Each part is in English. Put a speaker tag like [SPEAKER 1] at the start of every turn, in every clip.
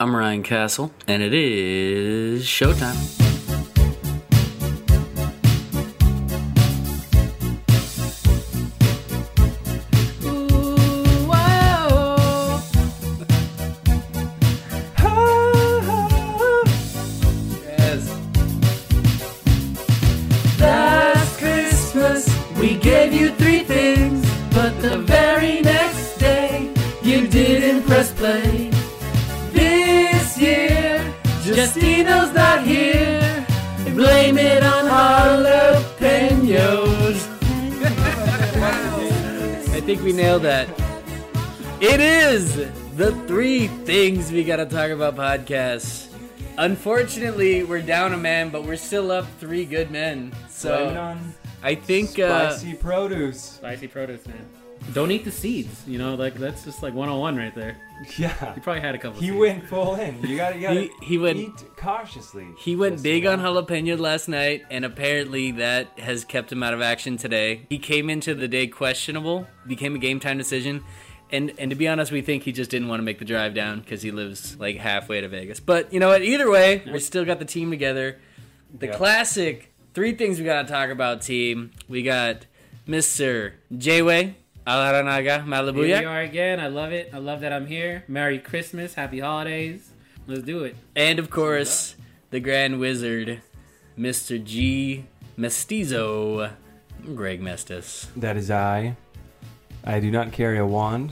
[SPEAKER 1] I'm Ryan Castle, and it is showtime.
[SPEAKER 2] Yes.
[SPEAKER 1] Last Christmas, we gave you three things, but the very next day, you didn't press play. This year, Justino's not here. Blame it on jalapenos.
[SPEAKER 2] I think we nailed that. It is the three things we gotta talk about podcast. Unfortunately, we're down a man, but we're still up three good men.
[SPEAKER 3] Blame it
[SPEAKER 2] So
[SPEAKER 3] on
[SPEAKER 2] I think uh,
[SPEAKER 3] spicy produce.
[SPEAKER 4] Spicy produce, man. Don't eat the seeds. You know, like that's just like 101 right there.
[SPEAKER 3] Yeah.
[SPEAKER 4] You probably had a couple.
[SPEAKER 3] He
[SPEAKER 4] seeds.
[SPEAKER 3] went full in. You gotta, you gotta
[SPEAKER 2] he, he went
[SPEAKER 3] eat cautiously.
[SPEAKER 2] He went
[SPEAKER 3] Just
[SPEAKER 2] big
[SPEAKER 3] a
[SPEAKER 2] on
[SPEAKER 3] lot.
[SPEAKER 2] jalapeno last night, and apparently that has kept him out of action today. He came into the day questionable, became a game time decision, and and to be honest, we think he just didn't want to make the drive down because he lives like halfway to Vegas. But you know what? Either way, we still got the team together. The
[SPEAKER 3] Yeah.
[SPEAKER 2] classic three things we gotta talk about. Team, we got Mister Jayway Alaranaga
[SPEAKER 4] Here we
[SPEAKER 2] Malibuya,
[SPEAKER 4] are again. I love it. I love that I'm here. Merry Christmas. Happy holidays. Let's do it.
[SPEAKER 2] and of course the Grand Wizard, Mister G Mestizo. Greg Mestis.
[SPEAKER 3] That is I. I do not carry a wand,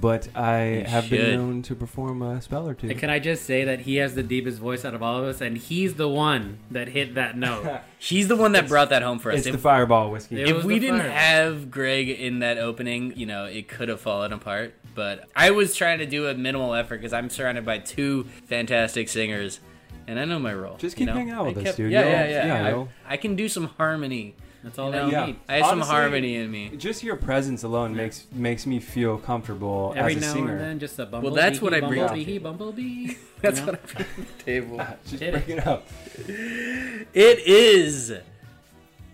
[SPEAKER 3] but I
[SPEAKER 2] You
[SPEAKER 3] have
[SPEAKER 2] should.
[SPEAKER 3] been known to perform a spell or two.
[SPEAKER 4] And can I just say that he has the deepest voice out of all of us, and he's the one that hit that note.
[SPEAKER 2] He's the one that brought that home for us.
[SPEAKER 3] It's the
[SPEAKER 2] If,
[SPEAKER 3] fireball whiskey.
[SPEAKER 4] It
[SPEAKER 2] if
[SPEAKER 4] was
[SPEAKER 2] we
[SPEAKER 4] the
[SPEAKER 2] didn't
[SPEAKER 4] fire.
[SPEAKER 2] have Greg in that opening, you know, it could have fallen apart. But I was trying to do a minimal effort because I'm surrounded by two fantastic singers, and I know my role.
[SPEAKER 3] Just
[SPEAKER 2] you
[SPEAKER 3] keep
[SPEAKER 2] know?
[SPEAKER 3] hanging out with
[SPEAKER 2] I
[SPEAKER 3] us,
[SPEAKER 2] kept-
[SPEAKER 3] dude.
[SPEAKER 2] Yeah,
[SPEAKER 3] You'll-
[SPEAKER 2] yeah, yeah.
[SPEAKER 3] yeah,
[SPEAKER 2] I-
[SPEAKER 3] you'll-
[SPEAKER 2] I, can do some harmony.
[SPEAKER 4] That's all
[SPEAKER 2] You
[SPEAKER 4] that
[SPEAKER 2] know,
[SPEAKER 4] we
[SPEAKER 3] Yeah.
[SPEAKER 4] need.
[SPEAKER 2] I have some
[SPEAKER 3] Honestly,
[SPEAKER 2] harmony in me.
[SPEAKER 3] Just your presence alone makes makes me feel comfortable
[SPEAKER 4] Every
[SPEAKER 3] as a
[SPEAKER 4] now
[SPEAKER 3] singer.
[SPEAKER 4] and then, just a bumblebee.
[SPEAKER 2] that's what I bring to
[SPEAKER 4] Bumblebee, bumblebee.
[SPEAKER 2] That's
[SPEAKER 4] you know?
[SPEAKER 2] what I bring to the table.
[SPEAKER 3] Just
[SPEAKER 4] Hit
[SPEAKER 3] bring it up.
[SPEAKER 2] It is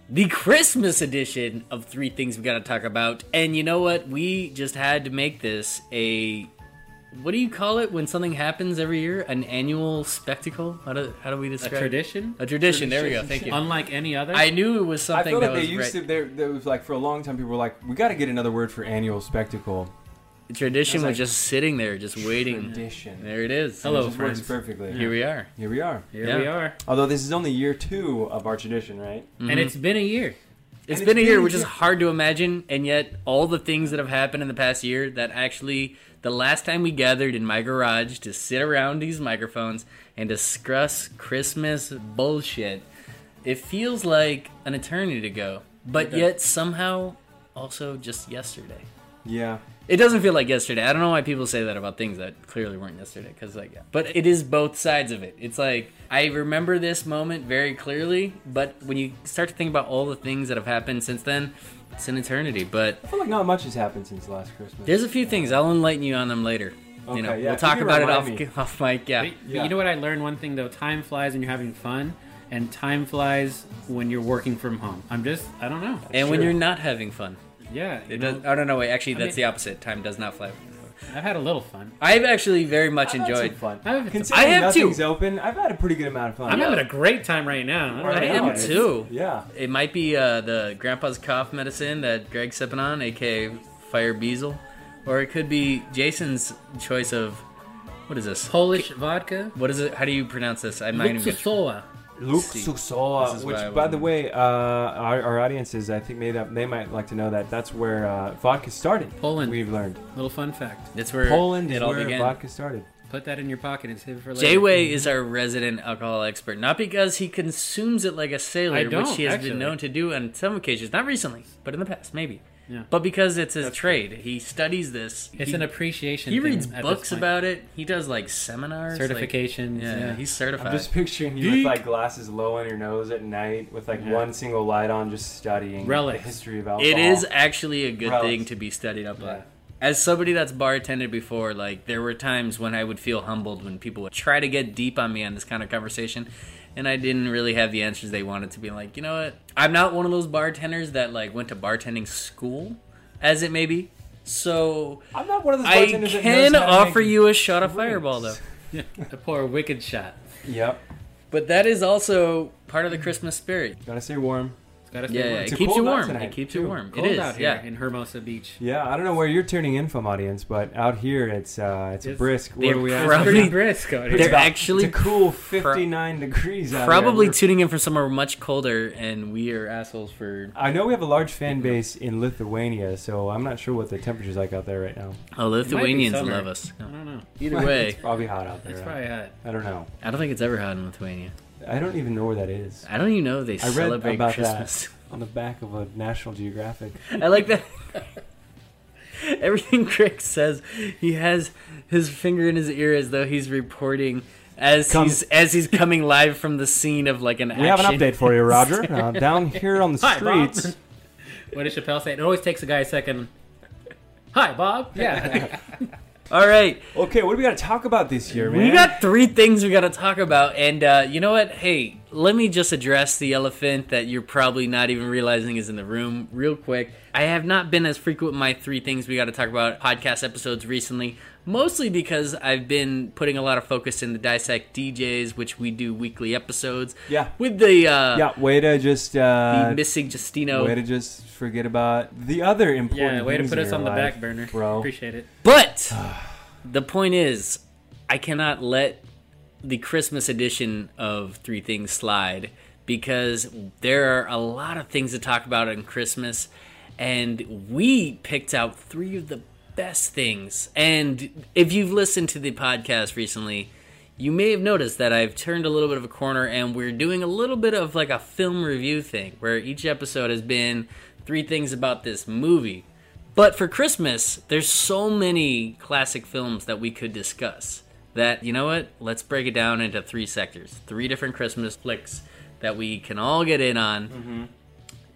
[SPEAKER 2] the Christmas edition of Three Things We Gotta Talk About. And you know what? We just had to make this a. What do you call it when something happens every year? An annual spectacle? How do, how do we
[SPEAKER 4] a
[SPEAKER 2] describe it?
[SPEAKER 4] tradition,
[SPEAKER 2] A tradition. There we go.
[SPEAKER 3] Tradition.
[SPEAKER 2] Thank you.
[SPEAKER 4] unlike any other.
[SPEAKER 2] I knew it was
[SPEAKER 3] I
[SPEAKER 2] something
[SPEAKER 3] feel like
[SPEAKER 2] that
[SPEAKER 3] they
[SPEAKER 2] was
[SPEAKER 3] used
[SPEAKER 2] right.
[SPEAKER 3] to. There, there was like for a long time, people were like, "We got to get another word for annual spectacle."
[SPEAKER 2] Tradition
[SPEAKER 3] I
[SPEAKER 2] was
[SPEAKER 3] was like-
[SPEAKER 2] just sitting there, just waiting.
[SPEAKER 3] Tradition.
[SPEAKER 2] There it is.
[SPEAKER 3] It
[SPEAKER 4] Hello,
[SPEAKER 3] just
[SPEAKER 4] friends.
[SPEAKER 3] works perfectly.
[SPEAKER 2] Here we are.
[SPEAKER 3] Here we are.
[SPEAKER 4] Here
[SPEAKER 2] Yeah.
[SPEAKER 4] we are, Mm-hmm.
[SPEAKER 3] Although this is only year two of our tradition, right?
[SPEAKER 4] and it's been a year.
[SPEAKER 2] It's
[SPEAKER 3] And
[SPEAKER 2] been a
[SPEAKER 3] it's
[SPEAKER 2] year,
[SPEAKER 3] been a
[SPEAKER 2] which is
[SPEAKER 3] year.
[SPEAKER 2] hard to imagine, and yet all the things that have happened in the past year that actually the last time we gathered in my garage to sit around these microphones and discuss Christmas bullshit, it feels like an eternity ago, but yet somehow also just yesterday.
[SPEAKER 3] Yeah.
[SPEAKER 2] It doesn't feel like yesterday. I don't know why people say that about things that clearly weren't yesterday. Cause like, but it is both sides of it. It's like I remember this moment very clearly, but when you start to think about all the things that have happened since then, it's an eternity. But
[SPEAKER 3] I feel like not much has happened since last Christmas.
[SPEAKER 2] there's a few things I'll enlighten you on them later. you
[SPEAKER 3] Okay,
[SPEAKER 2] know,
[SPEAKER 3] yeah,
[SPEAKER 2] we'll
[SPEAKER 3] if
[SPEAKER 2] talk
[SPEAKER 3] you
[SPEAKER 2] about it off
[SPEAKER 3] remind me.
[SPEAKER 2] off mic. Yeah,
[SPEAKER 4] But, but
[SPEAKER 3] Yeah.
[SPEAKER 4] you know what I learned one thing though, time flies when you're having fun and time flies when you're working from home. I'm just I don't know.
[SPEAKER 2] and when
[SPEAKER 3] true.
[SPEAKER 2] you're not having fun,
[SPEAKER 4] Yeah. you
[SPEAKER 2] it does.
[SPEAKER 4] know,
[SPEAKER 2] Oh no, no, wait. Actually, that's
[SPEAKER 4] mean-
[SPEAKER 2] the opposite. Time does not fly.
[SPEAKER 4] I've had a little fun.
[SPEAKER 2] I've actually very much
[SPEAKER 3] I've had
[SPEAKER 2] enjoyed.
[SPEAKER 3] some fun.
[SPEAKER 4] I have-
[SPEAKER 3] Considering
[SPEAKER 2] I have too.
[SPEAKER 3] nothing's open, I've had a pretty good amount of fun.
[SPEAKER 4] I'm having a great time right now. I don't
[SPEAKER 3] Right
[SPEAKER 4] know.
[SPEAKER 2] I am
[SPEAKER 3] on. It's-
[SPEAKER 2] too.
[SPEAKER 3] Yeah.
[SPEAKER 2] It might be uh, the grandpa's cough medicine that Greg's sipping on, aka Fire Bezel, or it could be Jason's choice of what is this?
[SPEAKER 4] Polish vodka.
[SPEAKER 2] What is it? How do you pronounce this? I'm not even. Gonna...
[SPEAKER 4] Luksusowa.
[SPEAKER 3] Luke
[SPEAKER 2] See,
[SPEAKER 3] Susoa,
[SPEAKER 2] this is
[SPEAKER 3] which
[SPEAKER 2] why I
[SPEAKER 3] by the
[SPEAKER 2] wasn't-
[SPEAKER 3] way, uh, our, our audiences, I think, made up. They might like to know that that's where uh, vodka started.
[SPEAKER 4] Poland.
[SPEAKER 3] We've learned
[SPEAKER 4] Little fun fact.
[SPEAKER 2] That's where
[SPEAKER 3] Poland
[SPEAKER 2] it
[SPEAKER 3] is
[SPEAKER 2] all
[SPEAKER 3] where
[SPEAKER 2] began.
[SPEAKER 3] vodka started.
[SPEAKER 4] Put that in your pocket and save it for later.
[SPEAKER 2] Jayway is our resident alcohol expert, not because he consumes it like a sailor,
[SPEAKER 4] I don't,
[SPEAKER 2] which he has
[SPEAKER 4] actually.
[SPEAKER 2] been known to do on some occasions, not recently, but in the past, maybe.
[SPEAKER 4] Yeah.
[SPEAKER 2] But because it's his trade, he studies this.
[SPEAKER 4] It's
[SPEAKER 2] he,
[SPEAKER 4] an appreciation.
[SPEAKER 2] he
[SPEAKER 4] thing
[SPEAKER 2] reads
[SPEAKER 4] at this
[SPEAKER 2] books
[SPEAKER 4] point.
[SPEAKER 2] about it. He does like seminars, like-
[SPEAKER 4] certifications.
[SPEAKER 2] yeah,
[SPEAKER 4] yeah.
[SPEAKER 2] he's certified.
[SPEAKER 3] I'm just picturing you with like glasses low on your nose at night, with like
[SPEAKER 4] Yeah.
[SPEAKER 3] one single light on, just studying
[SPEAKER 4] Relics.
[SPEAKER 3] the history of alcohol.
[SPEAKER 2] It is actually a good
[SPEAKER 3] Relics.
[SPEAKER 2] thing to be studied up on.
[SPEAKER 3] Yeah.
[SPEAKER 2] As somebody that's bartended before, like there were times when I would feel humbled when people would try to get deep on me on this kind of conversation, and I didn't really have the answers they wanted to be like, you know what? I'm not one of those bartenders that like went to bartending school, as it may be. So
[SPEAKER 3] I'm not one of those
[SPEAKER 2] I
[SPEAKER 3] bartenders that knows
[SPEAKER 2] can
[SPEAKER 3] how to make
[SPEAKER 2] offer you a shot of
[SPEAKER 3] drinks.
[SPEAKER 2] fireball though.
[SPEAKER 4] the poor wicked shot.
[SPEAKER 3] Yep.
[SPEAKER 2] But that is also part of the Christmas spirit.
[SPEAKER 3] Gotta stay warm.
[SPEAKER 4] It's gotta stay
[SPEAKER 2] Yeah, yeah,
[SPEAKER 4] warm.
[SPEAKER 2] it
[SPEAKER 3] It's a
[SPEAKER 2] keeps you
[SPEAKER 3] cold night
[SPEAKER 2] warm.
[SPEAKER 3] tonight,
[SPEAKER 2] It keeps
[SPEAKER 3] too.
[SPEAKER 2] you warm.
[SPEAKER 4] cold
[SPEAKER 2] it is.
[SPEAKER 4] out here
[SPEAKER 2] yeah.
[SPEAKER 4] in Hermosa Beach.
[SPEAKER 3] Yeah, I don't know where you're tuning in from, audience, but out here it's uh, it's,
[SPEAKER 4] It's-
[SPEAKER 3] brisk. What
[SPEAKER 2] they're
[SPEAKER 3] are we
[SPEAKER 2] pro-
[SPEAKER 3] at?
[SPEAKER 4] It's
[SPEAKER 2] Probably-
[SPEAKER 4] pretty brisk out
[SPEAKER 2] They're
[SPEAKER 4] here.
[SPEAKER 3] about-
[SPEAKER 2] actually
[SPEAKER 3] it's a cool 59 degrees. Out
[SPEAKER 2] Probably
[SPEAKER 3] Here.
[SPEAKER 2] tuning in from somewhere much colder, and we are assholes for.
[SPEAKER 3] I know we have a large fan base in Lithuania, so I'm not sure what the temperature's like out there right now.
[SPEAKER 2] Oh,
[SPEAKER 4] be
[SPEAKER 2] Lithuanians
[SPEAKER 4] summer.
[SPEAKER 2] love us.
[SPEAKER 4] I don't know.
[SPEAKER 2] Either way,
[SPEAKER 3] it's probably hot out there.
[SPEAKER 4] It's
[SPEAKER 3] right?
[SPEAKER 4] probably hot.
[SPEAKER 3] I don't know.
[SPEAKER 2] I don't think it's ever hot in Lithuania.
[SPEAKER 3] I don't even know where that is.
[SPEAKER 2] I don't even know if they
[SPEAKER 3] I read
[SPEAKER 2] celebrate
[SPEAKER 3] about that.
[SPEAKER 2] Christmas.
[SPEAKER 3] On the back of a National Geographic.
[SPEAKER 2] I like that. Everything Craig says, he has his finger in his ear as though he's reporting as
[SPEAKER 3] Come-
[SPEAKER 2] he's as he's coming live from the scene of like an
[SPEAKER 3] We have an
[SPEAKER 2] action.
[SPEAKER 3] update for you, Roger. Uh, down here on the
[SPEAKER 4] Hi, Bob.
[SPEAKER 3] streets.
[SPEAKER 4] What did Chappelle say? It always takes a guy a second. Hi, Bob. Yeah.
[SPEAKER 2] All right,
[SPEAKER 3] Okay, what do we got to talk about this year, man?
[SPEAKER 2] we got three things we got to talk about, and uh, you know what? Hey, let me just address the elephant that you're probably not even realizing is in the room, real quick. I have not been as frequent with my three things we got to talk about podcast episodes recently, mostly because I've been putting a lot of focus in the dissect DJs, which we do weekly episodes.
[SPEAKER 3] Yeah.
[SPEAKER 2] with the uh,
[SPEAKER 3] yeah, way to just
[SPEAKER 2] the
[SPEAKER 3] uh,
[SPEAKER 2] missing Justino.
[SPEAKER 3] way to just forget about the other important.
[SPEAKER 4] yeah. Way to
[SPEAKER 3] things
[SPEAKER 4] put
[SPEAKER 3] in
[SPEAKER 4] us
[SPEAKER 3] your
[SPEAKER 4] on the
[SPEAKER 3] life,
[SPEAKER 4] back burner,
[SPEAKER 3] bro.
[SPEAKER 4] Appreciate it.
[SPEAKER 2] But the point is, I cannot let the Christmas edition of Three Things slide because there are a lot of things to talk about on Christmas, and we picked out three of the best things. And if you've listened to the podcast recently, you may have noticed that I've turned a little bit of a corner and we're doing a little bit of like a film review thing where each episode has been three things about this movie. But for Christmas, there's so many classic films that we could discuss that, you know what? Let's break it down into three sectors, three different Christmas flicks that we can all get in on.
[SPEAKER 4] Mm-hmm.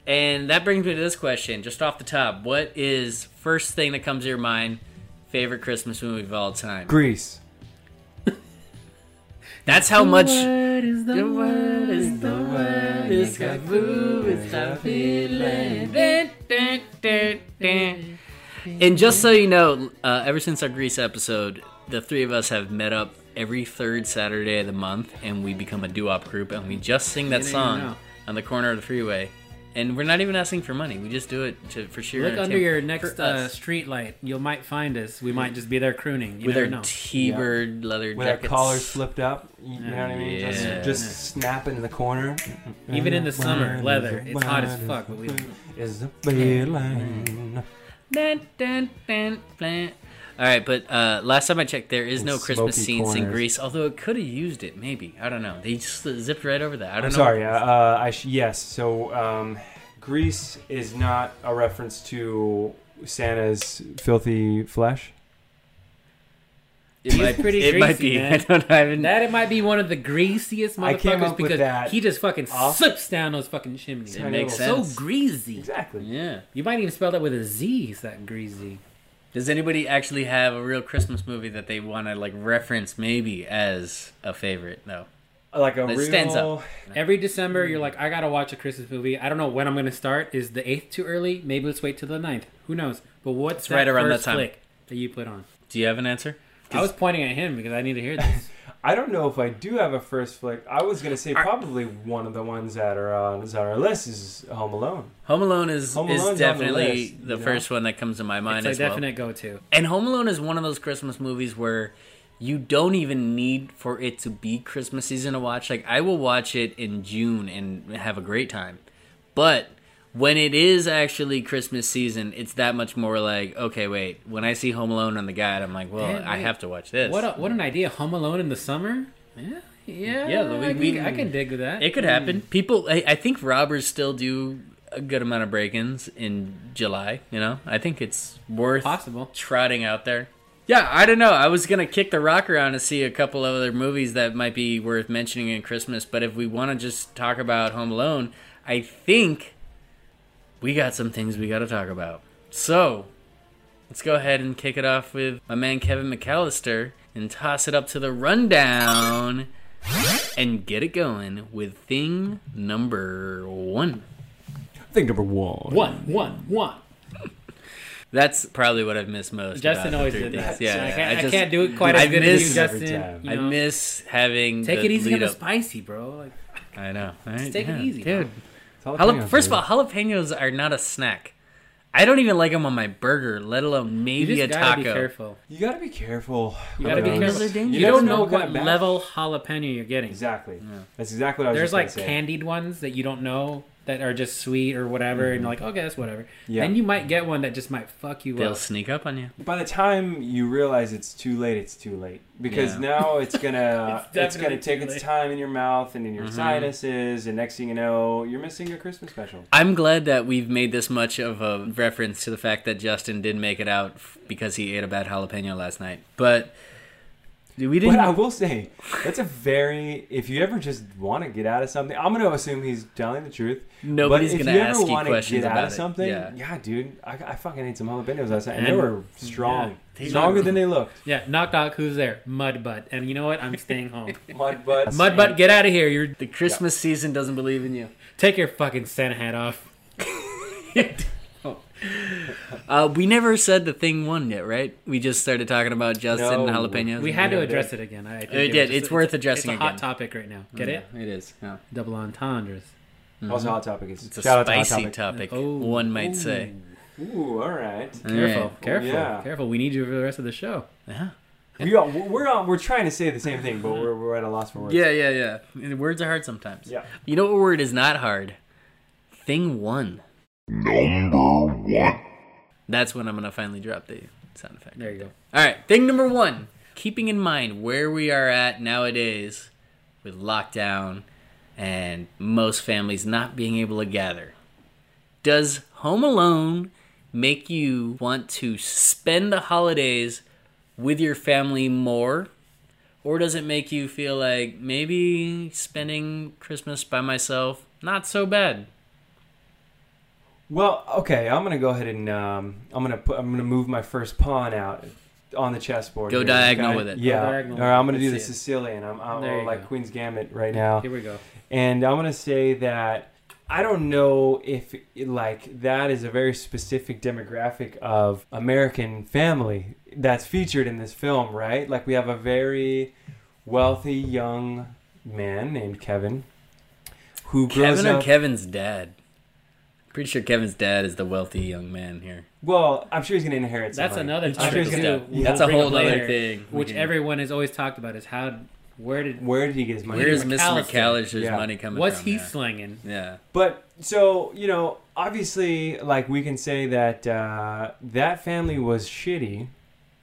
[SPEAKER 2] And that brings me to this question, just off the top. What is first thing that comes to your mind? Favorite Christmas movie of all time.
[SPEAKER 3] Greece.
[SPEAKER 2] That's how much.
[SPEAKER 4] What is the word? Is the word? Is the
[SPEAKER 2] And just so you know, uh, ever since our Greece episode, the three of us have met up every third Saturday of the month, and we become a doo-wop group, and we just sing that
[SPEAKER 4] Didn't even
[SPEAKER 2] song
[SPEAKER 4] know.
[SPEAKER 2] on the corner of the freeway. And we're not even asking for money; we just do it to, for sheer.
[SPEAKER 4] Look under
[SPEAKER 2] entertainment.
[SPEAKER 4] your
[SPEAKER 2] For
[SPEAKER 4] next uh,
[SPEAKER 2] us,
[SPEAKER 4] street light. You might find us. We might just be there crooning. You
[SPEAKER 2] with
[SPEAKER 4] never
[SPEAKER 2] our
[SPEAKER 4] know.
[SPEAKER 2] T-bird leather
[SPEAKER 3] With our
[SPEAKER 2] jackets.
[SPEAKER 3] collar slipped up, you know what I mean?
[SPEAKER 2] Yeah.
[SPEAKER 3] Just, just snapping in the corner.
[SPEAKER 4] Even in the summer, leather. It's hot as fuck, but we.
[SPEAKER 3] Is the feeling.
[SPEAKER 2] Dun, dun, dun, dun. All right, but uh, last time I checked, there is
[SPEAKER 3] And
[SPEAKER 2] no Christmas
[SPEAKER 3] smoky
[SPEAKER 2] scenes in
[SPEAKER 3] corners.
[SPEAKER 2] Greece. Although it could have used it, maybe I don't know. They just zipped right over that. I don't
[SPEAKER 3] I'm
[SPEAKER 2] know.
[SPEAKER 3] sorry. Uh, uh, I sh- yes. So um, Greece is not a reference to Santa's filthy flesh.
[SPEAKER 2] It might,
[SPEAKER 4] pretty
[SPEAKER 2] it might
[SPEAKER 4] greasy,
[SPEAKER 2] be.
[SPEAKER 4] man.
[SPEAKER 2] I don't. I haven't.
[SPEAKER 4] That it might be one of the greasiest
[SPEAKER 3] I came
[SPEAKER 4] motherfuckers
[SPEAKER 3] up with
[SPEAKER 4] because
[SPEAKER 3] that
[SPEAKER 4] he just fucking
[SPEAKER 3] off-
[SPEAKER 4] slips down those fucking chimneys.
[SPEAKER 2] it
[SPEAKER 3] tiny
[SPEAKER 2] makes
[SPEAKER 4] So
[SPEAKER 2] sense.
[SPEAKER 4] greasy.
[SPEAKER 3] Exactly.
[SPEAKER 2] yeah.
[SPEAKER 4] You might even spell that with a Z. It's that greasy.
[SPEAKER 2] Does anybody actually have a real Christmas movie that they want to like reference maybe as a favorite? No.
[SPEAKER 3] Like a
[SPEAKER 2] It
[SPEAKER 3] real.
[SPEAKER 2] stands up.
[SPEAKER 4] Every December, you're like, I gotta watch a Christmas movie. I don't know when I'm gonna start. Is the eighth too early? Maybe let's wait till the 9th. Who knows? But what's that
[SPEAKER 2] right around that
[SPEAKER 4] first
[SPEAKER 2] time.
[SPEAKER 4] flick that you put on?
[SPEAKER 2] Do you have an answer?
[SPEAKER 4] I was pointing at him because I need to hear this.
[SPEAKER 3] I don't know if I do have a first flick. I was gonna say probably one of the ones that are on is on our list is Home Alone.
[SPEAKER 2] Home Alone is
[SPEAKER 3] Home Alone's on
[SPEAKER 2] is
[SPEAKER 3] the
[SPEAKER 2] definitely
[SPEAKER 3] list,
[SPEAKER 2] the
[SPEAKER 3] you know?
[SPEAKER 2] first one that comes to my mind
[SPEAKER 4] it's a
[SPEAKER 2] as well.
[SPEAKER 4] definite go-to.
[SPEAKER 2] And Home Alone is one of those Christmas movies where you don't even need for it to be Christmas season to watch. Like I will watch it in June and have a great time. But when it is actually Christmas season, it's that much more like, okay, wait. When I see Home Alone on the guide, I'm like, well,
[SPEAKER 4] Damn,
[SPEAKER 2] I
[SPEAKER 4] wait.
[SPEAKER 2] have to watch this.
[SPEAKER 4] What a, what an idea! Home Alone in the summer. Yeah, yeah,
[SPEAKER 2] Yeah, we-
[SPEAKER 4] I, can,
[SPEAKER 2] we-
[SPEAKER 4] I can dig with that.
[SPEAKER 2] It could happen. People, I, I think robbers still do a good amount of break-ins in July. You know, I think it's worth
[SPEAKER 4] Possible.
[SPEAKER 2] trotting out there. Yeah, I don't know. I was gonna kick the rock around to see a couple of other movies that might be worth mentioning in Christmas, but if we want to just talk about Home Alone, I think we got some things we got to talk about. So let's go ahead and kick it off with my man Kevin McAllister and toss it up to the rundown and get it going with thing number one.
[SPEAKER 3] Thing number one.
[SPEAKER 4] One, one, one.
[SPEAKER 2] That's probably what I've missed most.
[SPEAKER 4] Justin
[SPEAKER 2] about the
[SPEAKER 4] always
[SPEAKER 2] three
[SPEAKER 4] did
[SPEAKER 2] things.
[SPEAKER 4] that.
[SPEAKER 2] Yeah,
[SPEAKER 4] I
[SPEAKER 2] yeah,
[SPEAKER 4] can't, I
[SPEAKER 2] just-
[SPEAKER 4] can't do it quite
[SPEAKER 2] I
[SPEAKER 4] as good as you,
[SPEAKER 2] miss-
[SPEAKER 3] Every
[SPEAKER 4] Justin.
[SPEAKER 3] time.
[SPEAKER 4] you
[SPEAKER 2] I
[SPEAKER 4] know.
[SPEAKER 2] miss having
[SPEAKER 4] Take
[SPEAKER 2] the
[SPEAKER 4] it easy on
[SPEAKER 2] lead
[SPEAKER 4] the
[SPEAKER 2] up.
[SPEAKER 4] spicy, bro. Like,
[SPEAKER 2] I know. Right?
[SPEAKER 4] take it
[SPEAKER 2] Yeah,
[SPEAKER 4] easy,
[SPEAKER 2] dude.
[SPEAKER 3] Jalapenos,
[SPEAKER 2] Jala- first of
[SPEAKER 3] dude.
[SPEAKER 2] all, jalapenos are not a snack. I don't even like them on my burger, let alone
[SPEAKER 4] you
[SPEAKER 2] maybe
[SPEAKER 4] just
[SPEAKER 2] a
[SPEAKER 4] gotta
[SPEAKER 2] taco.
[SPEAKER 4] be careful.
[SPEAKER 3] you gotta be careful.
[SPEAKER 4] You gotta be
[SPEAKER 3] about
[SPEAKER 4] careful.
[SPEAKER 3] those.
[SPEAKER 2] They're dangerous.
[SPEAKER 4] You,
[SPEAKER 2] You
[SPEAKER 4] don't
[SPEAKER 2] never
[SPEAKER 4] know
[SPEAKER 3] what kind
[SPEAKER 4] what
[SPEAKER 3] of bad-
[SPEAKER 4] level jalapeno you're getting.
[SPEAKER 3] Exactly. That's exactly what I was
[SPEAKER 4] There's
[SPEAKER 3] just gonna
[SPEAKER 4] like
[SPEAKER 3] say.
[SPEAKER 4] candied ones that you don't know that are just sweet or whatever, and you're like, okay, that's whatever.
[SPEAKER 3] Yeah.
[SPEAKER 4] Then you might get one that just might fuck you
[SPEAKER 2] They'll
[SPEAKER 4] up.
[SPEAKER 2] sneak up on you.
[SPEAKER 3] By the time you realize it's too late, it's too late because
[SPEAKER 2] Yeah.
[SPEAKER 3] now it's gonna
[SPEAKER 4] It's
[SPEAKER 3] it's,
[SPEAKER 4] definitely
[SPEAKER 3] gonna take
[SPEAKER 4] too
[SPEAKER 3] its
[SPEAKER 4] late. Mm-hmm.
[SPEAKER 3] time in your mouth and in your
[SPEAKER 2] Mhm.
[SPEAKER 3] sinuses, and next thing you know, you're missing your Christmas special.
[SPEAKER 2] I'm glad that we've made this much of a reference to the fact that Justin did make it out f- because he ate a bad jalapeno last night. But we didn't.
[SPEAKER 3] But I will say, that's a very if you ever just want to get out of something, I'm gonna assume he's telling the truth.
[SPEAKER 2] nobody's
[SPEAKER 3] but if
[SPEAKER 2] gonna
[SPEAKER 3] you
[SPEAKER 2] ask
[SPEAKER 3] ever
[SPEAKER 2] you
[SPEAKER 3] want to
[SPEAKER 2] questions
[SPEAKER 3] get
[SPEAKER 2] about
[SPEAKER 3] out of
[SPEAKER 2] it.
[SPEAKER 3] something,
[SPEAKER 2] Yeah.
[SPEAKER 3] dude, I, I fucking ate some jalapenos last night, and,
[SPEAKER 4] And-
[SPEAKER 3] they were strong,
[SPEAKER 4] yeah,
[SPEAKER 2] they
[SPEAKER 3] stronger
[SPEAKER 2] were.
[SPEAKER 3] than they looked.
[SPEAKER 4] Yeah, knock knock, who's there? Mudbutt. And you know what? I'm staying home.
[SPEAKER 3] Mud butt,
[SPEAKER 4] Mudbutt, get out of here. You're
[SPEAKER 2] The Christmas season doesn't believe in you.
[SPEAKER 4] take your fucking Santa hat off.
[SPEAKER 2] Uh, we never said the thing won yet, right? We just started talking about Justin
[SPEAKER 3] No.
[SPEAKER 2] and jalapenos.
[SPEAKER 4] We had to
[SPEAKER 3] Yeah,
[SPEAKER 4] address it again. I I think
[SPEAKER 2] It
[SPEAKER 4] was
[SPEAKER 2] did.
[SPEAKER 4] just-
[SPEAKER 2] It's worth addressing
[SPEAKER 4] It's a hot
[SPEAKER 2] again. Mm.
[SPEAKER 4] topic right now. Get it?
[SPEAKER 2] Yeah, it is. Yeah.
[SPEAKER 4] Double entendres.
[SPEAKER 3] Also, hot topic is
[SPEAKER 2] It's a
[SPEAKER 3] shout out to Hot
[SPEAKER 2] spicy topic,
[SPEAKER 3] Topic.
[SPEAKER 4] Oh.
[SPEAKER 2] one might say.
[SPEAKER 3] Ooh, all right.
[SPEAKER 4] Careful,
[SPEAKER 2] Alright.
[SPEAKER 4] careful,
[SPEAKER 3] Yeah.
[SPEAKER 4] careful. We need you for the rest of the show.
[SPEAKER 2] Yeah.
[SPEAKER 3] We all, we're all, we're trying to say the same thing, but we're, we're at a loss for words.
[SPEAKER 2] Yeah, yeah, yeah. Words are hard sometimes.
[SPEAKER 3] Yeah.
[SPEAKER 2] You know what word is not hard? Thing one.
[SPEAKER 5] Number one.
[SPEAKER 2] That's when I'm gonna finally drop the sound effect.
[SPEAKER 4] There you go.
[SPEAKER 2] All right, thing number one. Keeping in mind where we are at nowadays with lockdown and most families not being able to gather, does Home Alone make you want to spend the holidays with your family more? Or does it make you feel like maybe spending Christmas by myself, not so bad?
[SPEAKER 3] Well, okay, I'm gonna go ahead and um, I'm gonna put I'm gonna move my first pawn out on the chessboard.
[SPEAKER 2] Go
[SPEAKER 3] here,
[SPEAKER 2] diagonal
[SPEAKER 3] okay?
[SPEAKER 2] with it.
[SPEAKER 3] Yeah.
[SPEAKER 4] Go diagonal.
[SPEAKER 3] Or I'm gonna do the
[SPEAKER 4] Let's see it.
[SPEAKER 3] Sicilian. I'm, I'm
[SPEAKER 4] There you
[SPEAKER 3] like
[SPEAKER 4] go.
[SPEAKER 3] Queen's Gambit right now.
[SPEAKER 4] Here we go.
[SPEAKER 3] and I'm gonna say that I don't know if like that is a very specific demographic of American family that's featured in this film, right? Like we have a very wealthy young man named Kevin who grows
[SPEAKER 2] Kevin or
[SPEAKER 3] up.
[SPEAKER 2] Kevin's dad? Pretty sure Kevin's dad is the wealthy young man here.
[SPEAKER 3] well, I'm sure he's gonna inherit.
[SPEAKER 4] That's
[SPEAKER 3] somebody.
[SPEAKER 4] another
[SPEAKER 3] I'm
[SPEAKER 4] topic
[SPEAKER 3] sure he's
[SPEAKER 4] too.
[SPEAKER 3] gonna-
[SPEAKER 4] We'll
[SPEAKER 2] That's a
[SPEAKER 4] bring
[SPEAKER 2] whole
[SPEAKER 4] up
[SPEAKER 2] other
[SPEAKER 4] later,
[SPEAKER 2] thing we
[SPEAKER 4] which
[SPEAKER 2] can-
[SPEAKER 4] everyone has always talked about is how, where did,
[SPEAKER 3] Where did he get his money?
[SPEAKER 2] Where is Mr.
[SPEAKER 4] Mr. McAllister's
[SPEAKER 2] McAllister's
[SPEAKER 3] Yeah.
[SPEAKER 2] money coming
[SPEAKER 4] what's
[SPEAKER 2] from?
[SPEAKER 4] he
[SPEAKER 2] yeah.
[SPEAKER 4] slinging?
[SPEAKER 2] yeah.
[SPEAKER 3] But so you know, obviously, like we can say that uh, that family was shitty,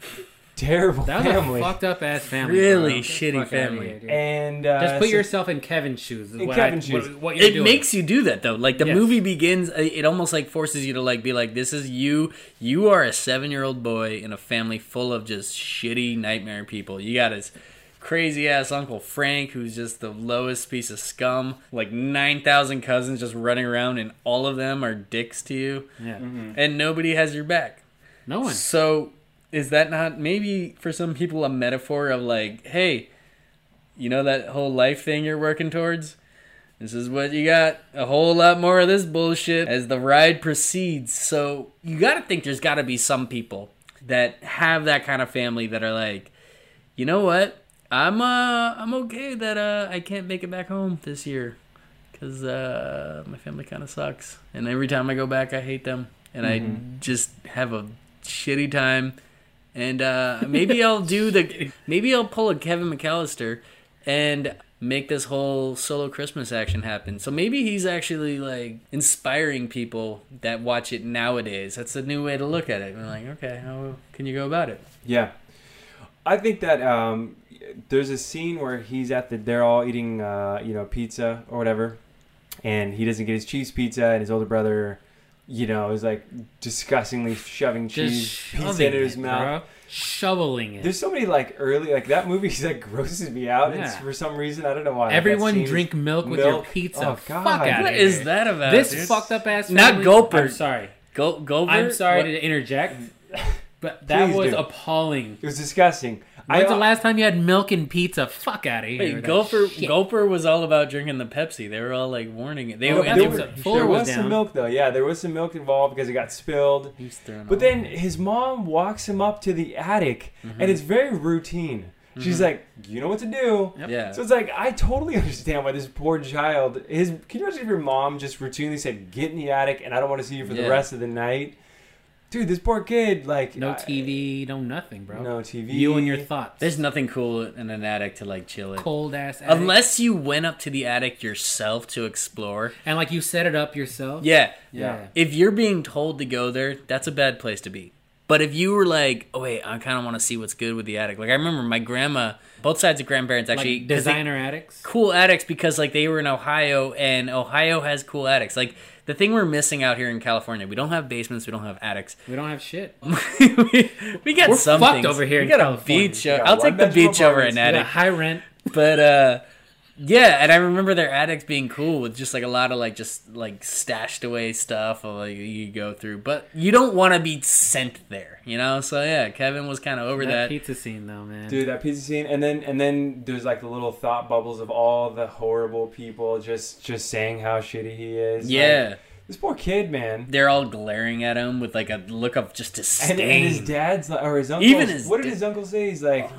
[SPEAKER 3] terrible
[SPEAKER 4] That was
[SPEAKER 3] family,
[SPEAKER 4] a fucked up ass family.
[SPEAKER 2] Really
[SPEAKER 4] bro. Get the
[SPEAKER 2] shitty
[SPEAKER 4] fuck outta
[SPEAKER 2] family.
[SPEAKER 4] here, dude.
[SPEAKER 3] and uh,
[SPEAKER 4] Just put
[SPEAKER 3] so-
[SPEAKER 4] yourself in Kevin's shoes. Is
[SPEAKER 3] In
[SPEAKER 4] what
[SPEAKER 3] Kevin's
[SPEAKER 4] I,
[SPEAKER 3] shoes.
[SPEAKER 4] What, what you're
[SPEAKER 2] It
[SPEAKER 4] doing.
[SPEAKER 2] makes you do that though. Like the
[SPEAKER 4] Yes.
[SPEAKER 2] movie begins, uh, it almost like forces you to like be like, "This is you. You are a seven-year-old boy in a family full of just shitty nightmare people. You got his crazy ass Uncle Frank, who's just the lowest piece of scum. Like nine thousand cousins just running around, and all of them are dicks to you,
[SPEAKER 4] Yeah.
[SPEAKER 2] and nobody has your back.
[SPEAKER 4] No one.
[SPEAKER 2] So is that not maybe for some people a metaphor of like, hey, you know that whole life thing you're working towards? This is what you got. A whole lot more of this bullshit as the ride proceeds. So you got to think there's got to be some people that have that kind of family that are like, you know what? I'm uh I'm okay that uh I can't make it back home this year cuz uh my family kind of sucks and every time I go back I hate them and
[SPEAKER 4] Mm-hmm.
[SPEAKER 2] I just have a shitty time and uh maybe I'll do the maybe I'll pull a Kevin McAllister and make this whole solo Christmas action happen. So maybe he's actually like inspiring people that watch it nowadays. That's a new way to look at it. We're like, okay, how can you go about it?
[SPEAKER 3] Yeah, I think that um, there's a scene where he's at the. They're all eating, uh, you know, pizza or whatever, and he doesn't get his cheese pizza, and his older brother, you know, is like disgustingly shoving cheese pizza
[SPEAKER 4] shoving
[SPEAKER 3] into his
[SPEAKER 4] it,
[SPEAKER 3] mouth.
[SPEAKER 4] bro. shoveling it.
[SPEAKER 3] There's so many like early like that movie that grosses me out and
[SPEAKER 4] Yeah.
[SPEAKER 3] s- for some reason I don't know why. Like, that
[SPEAKER 4] Everyone
[SPEAKER 3] scene is-
[SPEAKER 4] drink milk with your
[SPEAKER 3] milk.
[SPEAKER 4] pizza.
[SPEAKER 3] Oh, God.
[SPEAKER 4] Fuck out
[SPEAKER 2] What
[SPEAKER 4] of
[SPEAKER 2] is
[SPEAKER 4] here.
[SPEAKER 2] that
[SPEAKER 3] uh,
[SPEAKER 2] about?
[SPEAKER 4] This
[SPEAKER 2] dude?
[SPEAKER 4] fucked up ass.
[SPEAKER 2] Not
[SPEAKER 4] family-
[SPEAKER 2] Gulper.
[SPEAKER 4] I'm sorry.
[SPEAKER 2] Go go.
[SPEAKER 4] I'm sorry
[SPEAKER 2] What-
[SPEAKER 4] to interject, but that
[SPEAKER 3] Please
[SPEAKER 4] was
[SPEAKER 3] do.
[SPEAKER 4] appalling.
[SPEAKER 3] It was disgusting.
[SPEAKER 4] When's the
[SPEAKER 3] I-
[SPEAKER 4] last time you had milk and pizza? Fuck out of here.
[SPEAKER 2] Wait,
[SPEAKER 4] with that
[SPEAKER 2] Gopher
[SPEAKER 4] shit.
[SPEAKER 2] Gopher was all about drinking the Pepsi. They were all like warning it. They
[SPEAKER 4] Oh,
[SPEAKER 2] were,
[SPEAKER 4] yeah,
[SPEAKER 2] they
[SPEAKER 4] they
[SPEAKER 2] were,
[SPEAKER 4] were-
[SPEAKER 2] he
[SPEAKER 4] full-
[SPEAKER 3] there
[SPEAKER 4] was
[SPEAKER 3] was some
[SPEAKER 4] down.
[SPEAKER 3] milk though. Yeah, there was some milk involved because it got spilled.
[SPEAKER 2] was throwing
[SPEAKER 3] But
[SPEAKER 2] all-
[SPEAKER 3] then his mom walks him up to the attic,
[SPEAKER 4] Mm-hmm.
[SPEAKER 3] and it's very routine. She's like, "You know what to do."
[SPEAKER 2] yeah,
[SPEAKER 3] So it's like I totally understand why this poor child. His can you imagine if your mom just routinely said, "Get in the attic," and I don't want to see you for
[SPEAKER 2] Yeah.
[SPEAKER 3] the rest of the night, dude. This poor kid, like
[SPEAKER 4] No
[SPEAKER 3] I-
[SPEAKER 4] TV, no nothing, bro.
[SPEAKER 3] no TV.
[SPEAKER 4] You and your thoughts.
[SPEAKER 2] there's nothing cool in an attic to like chill it.
[SPEAKER 4] cold ass. attic.
[SPEAKER 2] Unless you went up to the attic yourself to explore.
[SPEAKER 4] and like you set it up yourself.
[SPEAKER 2] Yeah.
[SPEAKER 4] Yeah.
[SPEAKER 2] If you're being told to go there, that's a bad place to be. But if you were like, oh wait, I kind of want to see what's good with the attic. Like I remember my grandma, both sides of grandparents
[SPEAKER 4] Like
[SPEAKER 2] actually 'cause they-
[SPEAKER 4] designer attics.
[SPEAKER 2] cool attics because like they were in Ohio and Ohio has cool attics. Like the thing we're missing out here in California, we don't have basements, we don't have attics.
[SPEAKER 4] We don't have shit.
[SPEAKER 2] we, we got
[SPEAKER 4] We're
[SPEAKER 2] some
[SPEAKER 4] fucked
[SPEAKER 2] things.
[SPEAKER 4] over here
[SPEAKER 2] We
[SPEAKER 4] in
[SPEAKER 2] got
[SPEAKER 4] California.
[SPEAKER 2] a beach. o-
[SPEAKER 3] got
[SPEAKER 2] I'll take the
[SPEAKER 3] one-bedroom
[SPEAKER 2] beach over an
[SPEAKER 4] Yeah,
[SPEAKER 2] attic.
[SPEAKER 4] high rent.
[SPEAKER 2] But uh yeah, and I remember their attics being cool with just like a lot of like just like stashed away stuff of, like you go through. But you don't want to be sent there, you know? So yeah, Kevin was kind of over
[SPEAKER 4] That,
[SPEAKER 2] that.
[SPEAKER 4] pizza scene though, man.
[SPEAKER 3] Dude, that pizza scene, and then and then there's like the little thought bubbles of all the horrible people just just saying how shitty he is. Like,
[SPEAKER 2] yeah.
[SPEAKER 3] this poor kid, man.
[SPEAKER 2] They're all glaring at him with like a look of just
[SPEAKER 3] And, and his
[SPEAKER 2] disdain.
[SPEAKER 3] dad's like, or his uncle.
[SPEAKER 2] Even his
[SPEAKER 3] what did
[SPEAKER 2] da- Oh.
[SPEAKER 3] his uncle say? He's like,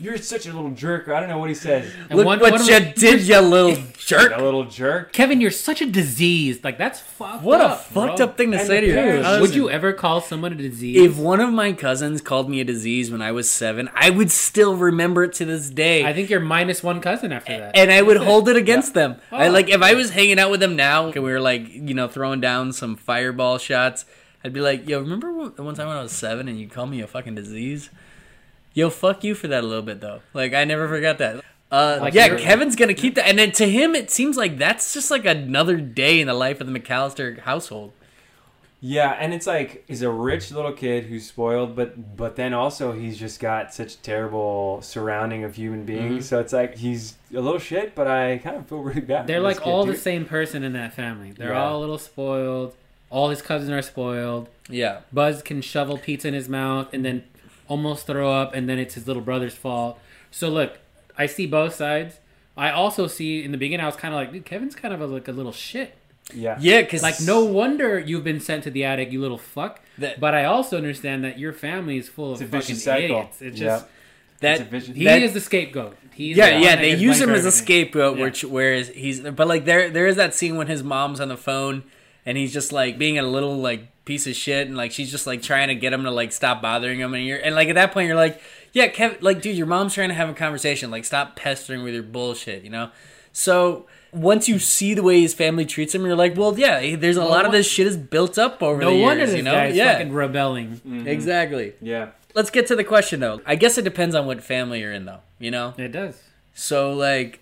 [SPEAKER 3] "You're such a little jerk." Or I don't know what he says.
[SPEAKER 4] And
[SPEAKER 2] Look
[SPEAKER 4] one-
[SPEAKER 2] what
[SPEAKER 4] one of
[SPEAKER 2] you
[SPEAKER 4] the-
[SPEAKER 2] did, you little
[SPEAKER 3] A
[SPEAKER 2] jerk!
[SPEAKER 3] little jerk.
[SPEAKER 4] Kevin, you're such a disease. Like that's fucked.
[SPEAKER 2] What a
[SPEAKER 4] up,
[SPEAKER 2] fucked
[SPEAKER 4] bro.
[SPEAKER 2] up thing to
[SPEAKER 3] And
[SPEAKER 2] say to
[SPEAKER 3] the
[SPEAKER 2] your
[SPEAKER 3] parents-
[SPEAKER 2] cousin.
[SPEAKER 4] Would you ever call someone a disease?
[SPEAKER 2] If one of my cousins called me a disease when I was seven, I would still remember it to this day.
[SPEAKER 4] I think you're minus one cousin after that.
[SPEAKER 2] and I would hold it against them. I
[SPEAKER 4] Oh.
[SPEAKER 2] like if I was hanging out with them now and we were like, you know, throwing down some fireball shots. I'd be like, yo, remember one- the one time when I was seven and you called me a fucking disease? Yo, fuck you for that a little bit though. Like I never forgot that. Uh,
[SPEAKER 4] Like
[SPEAKER 2] yeah,
[SPEAKER 4] you're-
[SPEAKER 2] Kevin's gonna keep that, and then to him, it seems like that's just like another day in the life of the McAllister household.
[SPEAKER 3] Yeah, and it's like he's a rich little kid who's spoiled, but but then also he's just got such terrible surrounding of human beings.
[SPEAKER 2] Mm-hmm.
[SPEAKER 3] So it's like he's a little shit, but I kind of feel really bad.
[SPEAKER 4] They're
[SPEAKER 3] for this
[SPEAKER 4] like
[SPEAKER 3] kid,
[SPEAKER 4] all
[SPEAKER 3] dude.
[SPEAKER 4] the same person in that family. They're
[SPEAKER 3] Yeah.
[SPEAKER 4] all a little spoiled. All his cousins are spoiled.
[SPEAKER 2] Yeah,
[SPEAKER 4] Buzz can shovel pizza in his mouth and then almost throw up, and then it's his little brother's fault. So look, I see both sides. I also see in the beginning, I was kind of like, dude, Kevin's kind of a, like a little shit.
[SPEAKER 3] Yeah.
[SPEAKER 2] yeah, because
[SPEAKER 4] Like, no wonder you've been sent to the attic, you little fuck.
[SPEAKER 2] That-
[SPEAKER 4] but I also understand that your family is full
[SPEAKER 3] It's a
[SPEAKER 4] of fucking
[SPEAKER 3] vicious cycle.
[SPEAKER 4] idiots. It's
[SPEAKER 3] Yeah.
[SPEAKER 4] just
[SPEAKER 2] that
[SPEAKER 3] it's a vicious-
[SPEAKER 4] he
[SPEAKER 2] that-
[SPEAKER 4] is the scapegoat. He's the
[SPEAKER 2] Yeah,
[SPEAKER 4] one
[SPEAKER 2] yeah,
[SPEAKER 4] that
[SPEAKER 2] they
[SPEAKER 4] gets
[SPEAKER 2] use
[SPEAKER 4] blamed
[SPEAKER 2] him
[SPEAKER 4] for
[SPEAKER 2] as a
[SPEAKER 4] everything.
[SPEAKER 2] scapegoat,
[SPEAKER 4] Yeah.
[SPEAKER 2] which whereas he's but like there there is that scene when his mom's on the phone and he's just like being a little like piece of shit and like she's just like trying to get him to like stop bothering him and you're and like at that point you're like yeah Kev like dude your mom's trying to have a conversation like stop pestering with your bullshit you know so once you see the way his family treats him you're like well yeah there's a lot of
[SPEAKER 4] won-
[SPEAKER 2] this shit is built up over
[SPEAKER 4] No
[SPEAKER 2] the years
[SPEAKER 4] wonder this
[SPEAKER 2] you know
[SPEAKER 4] guy's
[SPEAKER 2] yeah Mm.
[SPEAKER 4] fucking rebelling.
[SPEAKER 2] exactly
[SPEAKER 3] Yeah.
[SPEAKER 2] let's get to the question though I guess it depends on what family you're in though you know
[SPEAKER 4] It does.
[SPEAKER 2] so like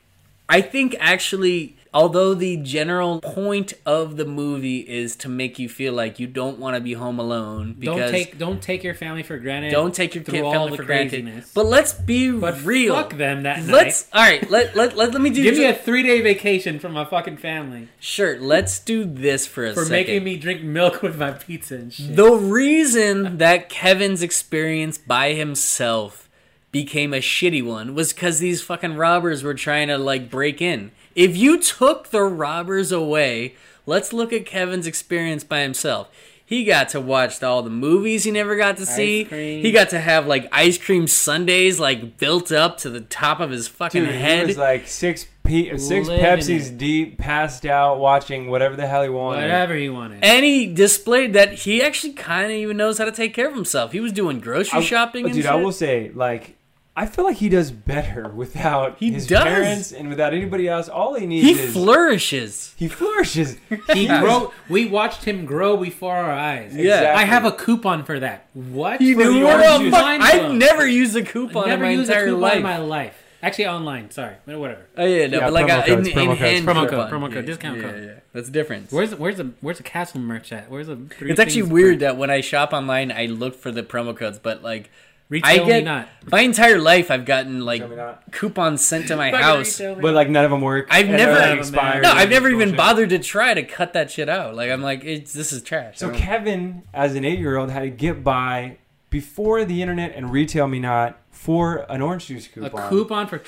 [SPEAKER 2] I think actually although the general point of the movie is to make you feel like you don't want to be home alone because
[SPEAKER 4] don't take don't take your family for granted.
[SPEAKER 2] don't take your
[SPEAKER 4] through
[SPEAKER 2] kid
[SPEAKER 4] all
[SPEAKER 2] family
[SPEAKER 4] the
[SPEAKER 2] for granted.
[SPEAKER 4] craziness.
[SPEAKER 2] But let's be
[SPEAKER 4] But
[SPEAKER 2] real.
[SPEAKER 4] fuck them that
[SPEAKER 2] Let's all right. Let let let, let me do
[SPEAKER 4] night. Give me a three day vacation from my fucking family
[SPEAKER 2] sure. Let's do this for a
[SPEAKER 4] for
[SPEAKER 2] second.
[SPEAKER 4] making me drink milk with my pizza and shit.
[SPEAKER 2] The reason that Kevin's experience by himself became a shitty one was because these fucking robbers were trying to like break in. If you took the robbers away, let's look at Kevin's experience by himself. He got to watch all the movies he never got to see.
[SPEAKER 4] cream.
[SPEAKER 2] He got to have like ice cream sundaes like built up to the top of his fucking
[SPEAKER 3] Dude, he
[SPEAKER 2] head.
[SPEAKER 3] was like six pe- six
[SPEAKER 4] Living
[SPEAKER 3] Pepsis
[SPEAKER 4] it.
[SPEAKER 3] deep, passed out, watching whatever the hell he wanted.
[SPEAKER 4] Whatever he wanted.
[SPEAKER 2] and he displayed that he actually kind of even knows how to take care of himself. He was doing grocery
[SPEAKER 3] I-
[SPEAKER 2] shopping. And
[SPEAKER 3] dude. I
[SPEAKER 2] shit.
[SPEAKER 3] will say, like, I feel like he does better without
[SPEAKER 2] He
[SPEAKER 3] his
[SPEAKER 2] does.
[SPEAKER 3] parents and without anybody else. All he needs
[SPEAKER 2] He
[SPEAKER 3] is
[SPEAKER 2] flourishes.
[SPEAKER 3] he flourishes.
[SPEAKER 4] He
[SPEAKER 3] was-
[SPEAKER 4] grow. We watched him grow before our eyes.
[SPEAKER 3] Exactly.
[SPEAKER 4] I have a coupon for that. What?
[SPEAKER 2] You
[SPEAKER 4] For
[SPEAKER 2] knew
[SPEAKER 4] your
[SPEAKER 2] what the
[SPEAKER 4] juice.
[SPEAKER 2] fuck?
[SPEAKER 4] Mind
[SPEAKER 2] I've
[SPEAKER 4] blown.
[SPEAKER 2] never used a coupon
[SPEAKER 4] never
[SPEAKER 2] in my
[SPEAKER 4] used a
[SPEAKER 2] entire
[SPEAKER 4] coupon
[SPEAKER 2] life.
[SPEAKER 4] in my life. Actually, online. Sorry, but whatever.
[SPEAKER 2] Oh yeah, no,
[SPEAKER 3] Yeah,
[SPEAKER 2] but like
[SPEAKER 3] promo
[SPEAKER 2] a,
[SPEAKER 3] codes,
[SPEAKER 2] in,
[SPEAKER 3] promo
[SPEAKER 2] in
[SPEAKER 3] codes,
[SPEAKER 2] hand
[SPEAKER 4] promo code,
[SPEAKER 2] coupon.
[SPEAKER 4] promo code,
[SPEAKER 2] Yeah,
[SPEAKER 4] discount
[SPEAKER 2] yeah,
[SPEAKER 4] code.
[SPEAKER 2] Yeah, that's different.
[SPEAKER 4] Where's where's the where's the castle merch at? Where's the? Three
[SPEAKER 2] it's actually
[SPEAKER 4] things
[SPEAKER 2] weird
[SPEAKER 4] per-
[SPEAKER 2] that when I shop online, I look for the promo codes, but like
[SPEAKER 4] Retail
[SPEAKER 2] I
[SPEAKER 4] me
[SPEAKER 2] get
[SPEAKER 4] not.
[SPEAKER 2] my entire life, I've gotten like
[SPEAKER 3] Show me not.
[SPEAKER 2] coupons sent to my
[SPEAKER 4] Fucking
[SPEAKER 2] house.
[SPEAKER 4] retail me
[SPEAKER 3] But like none of them work.
[SPEAKER 2] I've
[SPEAKER 3] And
[SPEAKER 2] never-
[SPEAKER 3] they're,
[SPEAKER 4] None
[SPEAKER 3] like,
[SPEAKER 4] of 'em, man.
[SPEAKER 3] expired
[SPEAKER 2] No,
[SPEAKER 3] and
[SPEAKER 2] I've never even
[SPEAKER 3] bullshit.
[SPEAKER 2] bothered to try to cut that shit out. Like I'm like, it's, this is trash.
[SPEAKER 3] So
[SPEAKER 2] I don't-
[SPEAKER 3] Kevin, as an eight-year-old, had to get by before the internet and retail me not for an orange juice
[SPEAKER 4] A
[SPEAKER 3] coupon.
[SPEAKER 4] coupon for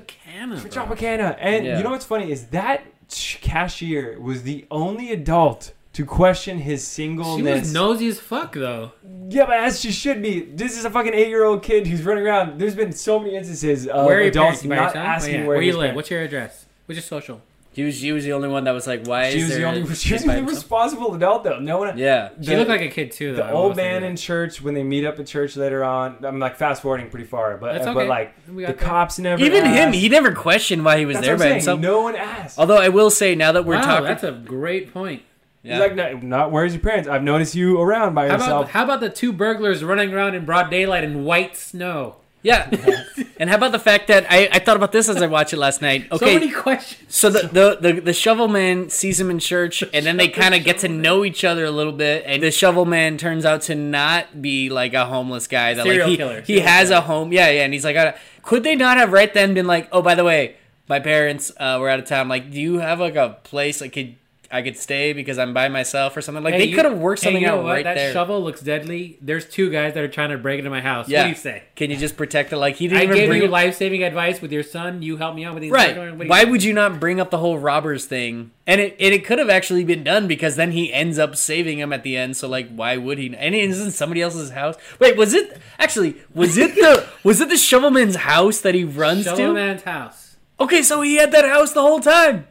[SPEAKER 4] Tropicana.
[SPEAKER 3] For
[SPEAKER 4] bro.
[SPEAKER 3] Tropicana. And
[SPEAKER 2] Yeah.
[SPEAKER 3] you know what's funny is that ch- cashier was the only adult to question his
[SPEAKER 4] She
[SPEAKER 3] singleness.
[SPEAKER 4] was nosy as fuck though.
[SPEAKER 3] Yeah, but as she should be. This is a fucking eight-year-old kid who's running around. There's been so many instances
[SPEAKER 2] Uh,
[SPEAKER 3] of
[SPEAKER 4] where are your
[SPEAKER 3] adults
[SPEAKER 4] parents? You by
[SPEAKER 3] not
[SPEAKER 4] yourself? Oh,
[SPEAKER 3] asking
[SPEAKER 4] yeah.
[SPEAKER 3] where,
[SPEAKER 4] you
[SPEAKER 3] his
[SPEAKER 4] live.
[SPEAKER 3] parents-
[SPEAKER 4] What's your address? What's your social?
[SPEAKER 2] She was, she was the only one that was like, why
[SPEAKER 3] She
[SPEAKER 2] is
[SPEAKER 3] was the
[SPEAKER 2] there
[SPEAKER 3] only.
[SPEAKER 2] a
[SPEAKER 3] She was
[SPEAKER 2] kid by
[SPEAKER 3] the
[SPEAKER 2] himself?
[SPEAKER 3] responsible adult though. No one.
[SPEAKER 2] Yeah.
[SPEAKER 3] The,
[SPEAKER 4] she looked like a kid too. Though,
[SPEAKER 3] the
[SPEAKER 4] I
[SPEAKER 3] old
[SPEAKER 4] will say
[SPEAKER 3] man
[SPEAKER 4] that.
[SPEAKER 3] in church when they meet up at church later on. I'm like fast forwarding pretty far, but
[SPEAKER 4] That's
[SPEAKER 3] but
[SPEAKER 4] okay.
[SPEAKER 3] like
[SPEAKER 4] We
[SPEAKER 3] the
[SPEAKER 4] got that.
[SPEAKER 3] cops never.
[SPEAKER 2] Even him,
[SPEAKER 3] asked.
[SPEAKER 2] he never questioned why he was
[SPEAKER 3] That's
[SPEAKER 2] there
[SPEAKER 3] what I'm
[SPEAKER 2] by
[SPEAKER 3] saying.
[SPEAKER 2] himself.
[SPEAKER 3] No one asked.
[SPEAKER 2] Although I will say, now that we're
[SPEAKER 4] wow,
[SPEAKER 2] talking,
[SPEAKER 4] that's a great point.
[SPEAKER 2] yeah.
[SPEAKER 3] He's like, no, not where's your parents? I've noticed you around by
[SPEAKER 4] How
[SPEAKER 3] yourself.
[SPEAKER 4] about, how about the two burglars running around in broad daylight in white snow?
[SPEAKER 2] yeah. and how about the fact that I, I thought about this as I watched it last night? Okay,
[SPEAKER 4] So many questions.
[SPEAKER 2] So the, the, the, the shovel man sees him in church, and then they kind of get to know each other a little bit. And the shovel man turns out to not be like a homeless guy that
[SPEAKER 4] Serial
[SPEAKER 2] like he,
[SPEAKER 4] killer.
[SPEAKER 2] he
[SPEAKER 4] Serial
[SPEAKER 2] has a home. Yeah, yeah. And he's like, I- could they not have right then been like, oh, by the way, my parents uh, were out of town. Like, do you have like a place I could I could stay because I'm by myself or something? Like,
[SPEAKER 4] Hey,
[SPEAKER 2] they
[SPEAKER 4] you-
[SPEAKER 2] could have worked
[SPEAKER 4] hey,
[SPEAKER 2] something
[SPEAKER 4] you know
[SPEAKER 2] out
[SPEAKER 4] what?
[SPEAKER 2] right
[SPEAKER 4] that
[SPEAKER 2] there.
[SPEAKER 4] shovel looks deadly. There's two guys that are trying to break into my house.
[SPEAKER 2] yeah.
[SPEAKER 4] What do you say?
[SPEAKER 2] Can you just protect it? Like he didn't
[SPEAKER 4] I
[SPEAKER 2] even
[SPEAKER 4] gave
[SPEAKER 2] bring
[SPEAKER 4] you
[SPEAKER 2] it-
[SPEAKER 4] life saving advice with your son. You help me out with these. burglars. What do
[SPEAKER 2] Right.
[SPEAKER 4] you
[SPEAKER 2] Why
[SPEAKER 4] say?
[SPEAKER 2] would you not bring up the whole robbers thing? And it and it could have actually been done because then he ends up saving him at the end. So like, why would he? And it isn't somebody else's house. Wait, was it actually? Was it the was it the shovelman's house that he runs
[SPEAKER 4] shovel
[SPEAKER 2] to?
[SPEAKER 4] man's house?
[SPEAKER 2] Okay, so he had that house the whole time.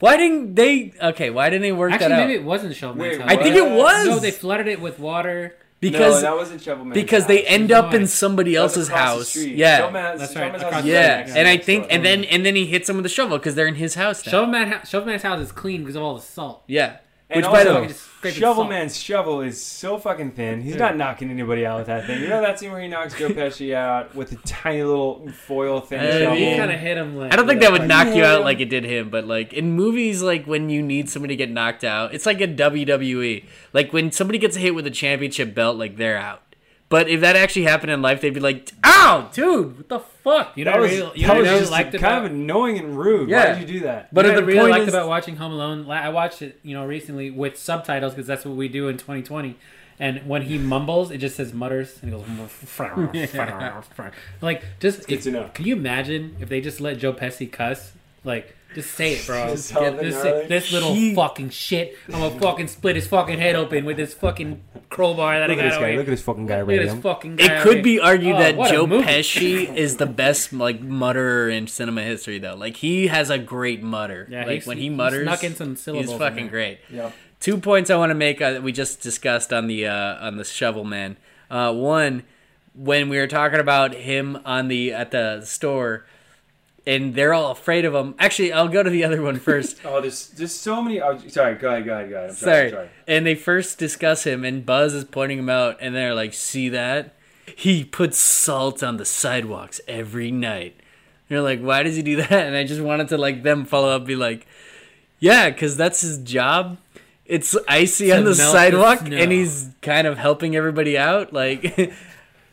[SPEAKER 2] Why didn't they? Okay, why didn't they work
[SPEAKER 4] Actually,
[SPEAKER 2] that
[SPEAKER 4] maybe
[SPEAKER 2] out?
[SPEAKER 4] it wasn't shovel
[SPEAKER 3] Wait,
[SPEAKER 4] man's house.
[SPEAKER 2] I think it
[SPEAKER 3] What?
[SPEAKER 2] was
[SPEAKER 4] No, they flooded it with water.
[SPEAKER 2] because
[SPEAKER 3] no, that wasn't Shovel Man's
[SPEAKER 2] because
[SPEAKER 3] house.
[SPEAKER 2] they end
[SPEAKER 4] That's
[SPEAKER 2] up
[SPEAKER 4] why.
[SPEAKER 2] in somebody
[SPEAKER 3] That was
[SPEAKER 2] else's
[SPEAKER 3] across the
[SPEAKER 2] house.
[SPEAKER 3] street. Shovel
[SPEAKER 2] Yeah.
[SPEAKER 3] Man's-
[SPEAKER 4] That's
[SPEAKER 3] Shovel
[SPEAKER 4] right,
[SPEAKER 3] Man's house
[SPEAKER 4] across the
[SPEAKER 3] is right
[SPEAKER 4] street.
[SPEAKER 2] Yeah,
[SPEAKER 3] next
[SPEAKER 2] and
[SPEAKER 3] to
[SPEAKER 2] I
[SPEAKER 3] next
[SPEAKER 2] think,
[SPEAKER 3] door.
[SPEAKER 2] and then and then he hits him with a shovel because they're in his house now.
[SPEAKER 4] Shovel man, hou- shovel man's house is clean because of all the salt.
[SPEAKER 2] Yeah,
[SPEAKER 3] And
[SPEAKER 2] which by the
[SPEAKER 3] also,
[SPEAKER 2] way,
[SPEAKER 4] Just scrape it
[SPEAKER 3] Shovel
[SPEAKER 4] salt.
[SPEAKER 3] Man's shovel is so fucking thin. He's not knocking anybody out with that thing. You know that scene where he knocks Joe Pesci out with a tiny little foil thing
[SPEAKER 2] Hey,
[SPEAKER 3] shovel?
[SPEAKER 4] You
[SPEAKER 2] Yeah.
[SPEAKER 4] kind of hit him. Like,
[SPEAKER 2] I don't think
[SPEAKER 4] yeah,
[SPEAKER 2] that would
[SPEAKER 4] like-
[SPEAKER 2] knock you out
[SPEAKER 3] Yeah.
[SPEAKER 2] like it did him, but like in movies, like when you need somebody to get knocked out, it's like a WWE. Like when somebody gets hit with a championship belt, like they're out. But if that actually happened in life, they'd be like, "Ow, dude, what the fuck?" You
[SPEAKER 4] You know,
[SPEAKER 2] know.
[SPEAKER 3] That was,
[SPEAKER 4] really- you
[SPEAKER 3] that
[SPEAKER 4] know
[SPEAKER 3] was
[SPEAKER 4] what I
[SPEAKER 3] just
[SPEAKER 4] liked
[SPEAKER 3] kind
[SPEAKER 4] about-
[SPEAKER 3] of annoying and rude.
[SPEAKER 2] Yeah.
[SPEAKER 3] Why did you do that?
[SPEAKER 2] But at
[SPEAKER 4] What I
[SPEAKER 2] the
[SPEAKER 4] really
[SPEAKER 2] point
[SPEAKER 4] liked
[SPEAKER 2] is-
[SPEAKER 4] about watching Home Alone, la- I watched it, you know, recently with subtitles because that's what we do in 2020. And when he mumbles, it just says mutters and he goes like just
[SPEAKER 3] good to know.
[SPEAKER 4] Can you imagine if they just let Joe Pesci cuss? Like, just say it, bro.
[SPEAKER 3] Just
[SPEAKER 4] just
[SPEAKER 3] tell the
[SPEAKER 4] just say,
[SPEAKER 3] guy.
[SPEAKER 4] this little
[SPEAKER 2] He-
[SPEAKER 4] fucking shit. I'm gonna fucking split his fucking head open with this fucking crowbar that
[SPEAKER 3] look
[SPEAKER 4] I
[SPEAKER 3] at
[SPEAKER 4] got
[SPEAKER 3] this
[SPEAKER 4] over
[SPEAKER 3] guy.
[SPEAKER 4] here.
[SPEAKER 3] Look at this fucking guy
[SPEAKER 4] Look
[SPEAKER 3] right
[SPEAKER 4] at this
[SPEAKER 3] now.
[SPEAKER 4] fucking guy
[SPEAKER 2] It
[SPEAKER 4] over
[SPEAKER 2] could
[SPEAKER 4] here.
[SPEAKER 2] be argued
[SPEAKER 4] Oh,
[SPEAKER 2] that
[SPEAKER 4] what a
[SPEAKER 2] Joe
[SPEAKER 4] movie.
[SPEAKER 2] Pesci is the best like mutterer in cinema history, though. Like he has a great mutter.
[SPEAKER 4] Yeah,
[SPEAKER 2] like
[SPEAKER 4] he's-
[SPEAKER 2] when
[SPEAKER 4] he
[SPEAKER 2] he mutters,
[SPEAKER 4] snuck in some syllables
[SPEAKER 2] He's
[SPEAKER 4] in
[SPEAKER 2] fucking
[SPEAKER 4] there.
[SPEAKER 2] great.
[SPEAKER 3] Yeah.
[SPEAKER 2] two points I want to make uh, that we just discussed on the uh, on the shovel man. Uh, one, when we were talking about him on the at the store, and they're all afraid of him. Actually, I'll go to the other one first.
[SPEAKER 3] Oh, there's there's so many. Oh, sorry, go ahead, go ahead, go ahead. I'm sorry.
[SPEAKER 2] Sorry.
[SPEAKER 3] I'm sorry.
[SPEAKER 2] And they first discuss him, and Buzz is pointing him out, and they're like, "See that? He puts salt on the sidewalks every night." And you're like, "Why does he do that?" And I just wanted to like them follow up, be like, "Yeah, because that's his job. It's icy on the
[SPEAKER 4] melt the
[SPEAKER 2] sidewalk,
[SPEAKER 4] snow."
[SPEAKER 2] and he's kind of helping everybody out." Like,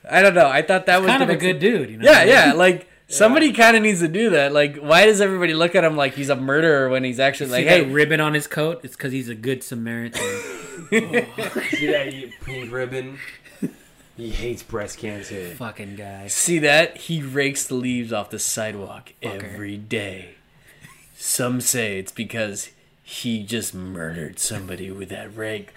[SPEAKER 2] I don't know. I thought that was
[SPEAKER 4] kind
[SPEAKER 2] the
[SPEAKER 4] of a
[SPEAKER 2] next-
[SPEAKER 4] good dude. You know?
[SPEAKER 2] Yeah, yeah. Like somebody kind of needs to do that. Like, why does everybody look at him like he's a murderer when he's actually like,
[SPEAKER 4] Like, See hey,
[SPEAKER 2] "Hey,
[SPEAKER 4] that ribbon on his coat? It's because he's a good Samaritan.
[SPEAKER 3] See that you pink ribbon? He hates breast cancer.
[SPEAKER 4] fucking guy.
[SPEAKER 2] See that? He rakes the leaves off the sidewalk every day. Some say it's because he just murdered somebody with that rake.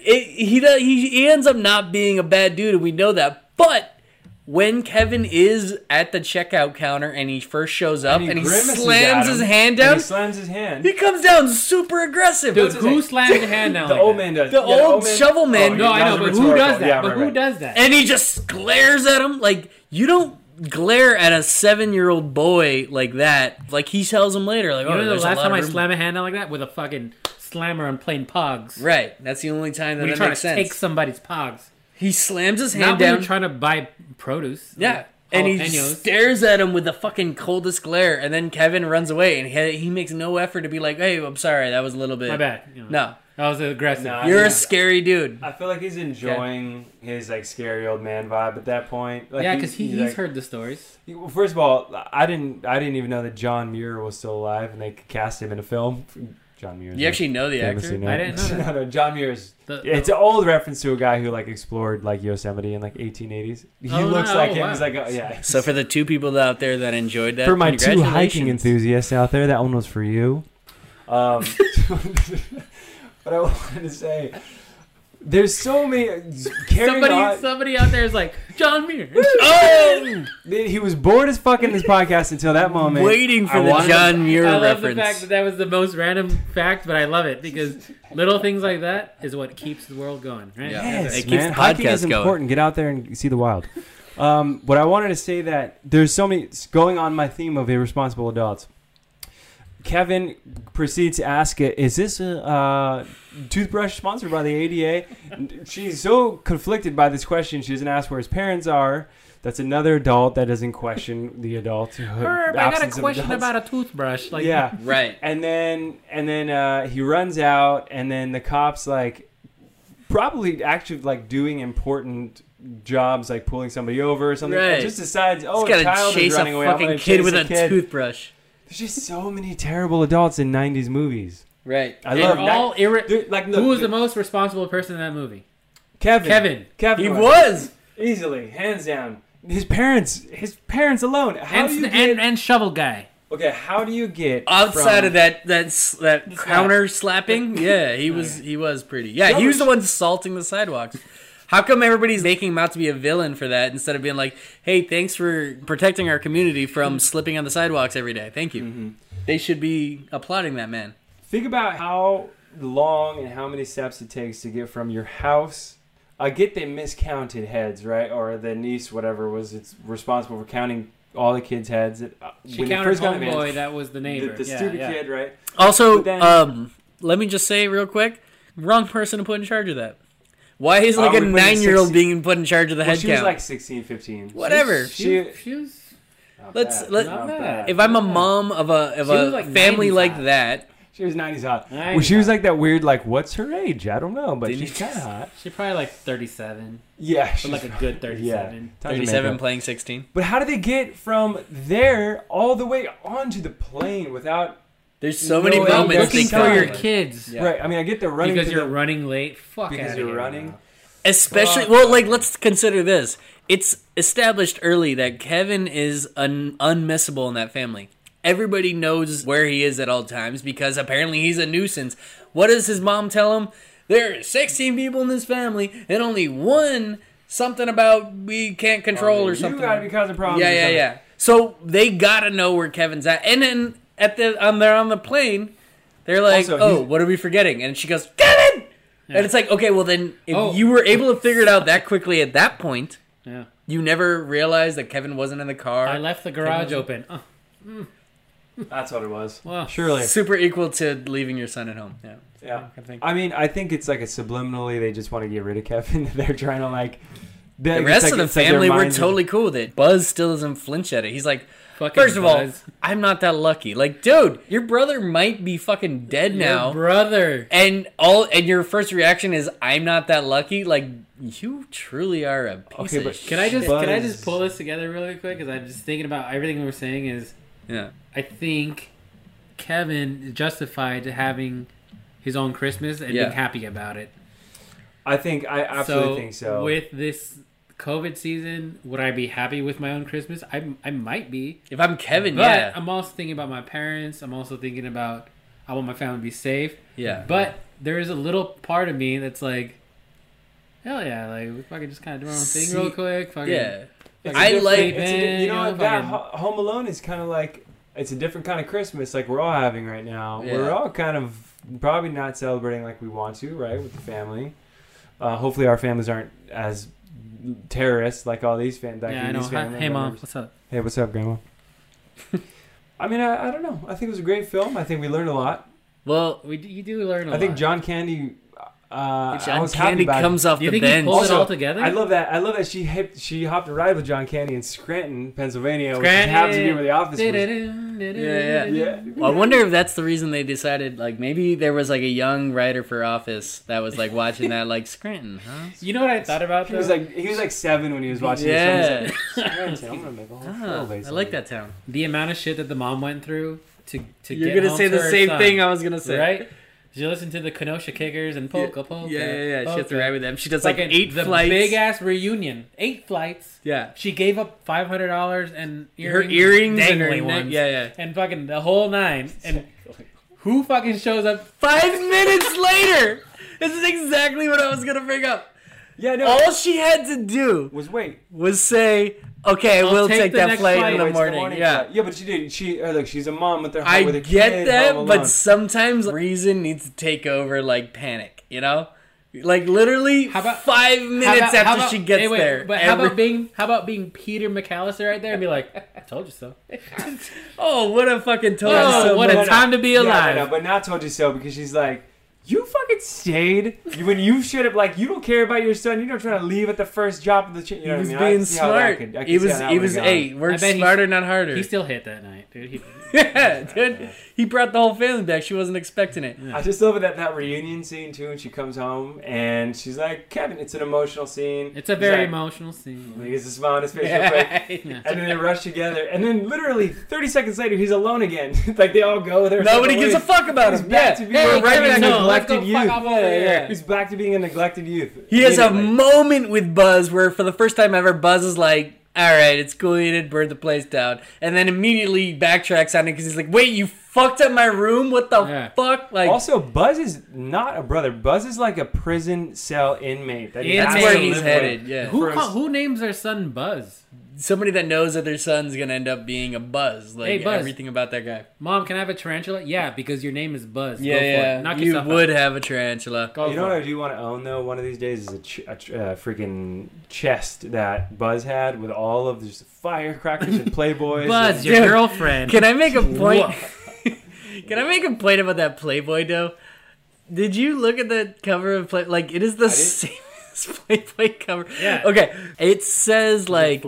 [SPEAKER 2] It, he, do- he he ends up not being a bad dude, and we know that. But when Kevin is at the checkout counter and he first shows up and he,
[SPEAKER 3] grimaces at
[SPEAKER 2] slams
[SPEAKER 3] him,
[SPEAKER 2] his hand
[SPEAKER 3] and
[SPEAKER 2] down,
[SPEAKER 3] He slams his hand.
[SPEAKER 2] he comes down super aggressive.
[SPEAKER 4] Dude,
[SPEAKER 3] his
[SPEAKER 4] who
[SPEAKER 3] name?
[SPEAKER 4] slammed your hand down?
[SPEAKER 3] The
[SPEAKER 4] like
[SPEAKER 3] old
[SPEAKER 4] that?
[SPEAKER 3] man does.
[SPEAKER 2] The
[SPEAKER 3] Yeah,
[SPEAKER 2] old shovel man.
[SPEAKER 4] Oh, No,
[SPEAKER 3] yeah,
[SPEAKER 4] I
[SPEAKER 3] that
[SPEAKER 4] know,
[SPEAKER 3] was
[SPEAKER 4] but who
[SPEAKER 3] rhetorical.
[SPEAKER 4] does that?
[SPEAKER 3] Yeah,
[SPEAKER 4] but
[SPEAKER 3] right,
[SPEAKER 4] who
[SPEAKER 3] right.
[SPEAKER 4] does that?
[SPEAKER 2] and he just glares at him like you don't glare at a seven-year-old boy like that like he tells him later like oh
[SPEAKER 4] you know
[SPEAKER 2] there's
[SPEAKER 4] the last
[SPEAKER 2] a lot
[SPEAKER 4] time I
[SPEAKER 2] of room.
[SPEAKER 4] slam a hand down like that with a fucking slammer and playing pogs.
[SPEAKER 2] right that's the only time that,
[SPEAKER 4] When
[SPEAKER 2] that
[SPEAKER 4] you're trying to
[SPEAKER 2] makes sense
[SPEAKER 4] take somebody's pogs.
[SPEAKER 2] he slams his
[SPEAKER 4] Not
[SPEAKER 2] hand
[SPEAKER 4] when
[SPEAKER 2] down
[SPEAKER 4] you're trying to buy produce.
[SPEAKER 2] yeah and he
[SPEAKER 4] jalapenos.
[SPEAKER 2] stares at him with the fucking coldest glare and then kevin runs away and he, he makes no effort to be like hey i'm sorry that was a little bit
[SPEAKER 4] My bad. You know,
[SPEAKER 2] no
[SPEAKER 4] That was aggressive.
[SPEAKER 3] Nah,
[SPEAKER 2] you're
[SPEAKER 3] Yeah.
[SPEAKER 2] a scary dude
[SPEAKER 3] I feel like he's enjoying his like scary old man vibe at that point. Like,
[SPEAKER 4] yeah, because he, he's
[SPEAKER 3] like-
[SPEAKER 4] heard the stories.
[SPEAKER 3] he- well, first of all, I didn't I didn't even know that John Muir was still alive and they cast him in a film. John Muir. is
[SPEAKER 2] You
[SPEAKER 3] a
[SPEAKER 2] actually know the
[SPEAKER 3] famous
[SPEAKER 2] actor?
[SPEAKER 3] United-
[SPEAKER 4] I didn't know that.
[SPEAKER 3] no, no, John Muir is.
[SPEAKER 4] The-
[SPEAKER 3] it's an old reference to a guy who like explored like Yosemite in like 1880s. He
[SPEAKER 4] Oh,
[SPEAKER 3] looks
[SPEAKER 4] no,
[SPEAKER 3] like
[SPEAKER 4] oh,
[SPEAKER 3] him.
[SPEAKER 4] wow.
[SPEAKER 3] He's like, oh, yeah.
[SPEAKER 2] So for the two people out there that enjoyed that,
[SPEAKER 3] for my two hiking
[SPEAKER 2] congratulations.
[SPEAKER 3] enthusiasts out there, that one was for you. Um, but I wanted to say, there's so many. Carrying
[SPEAKER 4] Somebody,
[SPEAKER 3] on,
[SPEAKER 4] somebody out there is like John Muir.
[SPEAKER 2] Oh,
[SPEAKER 3] he was bored as fuck in this podcast until that moment.
[SPEAKER 2] waiting for
[SPEAKER 3] I
[SPEAKER 2] the
[SPEAKER 3] wanted-
[SPEAKER 2] John Muir
[SPEAKER 4] I love
[SPEAKER 2] reference.
[SPEAKER 4] the fact that that was the most random fact, but I love it because little things like that is what keeps the world going, right?
[SPEAKER 2] Yeah.
[SPEAKER 3] Yes,
[SPEAKER 2] It keeps
[SPEAKER 3] man.
[SPEAKER 2] the
[SPEAKER 3] Hiking
[SPEAKER 2] podcast
[SPEAKER 3] is
[SPEAKER 2] going.
[SPEAKER 3] important. Get out there and see the wild. Um, but I wanted to say that there's so many it's going on my theme of irresponsible adults. Kevin proceeds to ask it, "Is this a uh, toothbrush sponsored by the ADA?" She's so conflicted by this question. She doesn't ask where his parents are. That's another adult that doesn't question the adult.
[SPEAKER 4] Herb, I got a question about a toothbrush. Like,
[SPEAKER 3] yeah.
[SPEAKER 2] Right.
[SPEAKER 3] And then and then uh, he runs out, and then the cops like probably actually like doing important jobs, like pulling somebody over or something.
[SPEAKER 2] Right.
[SPEAKER 3] and Just decides, oh,
[SPEAKER 2] It's gotta
[SPEAKER 3] a child
[SPEAKER 2] chase
[SPEAKER 3] is
[SPEAKER 2] a
[SPEAKER 3] running away. I'm
[SPEAKER 2] fucking
[SPEAKER 3] gonna
[SPEAKER 2] kid
[SPEAKER 3] chase
[SPEAKER 2] with a,
[SPEAKER 3] kid.
[SPEAKER 2] toothbrush.
[SPEAKER 3] There's just so many terrible adults in '90s movies.
[SPEAKER 2] Right.
[SPEAKER 3] I
[SPEAKER 4] They
[SPEAKER 3] love
[SPEAKER 4] were all irre-
[SPEAKER 3] Dude, like look,
[SPEAKER 4] Who was the most responsible person in that movie?
[SPEAKER 3] Kevin.
[SPEAKER 4] Kevin.
[SPEAKER 3] Kevin.
[SPEAKER 2] He was.
[SPEAKER 3] easily, hands down. His parents, his parents alone. How
[SPEAKER 4] And,
[SPEAKER 3] do you get,
[SPEAKER 4] and, and Shovel Guy.
[SPEAKER 3] okay, how do you get
[SPEAKER 2] Outside
[SPEAKER 3] from-
[SPEAKER 2] of that, that s- that
[SPEAKER 4] slap.
[SPEAKER 2] counter slapping, Oh, yeah, he was he was pretty. Yeah, he was the one salting the sidewalks. How come everybody's making him out to be a villain for that instead of being like, "Hey, thanks for protecting our community from slipping on the sidewalks every day. Thank you." They should be applauding that man.
[SPEAKER 3] Think about how long and how many steps it takes to get from your house. I get they miscounted heads, right? Or the niece, whatever, was it's responsible for counting all the kids' heads. It, uh,
[SPEAKER 4] She
[SPEAKER 3] when it
[SPEAKER 4] countered
[SPEAKER 3] first got in,
[SPEAKER 4] homeboy. That was the
[SPEAKER 3] The,
[SPEAKER 4] neighbor.
[SPEAKER 3] the
[SPEAKER 4] yeah,
[SPEAKER 3] stupid
[SPEAKER 4] yeah.
[SPEAKER 3] kid, right?
[SPEAKER 2] Also,
[SPEAKER 3] But then-
[SPEAKER 2] um, let me just say real quick, wrong person to put in charge of that. Why is like
[SPEAKER 3] Are
[SPEAKER 2] a
[SPEAKER 3] we putting
[SPEAKER 2] nine-year-old
[SPEAKER 3] six-
[SPEAKER 2] being put in charge of the
[SPEAKER 3] Well,
[SPEAKER 2] head
[SPEAKER 3] she was
[SPEAKER 2] count?
[SPEAKER 3] like 16, 15.
[SPEAKER 2] Whatever.
[SPEAKER 3] She,
[SPEAKER 4] She was.
[SPEAKER 3] not
[SPEAKER 2] Let's-
[SPEAKER 3] bad,
[SPEAKER 2] let-
[SPEAKER 3] not
[SPEAKER 4] Not
[SPEAKER 3] bad.
[SPEAKER 4] bad.
[SPEAKER 2] if I'm a mom of a of
[SPEAKER 4] She
[SPEAKER 2] a
[SPEAKER 4] was, like,
[SPEAKER 2] family
[SPEAKER 4] 90s
[SPEAKER 2] like
[SPEAKER 4] hot.
[SPEAKER 2] that,
[SPEAKER 3] she was 90s hot. Well,
[SPEAKER 4] 90s
[SPEAKER 3] she was
[SPEAKER 4] hot.
[SPEAKER 3] like that weird, like, what's her age? I don't know, but
[SPEAKER 2] Didn't
[SPEAKER 3] she's
[SPEAKER 2] you-
[SPEAKER 3] kind of hot.
[SPEAKER 4] She probably like 37,
[SPEAKER 3] Yeah,
[SPEAKER 4] but
[SPEAKER 3] she's
[SPEAKER 4] like a good 37.
[SPEAKER 3] tons of
[SPEAKER 2] thirty-seven
[SPEAKER 3] makeup.
[SPEAKER 2] playing sixteen.
[SPEAKER 3] But how did they get from there all the way onto the plane without
[SPEAKER 2] There's so
[SPEAKER 3] No
[SPEAKER 2] many
[SPEAKER 3] way.
[SPEAKER 2] moments they
[SPEAKER 4] Looking
[SPEAKER 3] Looking
[SPEAKER 4] for
[SPEAKER 3] for
[SPEAKER 4] your
[SPEAKER 2] covered.
[SPEAKER 4] kids
[SPEAKER 2] Yeah.
[SPEAKER 3] Right. I mean, I get the running
[SPEAKER 4] because
[SPEAKER 3] to
[SPEAKER 4] you're
[SPEAKER 3] the-
[SPEAKER 4] running late. Fuck
[SPEAKER 3] because
[SPEAKER 4] outta
[SPEAKER 3] you're
[SPEAKER 4] here,
[SPEAKER 3] running.
[SPEAKER 4] bro.
[SPEAKER 2] Especially,
[SPEAKER 3] Fuck.
[SPEAKER 2] well, like let's consider this. It's established early that Kevin is un- unmissable in that family. Everybody knows where he is at all times because apparently he's a nuisance. What does his mom tell him? There are 16 people in this family and only one something about we can't control or something.
[SPEAKER 3] Oh, You gotta be causing problems.
[SPEAKER 2] Yeah,
[SPEAKER 3] or
[SPEAKER 2] yeah,
[SPEAKER 3] something.
[SPEAKER 2] yeah. So they gotta know where Kevin's at, and then at the on they're on the plane, they're like,
[SPEAKER 3] Also,
[SPEAKER 2] "Oh,
[SPEAKER 3] he's-
[SPEAKER 2] what are we forgetting?" And she goes, "Kevin," and it's like, "Okay, well then, if
[SPEAKER 4] Oh.
[SPEAKER 2] you were able to figure it out that quickly at that point,
[SPEAKER 4] Yeah.
[SPEAKER 2] you never realized that Kevin wasn't in the car."
[SPEAKER 4] I left the garage open. Oh,
[SPEAKER 3] That's what it was.
[SPEAKER 4] well,
[SPEAKER 3] Surely.
[SPEAKER 2] Super equal to leaving your son at home. Yeah,
[SPEAKER 3] Yeah.
[SPEAKER 2] I think.
[SPEAKER 3] I mean, I think it's like a subliminally they just want to get rid of Kevin. They're trying to like.
[SPEAKER 2] The rest of the family were totally cool with it. Buzz still doesn't flinch at it. He's like,
[SPEAKER 4] fucking
[SPEAKER 2] first of all,
[SPEAKER 4] Buzz.
[SPEAKER 2] I'm not that lucky. Like, dude, your brother might be fucking dead
[SPEAKER 4] Your
[SPEAKER 2] now.
[SPEAKER 4] brother.
[SPEAKER 2] and all and your first reaction is I'm not that lucky. Like you truly are a piece
[SPEAKER 3] Okay,
[SPEAKER 2] of
[SPEAKER 3] but-
[SPEAKER 2] shit.
[SPEAKER 4] Can I just can I just
[SPEAKER 3] Buzz.
[SPEAKER 4] pull this together really quick? Because I'm just thinking about everything we were saying. Is
[SPEAKER 2] Yeah.
[SPEAKER 4] I think Kevin justified having his own Christmas and
[SPEAKER 2] Yeah.
[SPEAKER 4] being happy about it.
[SPEAKER 3] I think I absolutely think so.
[SPEAKER 4] With this COVID season, would I be happy with my own Christmas? I I might be.
[SPEAKER 2] If I'm Kevin,
[SPEAKER 4] But
[SPEAKER 2] yeah.
[SPEAKER 4] I'm also thinking about my parents. I'm also thinking about I want my family to be safe.
[SPEAKER 2] Yeah.
[SPEAKER 4] But there is a little part of me that's like, hell yeah, like we fucking just kind of do our own thing
[SPEAKER 2] See-
[SPEAKER 4] real quick. Fucking,
[SPEAKER 2] yeah.
[SPEAKER 3] It's a
[SPEAKER 2] I
[SPEAKER 3] different-
[SPEAKER 2] like-
[SPEAKER 3] it's a di- you know
[SPEAKER 4] eh, you know,
[SPEAKER 3] what, that
[SPEAKER 4] fucking-
[SPEAKER 3] Ho- Home Alone is kind of like it's a different kind of Christmas like we're all having right now.
[SPEAKER 2] Yeah.
[SPEAKER 3] We're all kind of probably not celebrating like we want to, right, with the family. Uh, hopefully, our families aren't as terrorists like all these fam- like
[SPEAKER 4] yeah, I know.
[SPEAKER 3] these
[SPEAKER 4] Hi-
[SPEAKER 3] family
[SPEAKER 4] Hey, mom,
[SPEAKER 3] members.
[SPEAKER 4] what's up?
[SPEAKER 3] Hey, what's up, Grandma? I mean, I, I don't know. I think it was a great film. I think we learned a lot.
[SPEAKER 2] Well,
[SPEAKER 4] We d- you do learn a
[SPEAKER 3] I think
[SPEAKER 4] lot.
[SPEAKER 3] John Candy. Uh, I
[SPEAKER 2] John
[SPEAKER 3] was happy
[SPEAKER 2] Candy
[SPEAKER 3] about it.
[SPEAKER 2] comes off
[SPEAKER 4] Do you
[SPEAKER 2] the
[SPEAKER 4] think he
[SPEAKER 2] bench.
[SPEAKER 4] pulled it
[SPEAKER 3] Also,
[SPEAKER 4] all together.
[SPEAKER 3] I love that. I love that she hip, she hopped a ride with John Candy in Scranton, Pennsylvania,
[SPEAKER 4] Granted.
[SPEAKER 3] which happens to be where the office was.
[SPEAKER 2] Yeah, yeah.
[SPEAKER 4] Yeah,
[SPEAKER 3] Yeah.
[SPEAKER 2] Well, I wonder if that's the reason they decided. Like, maybe there was like a young writer for office that was like watching that, like Scranton, huh?
[SPEAKER 4] You know what I thought about
[SPEAKER 3] He
[SPEAKER 4] though?
[SPEAKER 3] was like he was like seven when he was watching. Oh,
[SPEAKER 2] Yeah.
[SPEAKER 3] This. I was like, Scranton, I'm gonna make a whole
[SPEAKER 2] Ah,
[SPEAKER 3] film based
[SPEAKER 2] I
[SPEAKER 3] on
[SPEAKER 2] like
[SPEAKER 3] it.
[SPEAKER 2] that town.
[SPEAKER 4] the amount of shit that the mom went through to to
[SPEAKER 2] You're
[SPEAKER 4] get
[SPEAKER 2] gonna
[SPEAKER 4] home
[SPEAKER 2] say
[SPEAKER 4] to
[SPEAKER 2] the
[SPEAKER 4] her
[SPEAKER 2] same
[SPEAKER 4] son,
[SPEAKER 2] thing I was gonna say.
[SPEAKER 4] right? She listened to the Kenosha Kickers and polka polka.
[SPEAKER 2] yeah, yeah, yeah. She has to
[SPEAKER 4] polka.
[SPEAKER 2] ride with them. She does like
[SPEAKER 4] Fucking
[SPEAKER 2] eight
[SPEAKER 4] the
[SPEAKER 2] flights.
[SPEAKER 4] Big ass reunion, eight flights.
[SPEAKER 2] yeah,
[SPEAKER 4] She gave up five hundred dollars and
[SPEAKER 2] her
[SPEAKER 4] earrings,
[SPEAKER 2] earrings and her
[SPEAKER 4] dangly
[SPEAKER 2] neck.
[SPEAKER 4] ones,
[SPEAKER 2] Yeah, yeah.
[SPEAKER 4] and fucking the whole nine. And who fucking shows up?
[SPEAKER 2] Five minutes later, this is exactly what I was gonna bring up.
[SPEAKER 3] Yeah, no.
[SPEAKER 2] All she had to do
[SPEAKER 3] was wait.
[SPEAKER 2] was say, "Okay,
[SPEAKER 4] I'll
[SPEAKER 2] we'll
[SPEAKER 4] take
[SPEAKER 2] take,
[SPEAKER 4] the
[SPEAKER 2] that
[SPEAKER 4] next
[SPEAKER 2] flight,
[SPEAKER 4] flight.
[SPEAKER 2] in the
[SPEAKER 3] It's
[SPEAKER 4] It's
[SPEAKER 2] morning." yeah.
[SPEAKER 3] flight. Yeah, but she did. She uh, look. She's a mom with her.
[SPEAKER 2] I
[SPEAKER 3] with her
[SPEAKER 2] get
[SPEAKER 3] kid,
[SPEAKER 2] that,
[SPEAKER 3] home
[SPEAKER 2] but
[SPEAKER 3] alone.
[SPEAKER 2] sometimes reason needs to take over, like panic. You know, like literally
[SPEAKER 4] How about-
[SPEAKER 2] five minutes
[SPEAKER 4] How about-
[SPEAKER 2] after
[SPEAKER 4] how about-
[SPEAKER 2] she gets
[SPEAKER 4] hey, wait,
[SPEAKER 2] there.
[SPEAKER 4] But how
[SPEAKER 2] every-
[SPEAKER 4] about being how about being Peter McAllister right there and be like, I told you so.
[SPEAKER 2] oh, what a fucking total!
[SPEAKER 4] Oh,
[SPEAKER 2] so
[SPEAKER 4] what a
[SPEAKER 2] much.
[SPEAKER 4] time- to be
[SPEAKER 3] Yeah,
[SPEAKER 4] alive.
[SPEAKER 3] no, no, but not told you so because she's like, you fucking stayed You- when you should have like you don't care about your son. You're not trying to leave at the first job of the. Ch- you
[SPEAKER 2] He
[SPEAKER 3] know
[SPEAKER 2] was
[SPEAKER 3] what I mean? I
[SPEAKER 2] being
[SPEAKER 3] can see how that
[SPEAKER 2] smart.
[SPEAKER 3] could- I can
[SPEAKER 2] he
[SPEAKER 3] see how
[SPEAKER 2] was.
[SPEAKER 3] that
[SPEAKER 2] He
[SPEAKER 3] would've
[SPEAKER 2] was.
[SPEAKER 3] gone.
[SPEAKER 2] Hey,
[SPEAKER 4] I
[SPEAKER 2] work
[SPEAKER 4] bet he-
[SPEAKER 2] smarter, not harder.
[SPEAKER 4] He still hit that night, dude. He,
[SPEAKER 2] yeah, dude. He brought the whole family back. She wasn't expecting it.
[SPEAKER 3] I just love it that that reunion scene too. And she comes home and she's like, Kevin, it's an emotional scene.
[SPEAKER 4] it's a
[SPEAKER 3] He's
[SPEAKER 4] very
[SPEAKER 3] like,
[SPEAKER 4] emotional scene.
[SPEAKER 3] Leaves a smile on his face real quick.
[SPEAKER 4] Yeah.
[SPEAKER 3] And then they rush together, and then literally 30 seconds later, he's alone again. like they all go there.
[SPEAKER 2] Nobody gives a fuck about
[SPEAKER 3] He's
[SPEAKER 2] him.
[SPEAKER 3] back
[SPEAKER 2] Yeah,
[SPEAKER 3] to being
[SPEAKER 2] Hey,
[SPEAKER 3] a regular
[SPEAKER 2] Kevin, no,
[SPEAKER 4] let's
[SPEAKER 3] neglected
[SPEAKER 4] go fuck
[SPEAKER 3] youth.
[SPEAKER 4] off over there.
[SPEAKER 3] He's back to being a neglected youth.
[SPEAKER 2] He has a
[SPEAKER 3] Immediately.
[SPEAKER 2] moment with Buzz where, for the first time ever, Buzz is like, "All right, it's cool you didn't burn the place down," and then immediately backtracks on it because he's like, "Wait, you fucked up my room? What the
[SPEAKER 4] Yeah.
[SPEAKER 2] fuck?" Like,
[SPEAKER 3] Also, Buzz is not a brother. Buzz is like a prison cell inmate. That he
[SPEAKER 4] That's
[SPEAKER 3] has
[SPEAKER 4] where
[SPEAKER 3] to
[SPEAKER 4] he's
[SPEAKER 3] live
[SPEAKER 2] headed,
[SPEAKER 3] with.
[SPEAKER 2] yeah.
[SPEAKER 4] Who
[SPEAKER 3] For
[SPEAKER 4] call,
[SPEAKER 3] his-
[SPEAKER 4] who names their son Buzz?
[SPEAKER 2] somebody that knows that their son's gonna end up being a Buzz. Like
[SPEAKER 4] Hey, Buzz.
[SPEAKER 2] everything about that guy.
[SPEAKER 4] Mom, can I have a tarantula? Yeah, because your name is Buzz.
[SPEAKER 2] Yeah,
[SPEAKER 4] Go for
[SPEAKER 2] yeah.
[SPEAKER 4] it. Knock
[SPEAKER 2] you
[SPEAKER 4] yourself
[SPEAKER 2] would
[SPEAKER 4] Out.
[SPEAKER 2] have a tarantula.
[SPEAKER 4] Go
[SPEAKER 3] You know what I do want to own though? One of these days is a, ch- a tr- uh, freaking chest that Buzz had with all of these firecrackers and playboys.
[SPEAKER 4] Buzz,
[SPEAKER 3] and-
[SPEAKER 4] your
[SPEAKER 2] Dude,
[SPEAKER 4] girlfriend.
[SPEAKER 2] Can I make a point? Can I make a point about that Playboy though? Did you look at the cover of Play? Like it is the same as Playboy cover.
[SPEAKER 4] Yeah.
[SPEAKER 2] Okay. It says like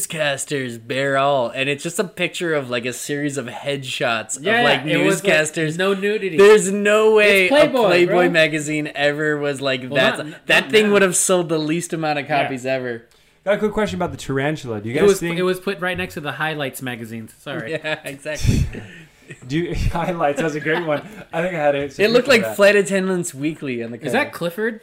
[SPEAKER 2] newscasters bear all, and it's just a picture of like a series of headshots
[SPEAKER 4] yeah,
[SPEAKER 2] of like
[SPEAKER 4] it was like
[SPEAKER 2] newscasters.
[SPEAKER 4] no nudity.
[SPEAKER 2] There's no way
[SPEAKER 4] It's Playboy,
[SPEAKER 2] a Playboy
[SPEAKER 4] bro.
[SPEAKER 2] magazine ever was like
[SPEAKER 4] Well,
[SPEAKER 2] that.
[SPEAKER 4] not- not
[SPEAKER 2] that thing
[SPEAKER 4] now.
[SPEAKER 2] would have sold the least amount of copies ever.
[SPEAKER 3] Got a quick question about the tarantula. Do you
[SPEAKER 4] it
[SPEAKER 3] guys
[SPEAKER 4] was
[SPEAKER 3] think?
[SPEAKER 4] it was put right next to the highlights magazines. Sorry.
[SPEAKER 2] Yeah, exactly.
[SPEAKER 3] do you, highlights? That's a great one. I think I had it.
[SPEAKER 2] it looked like Flight Attendants Weekly on the cover.
[SPEAKER 4] Is that Clifford?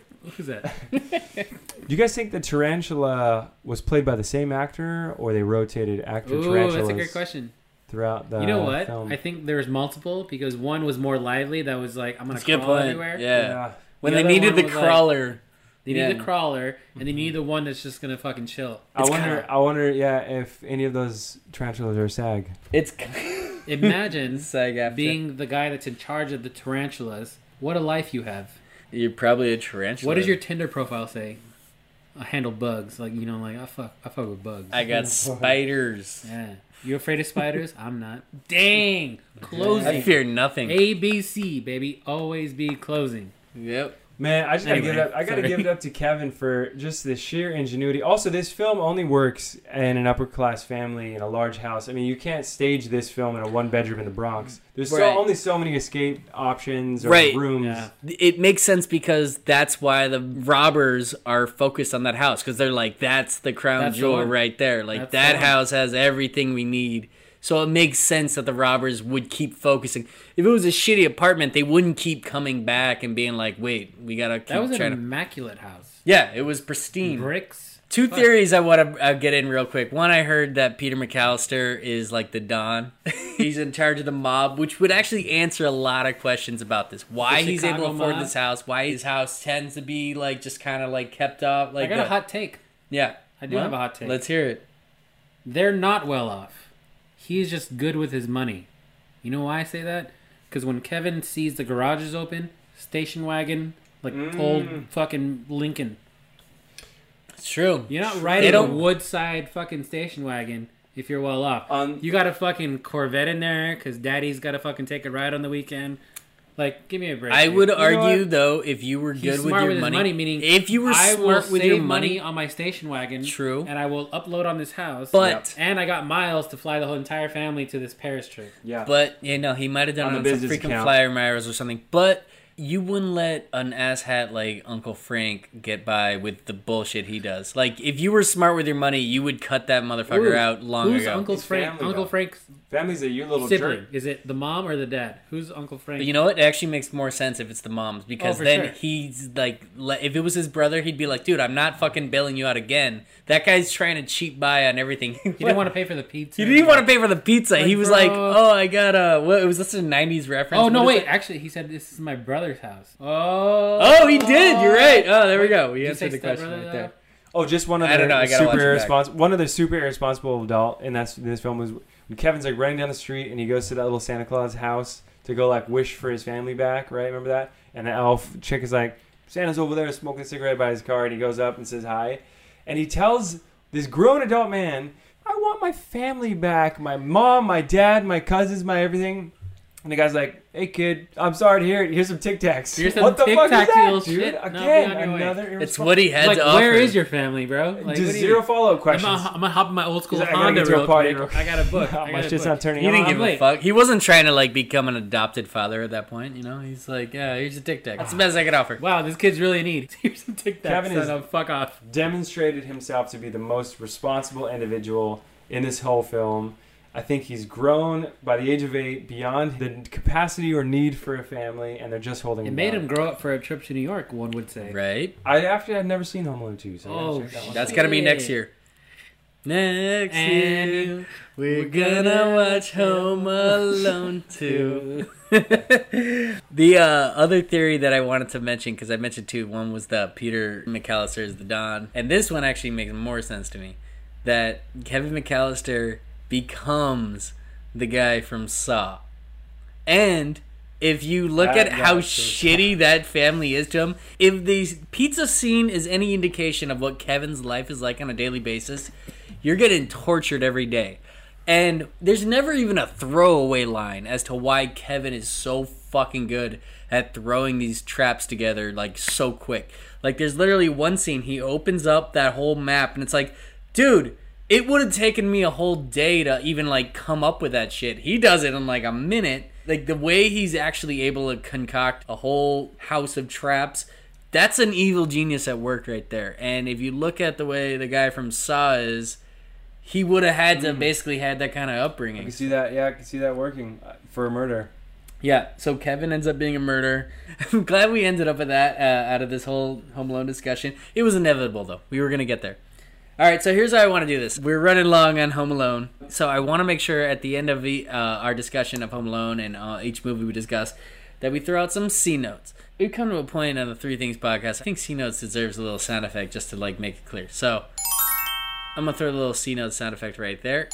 [SPEAKER 4] Who's that?
[SPEAKER 3] Do you guys think the tarantula was played by the same actor, or they rotated actor
[SPEAKER 4] Ooh,
[SPEAKER 3] tarantulas
[SPEAKER 4] that's a great question.
[SPEAKER 3] throughout the?
[SPEAKER 4] You know what?
[SPEAKER 3] Film?
[SPEAKER 4] I think there was multiple because one was more lively. That was like I'm gonna
[SPEAKER 2] That's a good
[SPEAKER 4] crawl
[SPEAKER 2] point.
[SPEAKER 4] everywhere.
[SPEAKER 2] yeah. When
[SPEAKER 4] The
[SPEAKER 2] they
[SPEAKER 4] other
[SPEAKER 2] needed
[SPEAKER 4] one
[SPEAKER 2] the
[SPEAKER 4] was like-
[SPEAKER 2] crawler.
[SPEAKER 4] They need
[SPEAKER 2] Yeah.
[SPEAKER 4] the crawler, and then you need the one that's just gonna fucking chill.
[SPEAKER 3] I
[SPEAKER 2] It's
[SPEAKER 3] wonder.
[SPEAKER 2] kinda-
[SPEAKER 3] I wonder. Yeah, if any of those tarantulas are SAG.
[SPEAKER 2] it's kind
[SPEAKER 4] Imagine
[SPEAKER 2] of
[SPEAKER 4] being the guy that's in charge of the tarantulas. What a life you have.
[SPEAKER 2] You're probably a tarantula.
[SPEAKER 4] What does your Tinder profile say? I handle bugs, like you know, like I fuck, I fuck with bugs.
[SPEAKER 2] I got spiders.
[SPEAKER 4] yeah. You afraid of spiders? I'm not. Dang, closing.
[SPEAKER 2] I fear nothing.
[SPEAKER 4] A B C baby, always be closing.
[SPEAKER 2] Yep.
[SPEAKER 3] Man, I just gotta
[SPEAKER 4] Anyway,
[SPEAKER 3] give it up. I gotta
[SPEAKER 4] sorry.
[SPEAKER 3] give it up to Kevin for just the sheer ingenuity. Also, this film only works in an upper class family in a large house. I mean, you can't stage this film in a one bedroom in the Bronx. There's
[SPEAKER 2] Right.
[SPEAKER 3] so, only so many escape options or
[SPEAKER 2] Right.
[SPEAKER 3] rooms.
[SPEAKER 4] Yeah.
[SPEAKER 2] It makes sense because that's why the robbers are focused on that house because they're like, that's the crown
[SPEAKER 4] That's the
[SPEAKER 2] jewel
[SPEAKER 4] one.
[SPEAKER 2] right there. Like
[SPEAKER 4] That's
[SPEAKER 2] that
[SPEAKER 4] the one.
[SPEAKER 2] house has everything we need. So it makes sense that the robbers would keep focusing. If it was a shitty apartment, they wouldn't keep coming back and being like, "Wait, we gotta keep
[SPEAKER 4] That was an
[SPEAKER 2] trying to."
[SPEAKER 4] immaculate house.
[SPEAKER 2] Yeah, it was pristine.
[SPEAKER 4] Bricks.
[SPEAKER 2] Two
[SPEAKER 4] Fuck.
[SPEAKER 2] theories I want to uh, get in real quick. One, I heard that Peter McAllister is like the Don. he's in charge of the mob, which would actually answer a lot of questions about this. Why
[SPEAKER 4] The
[SPEAKER 2] he's able to
[SPEAKER 4] Chicago
[SPEAKER 2] afford
[SPEAKER 4] mob?
[SPEAKER 2] this house, why his house tends to be like just kind of like kept up. Like
[SPEAKER 4] I got
[SPEAKER 2] the-
[SPEAKER 4] a hot take.
[SPEAKER 2] Yeah.
[SPEAKER 4] I do have a hot take.
[SPEAKER 2] Let's hear it.
[SPEAKER 4] They're not well off. He's just good with his money. You know why I say that? Because when Kevin sees the garages open, station wagon, like
[SPEAKER 2] Mm.
[SPEAKER 4] old fucking Lincoln.
[SPEAKER 2] It's true.
[SPEAKER 4] You're not riding
[SPEAKER 2] They
[SPEAKER 4] a
[SPEAKER 2] don't-
[SPEAKER 4] woodside fucking station wagon if you're well off.
[SPEAKER 3] Um,
[SPEAKER 4] you got a fucking Corvette in there because daddy's got to fucking take a ride on the weekend. Like, give me a break.
[SPEAKER 2] I
[SPEAKER 4] dude.
[SPEAKER 2] would
[SPEAKER 3] know
[SPEAKER 2] argue
[SPEAKER 3] what?
[SPEAKER 2] though, if you were
[SPEAKER 4] He's
[SPEAKER 2] good with
[SPEAKER 4] smart
[SPEAKER 2] your
[SPEAKER 4] with his
[SPEAKER 2] money,
[SPEAKER 4] money, meaning
[SPEAKER 2] if you were
[SPEAKER 4] I will
[SPEAKER 2] smart with your
[SPEAKER 4] save money
[SPEAKER 2] money,
[SPEAKER 4] on my station wagon.
[SPEAKER 2] True.
[SPEAKER 4] And I will upload on this house.
[SPEAKER 2] But-
[SPEAKER 4] and I got miles to fly the whole entire family to this Paris trip.
[SPEAKER 3] Yeah.
[SPEAKER 2] But you know, he might have done
[SPEAKER 3] On
[SPEAKER 2] it on
[SPEAKER 3] the
[SPEAKER 2] some
[SPEAKER 3] business
[SPEAKER 2] freaking
[SPEAKER 3] account.
[SPEAKER 2] flyer miles or something. But you wouldn't let an asshat like Uncle Frank get by with the bullshit he does. Like, if you were smart with your money, you would cut that motherfucker
[SPEAKER 4] Ooh,
[SPEAKER 2] out long
[SPEAKER 4] Who's
[SPEAKER 2] ago.
[SPEAKER 4] Uncle
[SPEAKER 3] His
[SPEAKER 4] Frank?
[SPEAKER 3] family,
[SPEAKER 4] Uncle
[SPEAKER 3] though.
[SPEAKER 4] Frank's
[SPEAKER 3] Family's a you little
[SPEAKER 4] sibling.
[SPEAKER 3] jerk.
[SPEAKER 4] Is it the mom or the dad? Who's Uncle Frank? Oh,
[SPEAKER 2] But you know what? It actually makes more sense if it's the moms because
[SPEAKER 4] for
[SPEAKER 2] then
[SPEAKER 4] sure.
[SPEAKER 2] he's like, le- if it was his brother, he'd be like, dude, I'm not fucking bailing you out again. That guy's trying to cheat by on everything. He
[SPEAKER 4] he didn't want to pay for the pizza.
[SPEAKER 2] He didn't want to pay for the pizza. he was like,
[SPEAKER 4] bro.
[SPEAKER 2] "Oh, I got a what was this a '90s reference?"
[SPEAKER 4] Oh no!
[SPEAKER 2] What is
[SPEAKER 4] Wait, actually, he said this is my brother's house. Oh.
[SPEAKER 2] that? Oh, he did. You're right. Oh, there we go. We
[SPEAKER 4] you
[SPEAKER 2] answered
[SPEAKER 4] say
[SPEAKER 2] the question
[SPEAKER 4] stepbrother,
[SPEAKER 2] right there.
[SPEAKER 3] Oh, just one
[SPEAKER 2] I
[SPEAKER 3] other
[SPEAKER 2] don't know, I gotta watch
[SPEAKER 3] super
[SPEAKER 2] it back.
[SPEAKER 3] irresponsible. One other super irresponsible adult, and that's in this film was when Kevin's like running down the street and he goes to that little Santa Claus house to go like wish for his family back, right? Remember that? And the elf chick is like, Santa's over there smoking a cigarette by his car, and he goes up and says hi, and he tells this grown adult man, "I want my family back, my mom, my dad, my cousins, my everything." And the guy's like, "Hey kid, I'm sorry to hear it. Here's some Tic Tacs.
[SPEAKER 4] Here's some
[SPEAKER 3] what the
[SPEAKER 4] Tic
[SPEAKER 3] fuck is
[SPEAKER 4] Tacs, you
[SPEAKER 3] that,
[SPEAKER 4] little
[SPEAKER 3] dude?
[SPEAKER 4] shit. No, be
[SPEAKER 3] Again,
[SPEAKER 4] on your way.
[SPEAKER 3] another
[SPEAKER 2] It's
[SPEAKER 3] irresponsible.
[SPEAKER 2] what he had
[SPEAKER 4] Like,
[SPEAKER 2] to offer.
[SPEAKER 4] where is your family, bro? Like,
[SPEAKER 3] Just
[SPEAKER 4] what do you-
[SPEAKER 3] zero follow up
[SPEAKER 4] I'm
[SPEAKER 3] questions.
[SPEAKER 4] gonna, I'm gonna hop in my old school
[SPEAKER 3] He's like, I gotta
[SPEAKER 4] Honda
[SPEAKER 3] get to a
[SPEAKER 4] real
[SPEAKER 3] party
[SPEAKER 4] quick.
[SPEAKER 3] real quick.
[SPEAKER 4] I got a book.
[SPEAKER 3] Nah,
[SPEAKER 4] I
[SPEAKER 3] my
[SPEAKER 4] got a
[SPEAKER 3] shit's
[SPEAKER 4] book.
[SPEAKER 3] not turning
[SPEAKER 2] He didn't
[SPEAKER 3] on.
[SPEAKER 2] give
[SPEAKER 4] I'm
[SPEAKER 2] a
[SPEAKER 4] late.
[SPEAKER 2] fuck. He wasn't trying to like become an adopted father at that point. You know, he's like, "Yeah, here's a Tic Tac. That's the best I could offer."
[SPEAKER 4] Wow, this kid's really neat. Here's some Tic Tacs.
[SPEAKER 3] Kevin
[SPEAKER 4] Kevin
[SPEAKER 3] is-
[SPEAKER 4] fuck off.
[SPEAKER 3] Demonstrated himself to be the most responsible individual in this whole film. I think he's grown by the age of eight beyond the capacity or need for a family, and they're just holding
[SPEAKER 4] It
[SPEAKER 3] him
[SPEAKER 4] made
[SPEAKER 3] down.
[SPEAKER 4] him grow up for a trip to New York. One would say.
[SPEAKER 2] Right?
[SPEAKER 3] I actually have never seen Home Alone 2, so I gotta
[SPEAKER 4] Oh,
[SPEAKER 3] check that one.
[SPEAKER 4] shit.
[SPEAKER 2] That's gonna be next
[SPEAKER 4] Shit.
[SPEAKER 2] year. Next
[SPEAKER 4] And
[SPEAKER 2] year, we're
[SPEAKER 4] we're
[SPEAKER 2] gonna
[SPEAKER 4] gonna
[SPEAKER 2] watch
[SPEAKER 4] watch
[SPEAKER 2] Home Alone 2. the uh, other theory that I wanted to mention, because I mentioned two, one was the Peter McAllister is the Don, and this one actually makes more sense to me. That Kevin McAllister becomes the guy from Saw. And if you look
[SPEAKER 3] That
[SPEAKER 2] at
[SPEAKER 3] guy
[SPEAKER 2] how
[SPEAKER 3] from Saw.
[SPEAKER 2] shitty that family is to him, if the pizza scene is any indication of what Kevin's life is like on a daily basis, you're getting tortured every day. And there's never even a throwaway line as to why Kevin is so fucking good at throwing these traps together like so quick. Like there's literally one scene he opens up that whole map and it's like, dude, it would have taken me a whole day to even like come up with that shit. He does it in like a minute. Like the way he's actually able to concoct a whole house of traps, that's an evil genius at work right there. And if you look at the way the guy from Saw is, he would have had to basically had that kind of
[SPEAKER 3] I
[SPEAKER 2] upbringing.
[SPEAKER 3] can see that. Yeah, I can see that working uh, for a murder.
[SPEAKER 2] Yeah, so Kevin ends up being a murderer. I'm glad we ended up at that uh, out of this whole Home Alone discussion. It was inevitable, though. We were going to get there. All right, so here's how I want to do this. We're running long on Home Alone, so I want to make sure at the end of the, uh, our discussion of Home Alone and uh, each movie we discuss that we throw out some C notes. We've come to a point on the Three Things podcast. I think C notes deserves a little sound effect just to like make it clear. So I'm gonna throw a little C note sound effect right there.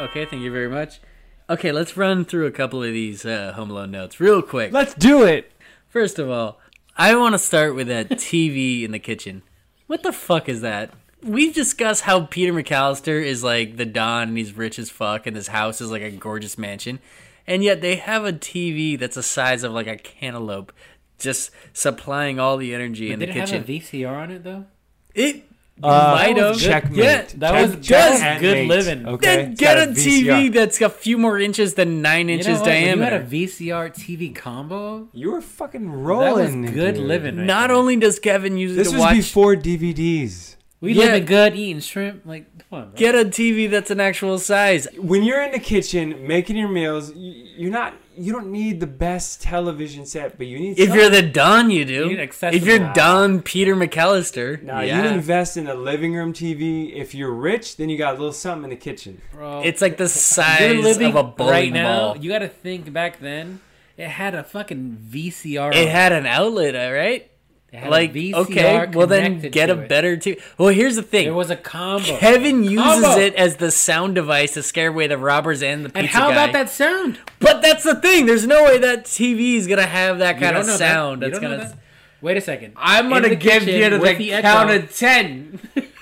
[SPEAKER 2] Okay, thank you very much. Okay, let's run through a couple of these uh, Home Alone notes real quick.
[SPEAKER 3] Let's do it.
[SPEAKER 2] First of all, I want to start with that TV in the kitchen. What the fuck is that? We've discussed how Peter McAllister is like the Don and he's rich as fuck and his house is like a gorgeous mansion. And yet they have a TV that's the size of like a cantaloupe just supplying all the energy in
[SPEAKER 4] Did
[SPEAKER 2] the
[SPEAKER 4] it have a
[SPEAKER 2] kitchen.
[SPEAKER 4] VCR on it though?
[SPEAKER 2] it
[SPEAKER 3] Uh,
[SPEAKER 2] might have.
[SPEAKER 3] checkmate.
[SPEAKER 2] Yeah,
[SPEAKER 4] That
[SPEAKER 3] Check-
[SPEAKER 4] was
[SPEAKER 3] check
[SPEAKER 4] just
[SPEAKER 3] and
[SPEAKER 4] good
[SPEAKER 3] mate.
[SPEAKER 4] living.
[SPEAKER 3] Okay,
[SPEAKER 2] Then
[SPEAKER 3] it's
[SPEAKER 2] get
[SPEAKER 3] got
[SPEAKER 2] a TV that's a few more inches than nine
[SPEAKER 4] You
[SPEAKER 2] inches
[SPEAKER 4] know what? When
[SPEAKER 2] diameter.
[SPEAKER 4] You had a VCR TV combo.
[SPEAKER 3] You were fucking
[SPEAKER 4] That was
[SPEAKER 3] rolling.
[SPEAKER 4] good
[SPEAKER 3] dude.
[SPEAKER 4] living. Right
[SPEAKER 2] Not
[SPEAKER 4] there.
[SPEAKER 2] only does Kevin use it
[SPEAKER 3] This
[SPEAKER 2] to
[SPEAKER 3] was
[SPEAKER 2] watch,
[SPEAKER 3] before DVDs.
[SPEAKER 4] we
[SPEAKER 2] Yeah.
[SPEAKER 4] living good, eating shrimp. Like come on, bro.
[SPEAKER 2] get a TV that's an actual size.
[SPEAKER 3] when you're in the kitchen making your meals, y- you're not you don't need the best television set, but you need
[SPEAKER 2] If
[SPEAKER 3] something.
[SPEAKER 2] you're the Don, you do.
[SPEAKER 4] You need
[SPEAKER 2] if
[SPEAKER 4] accessible-
[SPEAKER 2] you're Don Peter McAllister,
[SPEAKER 3] Nah,
[SPEAKER 2] yeah.
[SPEAKER 3] you invest in a living room TV. If you're rich, then you got a little something in the kitchen.
[SPEAKER 4] bro.
[SPEAKER 2] it's like the
[SPEAKER 4] You're
[SPEAKER 2] size
[SPEAKER 4] living
[SPEAKER 2] of a bowling
[SPEAKER 4] right now.
[SPEAKER 2] ball.
[SPEAKER 4] You got to think back then. It had a fucking VCR.
[SPEAKER 2] It
[SPEAKER 4] on
[SPEAKER 2] had an outlet, all right.
[SPEAKER 4] It had a
[SPEAKER 2] Like
[SPEAKER 4] VCR
[SPEAKER 2] okay, well then
[SPEAKER 4] connected
[SPEAKER 2] get a
[SPEAKER 4] to it.
[SPEAKER 2] better TV. Well, here's the thing.
[SPEAKER 4] There was a combo.
[SPEAKER 2] Kevin uses
[SPEAKER 4] Combo.
[SPEAKER 2] it as the sound device to scare away the robbers and the pizza
[SPEAKER 4] And how
[SPEAKER 2] guy.
[SPEAKER 4] about that sound?
[SPEAKER 2] But that's the thing. There's no way that TV is gonna have that
[SPEAKER 4] You
[SPEAKER 2] kind of
[SPEAKER 4] don't know
[SPEAKER 2] sound.
[SPEAKER 4] That. You
[SPEAKER 2] That's
[SPEAKER 4] don't know
[SPEAKER 2] gonna.
[SPEAKER 4] that? Wait a second.
[SPEAKER 2] I'm
[SPEAKER 4] In
[SPEAKER 2] gonna
[SPEAKER 4] the
[SPEAKER 2] give
[SPEAKER 4] kitchen
[SPEAKER 2] you to the,
[SPEAKER 4] with the echo.
[SPEAKER 2] count of ten.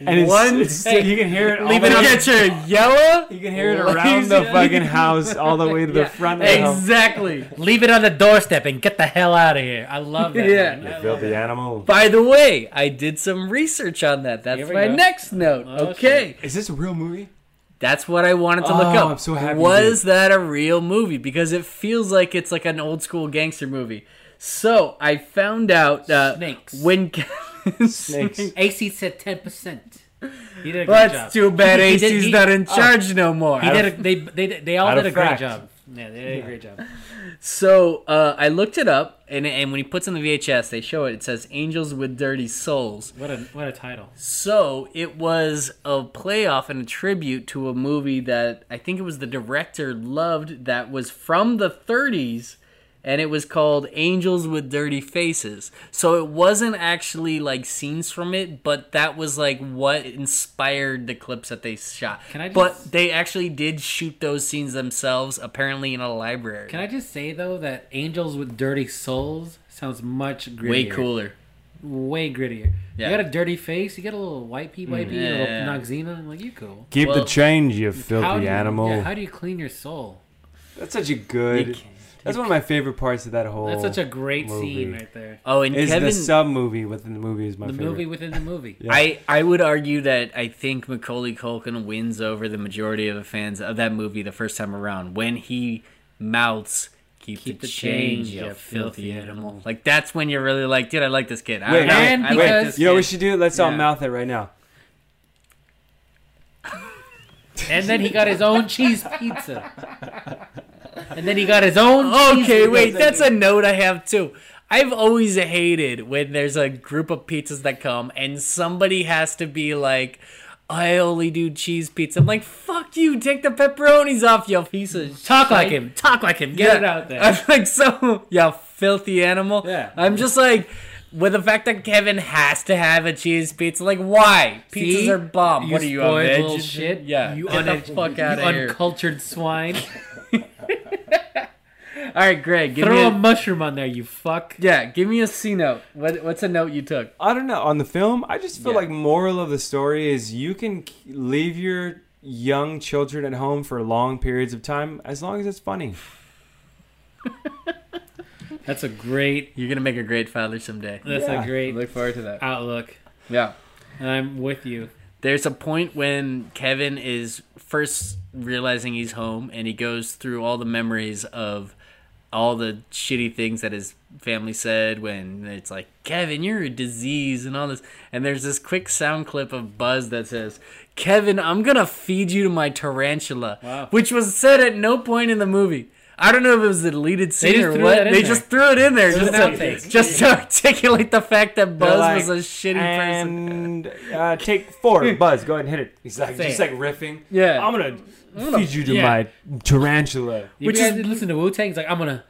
[SPEAKER 3] And it's,
[SPEAKER 2] One-
[SPEAKER 3] it's- you can hear it. All
[SPEAKER 2] Leave
[SPEAKER 3] the
[SPEAKER 2] it
[SPEAKER 3] way,
[SPEAKER 2] get your yellow.
[SPEAKER 3] You can hear it
[SPEAKER 2] Lazy
[SPEAKER 3] around the
[SPEAKER 2] dude.
[SPEAKER 3] fucking house, all the way to the
[SPEAKER 4] Yeah.
[SPEAKER 3] front of the house.
[SPEAKER 2] Exactly.
[SPEAKER 4] Leave it on the doorstep and get the hell out of here. I love that.
[SPEAKER 2] Yeah.
[SPEAKER 4] line. I love
[SPEAKER 3] Filthy animal.
[SPEAKER 2] By the way, I did some research on that. That's
[SPEAKER 4] Here we
[SPEAKER 2] my
[SPEAKER 4] go.
[SPEAKER 2] next note.
[SPEAKER 4] Oh,
[SPEAKER 2] okay.
[SPEAKER 3] Is this a real movie?
[SPEAKER 2] That's what I wanted to look
[SPEAKER 3] Oh,
[SPEAKER 2] up.
[SPEAKER 3] I'm so happy you
[SPEAKER 2] Was that a real movie? Because it feels like it's like an old school gangster movie. So I found out uh,
[SPEAKER 4] Snakes.
[SPEAKER 2] when Kevin
[SPEAKER 3] Snakes.
[SPEAKER 4] AC said ten percent. He did a great job.
[SPEAKER 2] That's too bad
[SPEAKER 4] He did-
[SPEAKER 2] AC's
[SPEAKER 4] he-
[SPEAKER 2] not in
[SPEAKER 4] oh.
[SPEAKER 2] charge no more.
[SPEAKER 4] He did a, they, they they all
[SPEAKER 3] Out
[SPEAKER 4] did a
[SPEAKER 3] of
[SPEAKER 4] great
[SPEAKER 3] fact.
[SPEAKER 4] job. Yeah, they did a great job.
[SPEAKER 2] So uh, I looked it up, and, and when he puts in the VHS, they show it. It says "Angels with Dirty Souls."
[SPEAKER 4] What a what a title.
[SPEAKER 2] So it was a playoff and a tribute to a movie that I think it was the director loved that was from the 30s and it was called Angels with Dirty Faces. So it wasn't actually like scenes from it, but that was like what inspired the clips that they shot.
[SPEAKER 4] Can I just-
[SPEAKER 2] But they actually did shoot those scenes themselves apparently in a library.
[SPEAKER 4] Can I just say though that Angels with Dirty Souls sounds much grittier.
[SPEAKER 2] Way cooler.
[SPEAKER 4] Way grittier.
[SPEAKER 2] Yeah. Mm,
[SPEAKER 4] You got a dirty face. You got a little white pee, white pee, a little
[SPEAKER 2] Yeah.
[SPEAKER 4] noxema. I'm like you cool.
[SPEAKER 3] Keep
[SPEAKER 2] Well,
[SPEAKER 3] the change, you
[SPEAKER 4] How
[SPEAKER 3] filthy
[SPEAKER 4] do you-
[SPEAKER 3] animal.
[SPEAKER 4] yeah, how do you clean your soul?
[SPEAKER 3] that's such a good. That's one of my favorite parts of that whole.
[SPEAKER 4] That's such a great scene
[SPEAKER 3] movie.
[SPEAKER 4] right there.
[SPEAKER 2] Oh, and
[SPEAKER 3] Is
[SPEAKER 2] Kevin
[SPEAKER 3] the sub movie within the movie is my
[SPEAKER 4] The
[SPEAKER 3] favorite.
[SPEAKER 4] movie within the movie.
[SPEAKER 3] Yeah.
[SPEAKER 2] I, I would argue that I think Macaulay Culkin wins over the majority of the fans of that movie the first time around when he mouths "Keep, the, change, you filthy animal." Like that's when you're really like, dude, I like this kid. I,
[SPEAKER 3] Wait,
[SPEAKER 2] I,
[SPEAKER 4] and
[SPEAKER 2] I like
[SPEAKER 4] because-
[SPEAKER 2] this
[SPEAKER 3] You know what we
[SPEAKER 2] kid.
[SPEAKER 3] should do? Let's all
[SPEAKER 2] Yeah.
[SPEAKER 3] mouth it right now.
[SPEAKER 4] And then he got his own cheese pizza. And then he got his own. cheese
[SPEAKER 2] Okay,
[SPEAKER 4] pizza.
[SPEAKER 2] wait, that's a note I have too. I've always hated when there's a group of pizzas that come and somebody has to be like, I only do cheese pizza. I'm like, fuck you, take the pepperonis off your piece of shit.
[SPEAKER 4] Talk like him. Talk like him. Get it out there.
[SPEAKER 2] I'm like, so, you filthy animal.
[SPEAKER 4] Yeah.
[SPEAKER 2] I'm just like, with the fact that Kevin has to have a cheese pizza, like, why? Pizzas
[SPEAKER 4] See?
[SPEAKER 2] are bomb. what are you, a
[SPEAKER 4] spoiled
[SPEAKER 2] veg?
[SPEAKER 4] little shit?
[SPEAKER 2] Yeah.
[SPEAKER 4] You,
[SPEAKER 2] Get
[SPEAKER 4] unedu-
[SPEAKER 2] the fuck
[SPEAKER 4] you
[SPEAKER 2] out of here.
[SPEAKER 4] uncultured swine.
[SPEAKER 2] All right, Greg, give me
[SPEAKER 4] Throw
[SPEAKER 2] a,
[SPEAKER 4] a mushroom on there, you fuck.
[SPEAKER 2] yeah, give me a C note. What, what's a note you took?
[SPEAKER 3] I don't know. On the film, I just feel
[SPEAKER 2] Yeah.
[SPEAKER 3] like moral of the story is you can k- leave your young children at home for long periods of time as long as it's funny.
[SPEAKER 4] That's a great.
[SPEAKER 2] You're gonna make a great father someday.
[SPEAKER 4] That's
[SPEAKER 3] Yeah.
[SPEAKER 4] a great
[SPEAKER 2] Look forward to that.
[SPEAKER 4] outlook.
[SPEAKER 2] Yeah.
[SPEAKER 4] And I'm with you.
[SPEAKER 2] There's a point when Kevin is first realizing he's home and he goes through all the memories of all the shitty things that his family said when it's like, Kevin, you're a disease and all this. And there's this quick sound clip of Buzz that says, Kevin, I'm gonna feed you to my tarantula,
[SPEAKER 4] Wow.
[SPEAKER 2] which was said at no point in the movie. I don't know if it was a deleted scene
[SPEAKER 4] just
[SPEAKER 2] or
[SPEAKER 4] threw
[SPEAKER 2] what.
[SPEAKER 4] that in
[SPEAKER 2] They
[SPEAKER 4] there.
[SPEAKER 2] just threw it in there just
[SPEAKER 4] an
[SPEAKER 2] to,
[SPEAKER 4] outtake.
[SPEAKER 2] just to articulate the fact that Buzz was a
[SPEAKER 3] like,
[SPEAKER 2] shitty person.
[SPEAKER 3] and uh, take four, Buzz. Go ahead and hit it. He's like
[SPEAKER 4] Say
[SPEAKER 3] just
[SPEAKER 4] it.
[SPEAKER 3] like riffing.
[SPEAKER 2] Yeah.
[SPEAKER 3] I'm gonna feed you to
[SPEAKER 4] yeah.
[SPEAKER 3] my tarantula.
[SPEAKER 4] Which
[SPEAKER 2] Which
[SPEAKER 4] you guys
[SPEAKER 2] is-
[SPEAKER 4] didn't listen to Wu Tang's like I'm gonna,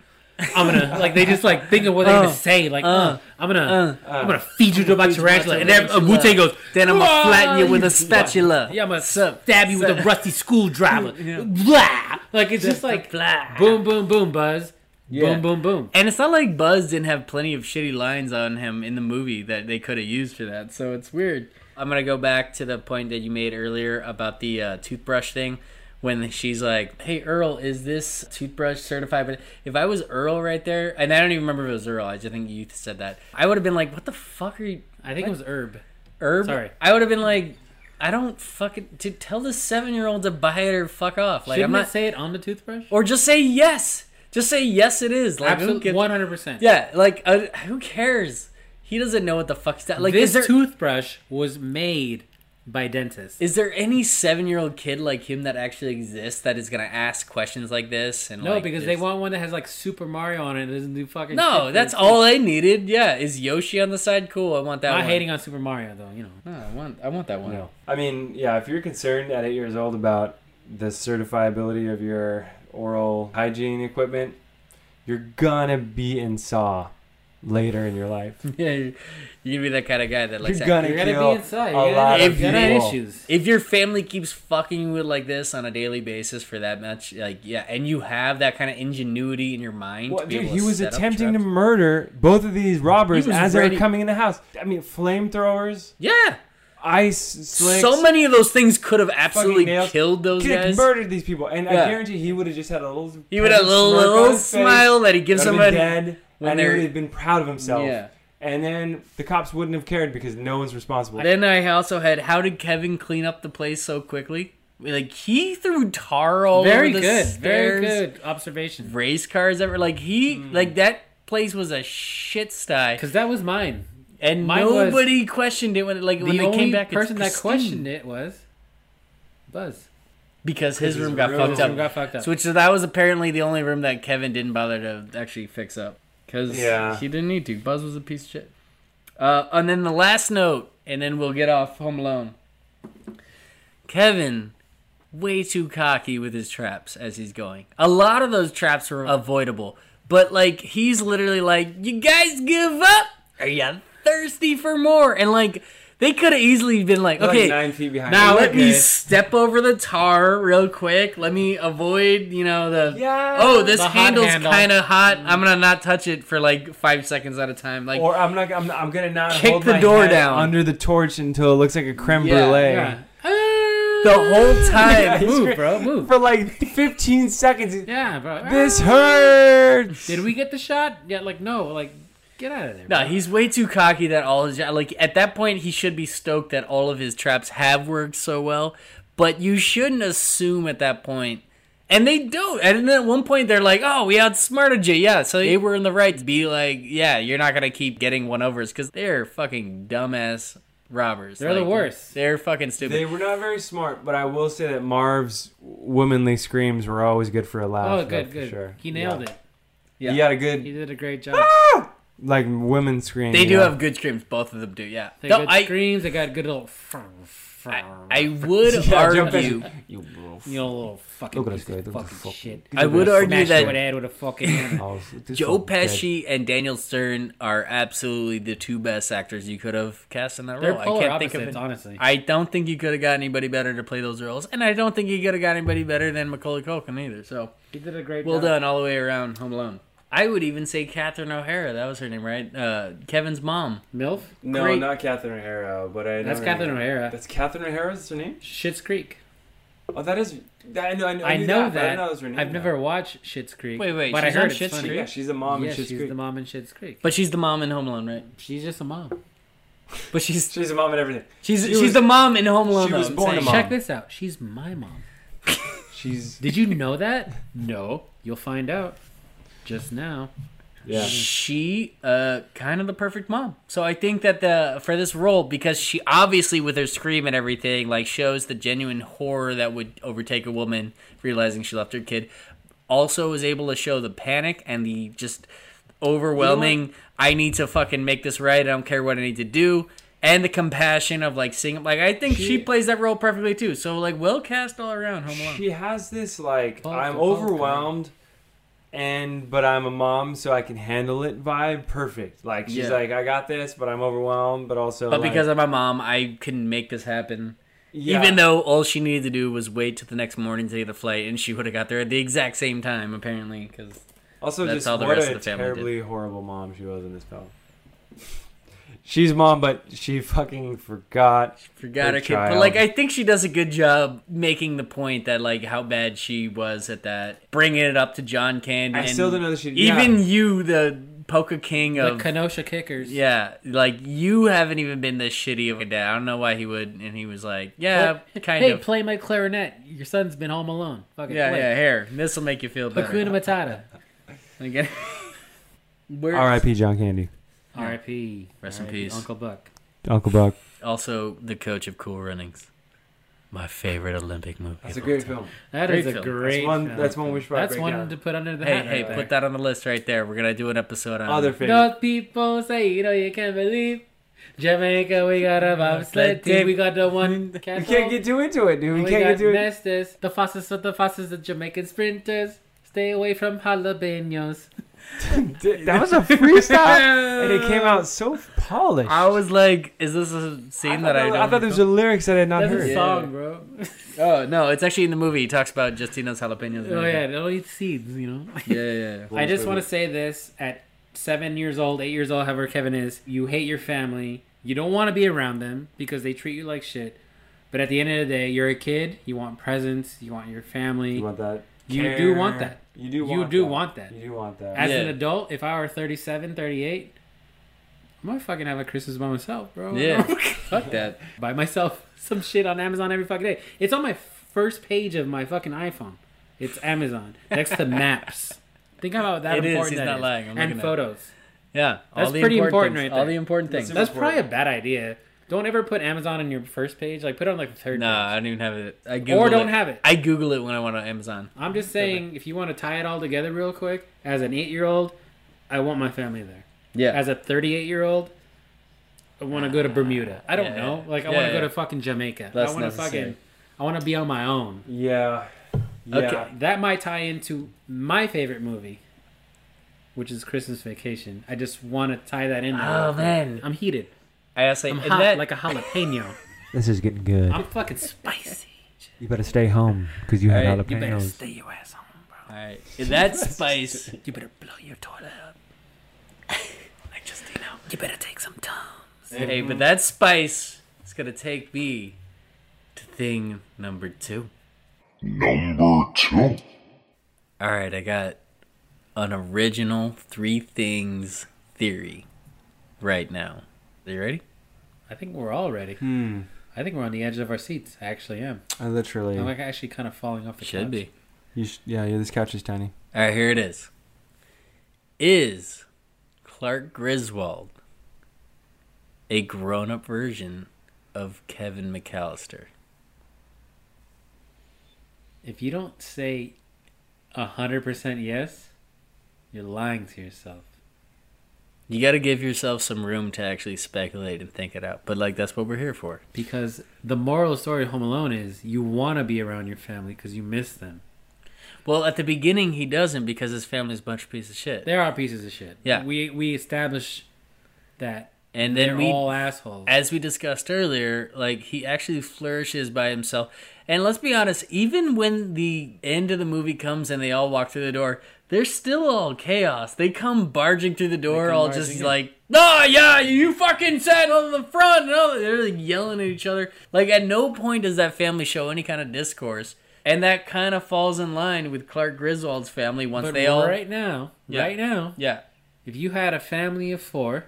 [SPEAKER 4] I'm gonna like they just like think of what they're
[SPEAKER 2] Uh,
[SPEAKER 4] gonna say like uh, I'm gonna
[SPEAKER 2] uh,
[SPEAKER 4] I'm gonna feed you to my tarantula and then
[SPEAKER 2] tarantula.
[SPEAKER 4] Wu Tang goes
[SPEAKER 2] Then I'm gonna flatten you with
[SPEAKER 4] "Wah!"
[SPEAKER 2] a spatula.
[SPEAKER 4] yeah I'm gonna stab you with a rusty screwdriver blah like it's just like
[SPEAKER 2] Blah.
[SPEAKER 4] boom boom boom buzz
[SPEAKER 3] Yeah.
[SPEAKER 4] boom boom boom
[SPEAKER 2] And it's not like Buzz didn't have plenty of shitty lines on him in the movie that they could have used for that. So it's weird. I'm gonna go back to the point that you made earlier about the uh, toothbrush thing. When she's like, "Hey Earl, is this toothbrush certified?" But if I was Earl right there, and I don't even remember if it was Earl, I just think you said that. I would have been like, "What the fuck are you?"
[SPEAKER 4] I think it was herb
[SPEAKER 2] Herb.
[SPEAKER 4] Sorry.
[SPEAKER 2] I would have been like, I don't fucking to tell the seven year old to buy it or fuck off. Like
[SPEAKER 4] Shouldn't
[SPEAKER 2] I'm not,
[SPEAKER 4] it say it on the toothbrush
[SPEAKER 2] or just say yes. Just say yes, it is. Like who
[SPEAKER 4] absolutely
[SPEAKER 2] gives-
[SPEAKER 4] 100 percent
[SPEAKER 2] Yeah, like uh, who cares? He doesn't know what the fuck's that. Like
[SPEAKER 4] this
[SPEAKER 2] is there
[SPEAKER 4] toothbrush was made by dentists
[SPEAKER 2] is there any seven year old kid like him that actually exists that is gonna ask questions like this? And
[SPEAKER 4] no
[SPEAKER 2] like,
[SPEAKER 4] because they
[SPEAKER 2] just-
[SPEAKER 4] want one that has like Super Mario on it and doesn't do fucking shit
[SPEAKER 2] No,
[SPEAKER 4] for
[SPEAKER 2] that's
[SPEAKER 4] its
[SPEAKER 2] all I needed. Yeah, is Yoshi on the side? Cool, I want that
[SPEAKER 4] Not
[SPEAKER 2] one.
[SPEAKER 4] hating on Super Mario though, you know.
[SPEAKER 2] No, I want I want that one.
[SPEAKER 4] No.
[SPEAKER 3] I mean, yeah, if you're concerned at eight years old about the certifiability of your oral hygiene equipment, you're gonna be in Saw later in your life.
[SPEAKER 2] Yeah, you're you're gonna be that kind of guy Hmm. that likes.
[SPEAKER 3] you're
[SPEAKER 2] to-
[SPEAKER 3] gonna,
[SPEAKER 4] You're gonna
[SPEAKER 3] kill
[SPEAKER 4] be inside.
[SPEAKER 3] A
[SPEAKER 4] You're gonna,
[SPEAKER 3] lot
[SPEAKER 4] you're
[SPEAKER 3] of
[SPEAKER 4] gonna have
[SPEAKER 3] people.
[SPEAKER 4] issues.
[SPEAKER 2] if your family keeps fucking you with like this on a daily basis for that much, like yeah, and you have that kind of ingenuity in your mind,
[SPEAKER 3] Well,
[SPEAKER 2] to be
[SPEAKER 3] dude,
[SPEAKER 2] able
[SPEAKER 3] he
[SPEAKER 2] to
[SPEAKER 3] was
[SPEAKER 2] set up
[SPEAKER 3] attempting to
[SPEAKER 2] traps-
[SPEAKER 3] murder both of these robbers
[SPEAKER 2] He was
[SPEAKER 3] as they
[SPEAKER 2] ready-
[SPEAKER 3] were coming in the house. I mean, flamethrowers,
[SPEAKER 2] Yeah,
[SPEAKER 3] ice slicks.
[SPEAKER 2] so many of those things could have absolutely
[SPEAKER 3] nails.
[SPEAKER 2] killed those
[SPEAKER 3] Could have
[SPEAKER 2] guys.
[SPEAKER 3] murdered these people, and
[SPEAKER 2] Yeah.
[SPEAKER 3] I guarantee he would have just had a little.
[SPEAKER 2] He would have a little,
[SPEAKER 3] smirk on
[SPEAKER 2] little
[SPEAKER 3] his face,
[SPEAKER 2] smile that he gives
[SPEAKER 3] would've been
[SPEAKER 2] somebody.
[SPEAKER 3] dead,
[SPEAKER 2] when
[SPEAKER 3] and he
[SPEAKER 2] they're-
[SPEAKER 3] would have been proud of himself.
[SPEAKER 2] Yeah.
[SPEAKER 3] And then the cops wouldn't have cared because no one's responsible.
[SPEAKER 2] Then I also had how did Kevin clean up the place so quickly? Like he threw tar all
[SPEAKER 4] Very
[SPEAKER 2] over the
[SPEAKER 4] good. Very
[SPEAKER 2] stairs.
[SPEAKER 4] good observation.
[SPEAKER 2] Race cars ever like he
[SPEAKER 3] Hmm.
[SPEAKER 2] like that place was a shit sty,
[SPEAKER 4] Because that was mine.
[SPEAKER 2] and
[SPEAKER 4] mine was-
[SPEAKER 2] nobody questioned it when it- like when
[SPEAKER 4] the
[SPEAKER 2] they
[SPEAKER 4] only
[SPEAKER 2] came back.
[SPEAKER 4] person that questioned
[SPEAKER 2] it
[SPEAKER 4] it was Buzz.
[SPEAKER 2] because his room
[SPEAKER 3] his
[SPEAKER 2] got
[SPEAKER 3] room
[SPEAKER 2] fucked
[SPEAKER 4] His
[SPEAKER 2] up.
[SPEAKER 4] room got fucked up.
[SPEAKER 2] So, which so that was apparently the only room that Kevin didn't bother to actually fix up because
[SPEAKER 3] Yeah.
[SPEAKER 2] he didn't need to. Buzz was a piece of shit. Uh, and then the last note, and then we'll get off Home Alone. Kevin, way too cocky with his traps as he's going. A lot of those traps were avoidable, but like he's literally like, "You guys give up? Are you thirsty for more?" And like they could have easily been like,
[SPEAKER 3] Like
[SPEAKER 2] "Okay,
[SPEAKER 3] nine feet behind.
[SPEAKER 2] now
[SPEAKER 3] him.
[SPEAKER 2] let me
[SPEAKER 3] Okay.
[SPEAKER 2] step over the tar real quick. Let me avoid, you know, the
[SPEAKER 3] Yeah.
[SPEAKER 2] oh, this
[SPEAKER 4] The hot
[SPEAKER 2] handle's
[SPEAKER 4] handle. Mm-hmm.
[SPEAKER 2] kind of hot. I'm gonna not touch it for like five seconds at a time. Like
[SPEAKER 3] Or I'm not. I'm, I'm gonna not
[SPEAKER 2] Kick
[SPEAKER 3] hold
[SPEAKER 2] the
[SPEAKER 3] my
[SPEAKER 2] door
[SPEAKER 3] head
[SPEAKER 2] down.
[SPEAKER 3] under the torch until it looks like a creme
[SPEAKER 2] Yeah,
[SPEAKER 3] brulee.
[SPEAKER 4] Yeah.
[SPEAKER 2] the whole
[SPEAKER 3] Yeah,
[SPEAKER 2] time.
[SPEAKER 3] he's
[SPEAKER 4] Move,
[SPEAKER 3] great.
[SPEAKER 4] bro. Move.
[SPEAKER 3] For like 15 seconds, he-
[SPEAKER 4] Yeah, bro. Ah!
[SPEAKER 3] this hurts.
[SPEAKER 4] Did we get the shot? Yeah, like no, like get out of there.
[SPEAKER 2] No,
[SPEAKER 4] bro.
[SPEAKER 2] he's way too cocky that all his like at that point he should be stoked that all of his traps have worked so well, but you shouldn't assume at that point. And they don't. And then at one point they're like, "Oh, we outsmarted you." Yeah, so they were in the right to be like, "Yeah, you're not gonna keep getting one overs because they're fucking dumbass robbers.
[SPEAKER 4] They're the
[SPEAKER 2] Like,
[SPEAKER 4] worst.
[SPEAKER 2] They're fucking stupid."
[SPEAKER 3] They were not very smart, but I will say that Marv's womanly screams were always good for a laugh.
[SPEAKER 4] Oh,
[SPEAKER 3] though,
[SPEAKER 4] good,
[SPEAKER 3] for
[SPEAKER 4] good.
[SPEAKER 3] Sure.
[SPEAKER 4] He nailed it.
[SPEAKER 3] Yeah. He got a
[SPEAKER 4] He
[SPEAKER 3] good
[SPEAKER 4] did a great job.
[SPEAKER 2] Ah!
[SPEAKER 3] Ah! like women scream.
[SPEAKER 2] They
[SPEAKER 3] you
[SPEAKER 2] do
[SPEAKER 3] know?
[SPEAKER 2] have good screams. Both of them do. Yeah.
[SPEAKER 4] They
[SPEAKER 2] No,
[SPEAKER 4] got
[SPEAKER 2] I,
[SPEAKER 4] screams. They got good little. I,
[SPEAKER 2] I would
[SPEAKER 3] Yeah, jump
[SPEAKER 2] argue.
[SPEAKER 3] in. You wolf.
[SPEAKER 4] you know, little fucking
[SPEAKER 3] Look at
[SPEAKER 4] piece
[SPEAKER 3] this guy,
[SPEAKER 4] of
[SPEAKER 3] look at
[SPEAKER 4] fucking
[SPEAKER 3] the fuck-
[SPEAKER 4] shit.
[SPEAKER 2] I would argue
[SPEAKER 4] Smash your
[SPEAKER 2] that
[SPEAKER 4] head with a fucking. hammer.
[SPEAKER 3] Oh, s- this
[SPEAKER 2] Joe
[SPEAKER 3] old dead-
[SPEAKER 2] Pesci and Daniel Stern are absolutely the two best actors you could have cast in that
[SPEAKER 4] They're
[SPEAKER 2] role. I
[SPEAKER 4] polar
[SPEAKER 2] can't
[SPEAKER 4] opposites,
[SPEAKER 2] think of. It.
[SPEAKER 4] honestly.
[SPEAKER 2] I don't think you could have got anybody better to play those roles, and I don't think you could have got anybody better than Macaulay Culkin either. So
[SPEAKER 4] He did a great
[SPEAKER 2] well
[SPEAKER 4] job.
[SPEAKER 2] done all the way around, Home Alone. I would even say Catherine O'Hara. That was her name, right? Uh, Kevin's mom.
[SPEAKER 4] Milf.
[SPEAKER 3] No,
[SPEAKER 2] Great.
[SPEAKER 3] not Catherine O'Hara, but I. know
[SPEAKER 4] That's
[SPEAKER 3] her
[SPEAKER 4] Catherine
[SPEAKER 3] name.
[SPEAKER 4] O'Hara.
[SPEAKER 3] That's Catherine O'Hara. Is her name?
[SPEAKER 4] Shit's Creek.
[SPEAKER 3] Oh, that is. That, I know. I know,
[SPEAKER 4] I
[SPEAKER 3] knew
[SPEAKER 4] know
[SPEAKER 3] that. but I
[SPEAKER 4] that.
[SPEAKER 3] didn't know that was her name.
[SPEAKER 4] I've never watched Shit's Creek.
[SPEAKER 2] Wait, wait,
[SPEAKER 4] But
[SPEAKER 2] she's
[SPEAKER 4] I heard
[SPEAKER 2] on
[SPEAKER 4] it's
[SPEAKER 2] Schitt's
[SPEAKER 4] funny.
[SPEAKER 2] Creek?
[SPEAKER 3] Yeah, she's a mom.
[SPEAKER 4] yeah,
[SPEAKER 3] and she's,
[SPEAKER 4] she's the mom in Shit's Creek.
[SPEAKER 2] But she's the mom in Home Alone, right?
[SPEAKER 4] She's just a mom.
[SPEAKER 2] But she's
[SPEAKER 3] She's a mom and everything.
[SPEAKER 2] she's
[SPEAKER 3] She
[SPEAKER 2] she's
[SPEAKER 3] was-
[SPEAKER 2] the mom in Home Alone.
[SPEAKER 3] she
[SPEAKER 2] though,
[SPEAKER 3] was
[SPEAKER 2] I'm
[SPEAKER 3] born a
[SPEAKER 2] saying.
[SPEAKER 3] mom.
[SPEAKER 4] Check this out. She's my mom.
[SPEAKER 3] She's.
[SPEAKER 4] Did you know that? no. You'll find out. Just now.
[SPEAKER 3] Yeah.
[SPEAKER 2] she uh kind of the perfect mom so i think that the for this role because she obviously with her scream and everything like shows the genuine horror that would overtake a woman realizing she left her kid also is able to show the panic and the just overwhelming i need to fucking make this right i don't care what i need to do and the compassion of like seeing like i think she, plays that role perfectly too so like well cast all around home alone
[SPEAKER 3] She has this like
[SPEAKER 4] Both
[SPEAKER 3] I'm
[SPEAKER 4] are both
[SPEAKER 3] overwhelmed and but I'm a mom so I can handle it vibe perfect. Like she's
[SPEAKER 2] Yeah.
[SPEAKER 3] like I got this but I'm overwhelmed but also
[SPEAKER 2] but
[SPEAKER 3] like,
[SPEAKER 2] because i'm a mom i can make this happen
[SPEAKER 3] yeah.
[SPEAKER 2] Even though all she needed to do was wait till the next morning to get a flight, and she would have got there at the exact same time, apparently. Because
[SPEAKER 3] also
[SPEAKER 2] that's
[SPEAKER 3] just
[SPEAKER 2] all the
[SPEAKER 3] what
[SPEAKER 2] rest
[SPEAKER 3] a
[SPEAKER 2] of the family did.
[SPEAKER 3] terribly horrible mom she was in this film. She's mom but she fucking forgot.
[SPEAKER 2] forgot
[SPEAKER 3] Good
[SPEAKER 2] her kid, but
[SPEAKER 3] child.
[SPEAKER 2] like I think she does a good job making the point that like how bad she was at that, bringing it up to John Candy.
[SPEAKER 3] I
[SPEAKER 2] and
[SPEAKER 3] still don't know that she
[SPEAKER 2] Even
[SPEAKER 3] yeah.
[SPEAKER 2] you, the poker king
[SPEAKER 4] The
[SPEAKER 2] of
[SPEAKER 4] Kenosha Kickers.
[SPEAKER 2] yeah, like you haven't even been this shitty of a dad. I don't know why he would, and he was like, yeah,
[SPEAKER 4] Like,
[SPEAKER 2] kind
[SPEAKER 4] hey,
[SPEAKER 2] of,
[SPEAKER 4] play my clarinet. Your son's been home alone. Fucking
[SPEAKER 2] yeah,
[SPEAKER 4] play.
[SPEAKER 2] yeah. Here, this will make you feel better.
[SPEAKER 4] Hakuna Matata.
[SPEAKER 2] Again. Where-
[SPEAKER 3] R.I.P. John Candy.
[SPEAKER 4] R.I.P.
[SPEAKER 2] Rest in
[SPEAKER 4] R.I.P.
[SPEAKER 2] peace.
[SPEAKER 4] Uncle Buck.
[SPEAKER 3] Uncle Buck.
[SPEAKER 2] also the coach of Cool Runnings. My favorite Olympic movie.
[SPEAKER 3] That's a
[SPEAKER 2] of
[SPEAKER 3] great
[SPEAKER 2] all time.
[SPEAKER 3] film.
[SPEAKER 4] That
[SPEAKER 2] Great
[SPEAKER 4] is a
[SPEAKER 2] film.
[SPEAKER 4] great.
[SPEAKER 3] That's one
[SPEAKER 4] film.
[SPEAKER 3] that's one we should probably
[SPEAKER 4] That's
[SPEAKER 3] break
[SPEAKER 4] one
[SPEAKER 3] down.
[SPEAKER 4] to put under the
[SPEAKER 2] Hey,
[SPEAKER 4] hat.
[SPEAKER 2] hey,
[SPEAKER 4] right
[SPEAKER 2] put
[SPEAKER 4] there.
[SPEAKER 2] that on the list right there. We're gonna do an episode on
[SPEAKER 3] Other
[SPEAKER 2] it.
[SPEAKER 3] favorite.
[SPEAKER 4] North people say you know you can't believe. Jamaica, we got a bobsled team. We got the one.
[SPEAKER 3] we can't get too into
[SPEAKER 2] Oh
[SPEAKER 3] it, dude. We,
[SPEAKER 4] We
[SPEAKER 3] can't get
[SPEAKER 4] got
[SPEAKER 3] too into it.
[SPEAKER 4] Nestis, the fastest of the fastest, the Jamaican sprinters. Stay away from jalapenos.
[SPEAKER 3] That was a
[SPEAKER 2] Ah!
[SPEAKER 3] freestyle, and it came out so polished.
[SPEAKER 2] I was like, is this a
[SPEAKER 3] I
[SPEAKER 2] scene
[SPEAKER 3] thought
[SPEAKER 2] that I
[SPEAKER 3] that-
[SPEAKER 2] don't?
[SPEAKER 3] I thought there was a lyrics that I had not
[SPEAKER 4] That's
[SPEAKER 3] heard.
[SPEAKER 4] a song, bro.
[SPEAKER 2] Oh no, it's actually in the movie. He talks about Justino's jalapenos. and
[SPEAKER 4] Oh yeah,
[SPEAKER 2] everything.
[SPEAKER 4] they'll eat seeds, you know.
[SPEAKER 2] yeah, yeah, yeah.
[SPEAKER 4] I just want to say this at seven years old, eight years old, however Kevin is, you hate your family. You don't want to be around them because they treat you like shit. But at the end of the day, you're a kid. You want presents. You want your family.
[SPEAKER 3] You want that?
[SPEAKER 4] You
[SPEAKER 3] care.
[SPEAKER 4] do want that.
[SPEAKER 3] You do.
[SPEAKER 4] You
[SPEAKER 3] Want
[SPEAKER 4] do
[SPEAKER 3] that.
[SPEAKER 4] want that.
[SPEAKER 3] You do want that.
[SPEAKER 4] As
[SPEAKER 2] Yeah.
[SPEAKER 4] an adult, if I were 37, 38, I'm gonna fucking have a Christmas by myself, bro.
[SPEAKER 2] Yeah. Fuck that.
[SPEAKER 4] by myself. Some shit on Amazon every fucking day. It's on my f- first page of my fucking iPhone. It's Amazon next to maps. Think about that
[SPEAKER 2] It is,
[SPEAKER 4] important
[SPEAKER 2] he's
[SPEAKER 4] that
[SPEAKER 2] not
[SPEAKER 4] is.
[SPEAKER 2] lying, I'm looking
[SPEAKER 4] and
[SPEAKER 2] at it.
[SPEAKER 4] photos.
[SPEAKER 2] Yeah,
[SPEAKER 4] That's pretty important
[SPEAKER 2] things, All
[SPEAKER 4] right there.
[SPEAKER 2] the important things.
[SPEAKER 4] That's probably a bad idea. Don't ever put Amazon on your first page. Like put it on like the third.
[SPEAKER 2] Nah,
[SPEAKER 4] page.
[SPEAKER 2] I don't even have it. I Google
[SPEAKER 4] Or don't
[SPEAKER 2] it.
[SPEAKER 4] have it.
[SPEAKER 2] I Google it when I want on Amazon.
[SPEAKER 4] I'm just saying, if you want to tie it all together real quick, as an eight-year-old, I want my family there.
[SPEAKER 2] Yeah.
[SPEAKER 4] As a 38-year-old, I want to go to Bermuda. I don't
[SPEAKER 2] Yeah,
[SPEAKER 4] know.
[SPEAKER 2] yeah.
[SPEAKER 4] Like I
[SPEAKER 2] Yeah,
[SPEAKER 4] want to
[SPEAKER 2] yeah.
[SPEAKER 4] go to fucking Jamaica.
[SPEAKER 2] Less
[SPEAKER 4] I want to
[SPEAKER 2] necessary.
[SPEAKER 4] fucking. I want to be on my own.
[SPEAKER 3] Yeah. Yeah.
[SPEAKER 2] Okay.
[SPEAKER 4] That might tie into my favorite movie, which is Christmas Vacation. I just want to tie that in. there
[SPEAKER 2] Oh,
[SPEAKER 4] real quick.
[SPEAKER 2] man.
[SPEAKER 4] I'm heated.
[SPEAKER 2] I asked like,
[SPEAKER 4] I'm
[SPEAKER 2] and
[SPEAKER 4] hot
[SPEAKER 2] that,
[SPEAKER 4] like a jalapeno.
[SPEAKER 3] This is getting good.
[SPEAKER 4] I'm fucking spicy.
[SPEAKER 3] You better stay home because you have
[SPEAKER 2] All right,
[SPEAKER 4] You better stay your ass home, bro.
[SPEAKER 2] Alright, in that spice,
[SPEAKER 4] You better blow your toilet up. like just you know, you better take some time.
[SPEAKER 2] hey, but that spice is gonna take me to thing number two.
[SPEAKER 5] Number two.
[SPEAKER 2] All right, I got an original three things theory right now. Are you ready?
[SPEAKER 4] I think we're all ready.
[SPEAKER 3] Hmm.
[SPEAKER 4] I think we're on the edge of our seats. I actually am.
[SPEAKER 3] I literally.
[SPEAKER 4] I'm like actually kind of falling off the
[SPEAKER 2] Should
[SPEAKER 4] couch.
[SPEAKER 2] be.
[SPEAKER 3] You sh- yeah, yeah. This couch is tiny.
[SPEAKER 2] All right, here it is. Is Clark Griswold a grown up version of Kevin McAllister?
[SPEAKER 4] If you don't say hundred percent yes, you're lying to yourself.
[SPEAKER 2] You got to give yourself some room to actually speculate and think it out. But, like, that's what we're here for.
[SPEAKER 4] Because the moral of the story of Home Alone is you want to be around your family because you miss them.
[SPEAKER 2] Well, at the beginning, he doesn't because his family's a bunch of pieces of shit.
[SPEAKER 4] There are pieces of shit.
[SPEAKER 2] Yeah.
[SPEAKER 4] we we establish that
[SPEAKER 2] and
[SPEAKER 4] they're
[SPEAKER 2] then we
[SPEAKER 4] all assholes.
[SPEAKER 2] as we discussed earlier, like he actually flourishes by himself. And let's be honest, even when the end of the movie comes and they all walk through the door, they're still all chaos. They come barging through the door,
[SPEAKER 4] come
[SPEAKER 2] all just
[SPEAKER 4] barging in.
[SPEAKER 2] like, "No, yeah, you fucking sat on the front." And all, they're like yelling at each other. Like at no point does that family show any kind of discourse, and that kind of falls in line with Clark Griswold's family once
[SPEAKER 4] but
[SPEAKER 2] they all.
[SPEAKER 4] right now,
[SPEAKER 2] Yeah.
[SPEAKER 4] right now,
[SPEAKER 2] Yeah,
[SPEAKER 4] If you had a family of four,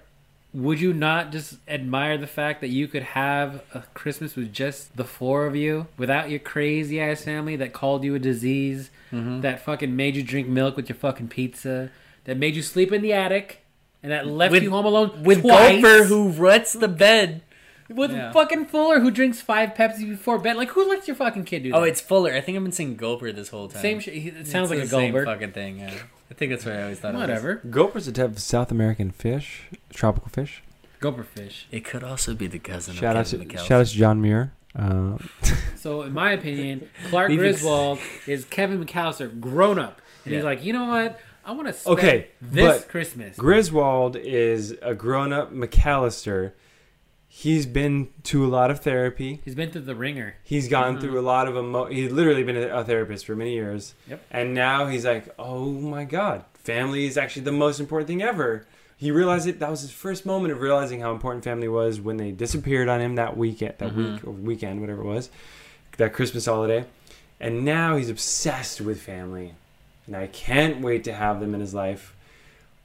[SPEAKER 4] would you not just admire the fact that you could have a Christmas with just the four of you without your crazy ass family that called you a disease,
[SPEAKER 2] Mm-hmm.
[SPEAKER 4] that fucking made you drink milk with your fucking pizza, that made you sleep in the attic, and that left
[SPEAKER 2] With-
[SPEAKER 4] you home alone
[SPEAKER 2] with
[SPEAKER 4] twice?
[SPEAKER 2] Gopher who ruts the bed.
[SPEAKER 4] with
[SPEAKER 2] Yeah.
[SPEAKER 4] fucking Fuller who drinks five Pepsi before bed? Like who lets your fucking kid do that?
[SPEAKER 2] Oh, it's Fuller. I think I've been saying Gopher this whole time.
[SPEAKER 4] same shit. He- It sounds
[SPEAKER 2] It's the
[SPEAKER 4] like a
[SPEAKER 2] same
[SPEAKER 4] Goldberg.
[SPEAKER 2] fucking thing. Yeah. I think that's what I always thought. It,
[SPEAKER 4] Whatever.
[SPEAKER 3] Gopher's a type of South American fish, tropical fish.
[SPEAKER 4] Gober fish.
[SPEAKER 2] was. it could also be the cousin
[SPEAKER 3] Shout out,
[SPEAKER 2] of
[SPEAKER 3] to,
[SPEAKER 2] Kevin McAllister.
[SPEAKER 3] shout out to John Muir. Uh,
[SPEAKER 4] So, in my opinion, Clark
[SPEAKER 2] We've ex-
[SPEAKER 4] Griswold is Kevin McAllister grown up, and he's
[SPEAKER 2] Yeah.
[SPEAKER 4] like, you know what? I want to spend
[SPEAKER 3] Okay,
[SPEAKER 4] this
[SPEAKER 3] but
[SPEAKER 4] Christmas.
[SPEAKER 3] Griswold is a grown-up McAllister. He's been to a lot of therapy.
[SPEAKER 4] he's been through the ringer.
[SPEAKER 3] He's gone through a lot of emo. He's literally been a therapist for many years.
[SPEAKER 4] Yep.
[SPEAKER 3] And now he's like, oh my god, family is actually the most important thing ever. He realized it. That was his first moment of realizing how important family was when they disappeared on him that weekend, that week or weekend, whatever it was, that Christmas holiday. And now he's obsessed with family, and I can't wait to have them in his life.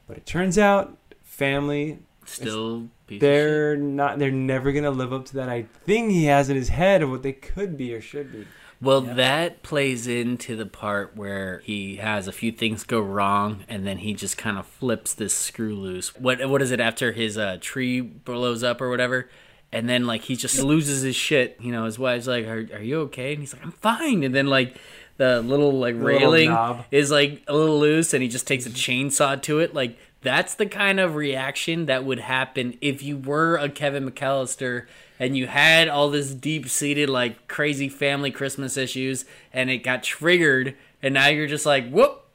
[SPEAKER 3] But it turns out, family
[SPEAKER 2] Still, piece of
[SPEAKER 3] they're not they're never gonna live up to that I thing he has in his head of what they could be or should be.
[SPEAKER 2] shit. Well, that plays into the part where he has a few things go wrong, and then he just kind of flips this screw loose. What What is it after his uh, tree blows up or whatever? And then like he just loses his shit. You know, his wife's like, "Are, are you okay?" And he's like, "I'm fine." And then like. The little like
[SPEAKER 3] little
[SPEAKER 2] railing
[SPEAKER 3] knob.
[SPEAKER 2] is like a little loose and he just takes a chainsaw to it. Like that's the kind of reaction that would happen if you were a Kevin McAllister and you had all this deep seated like crazy family Christmas issues and it got triggered and now you're just like, whoop.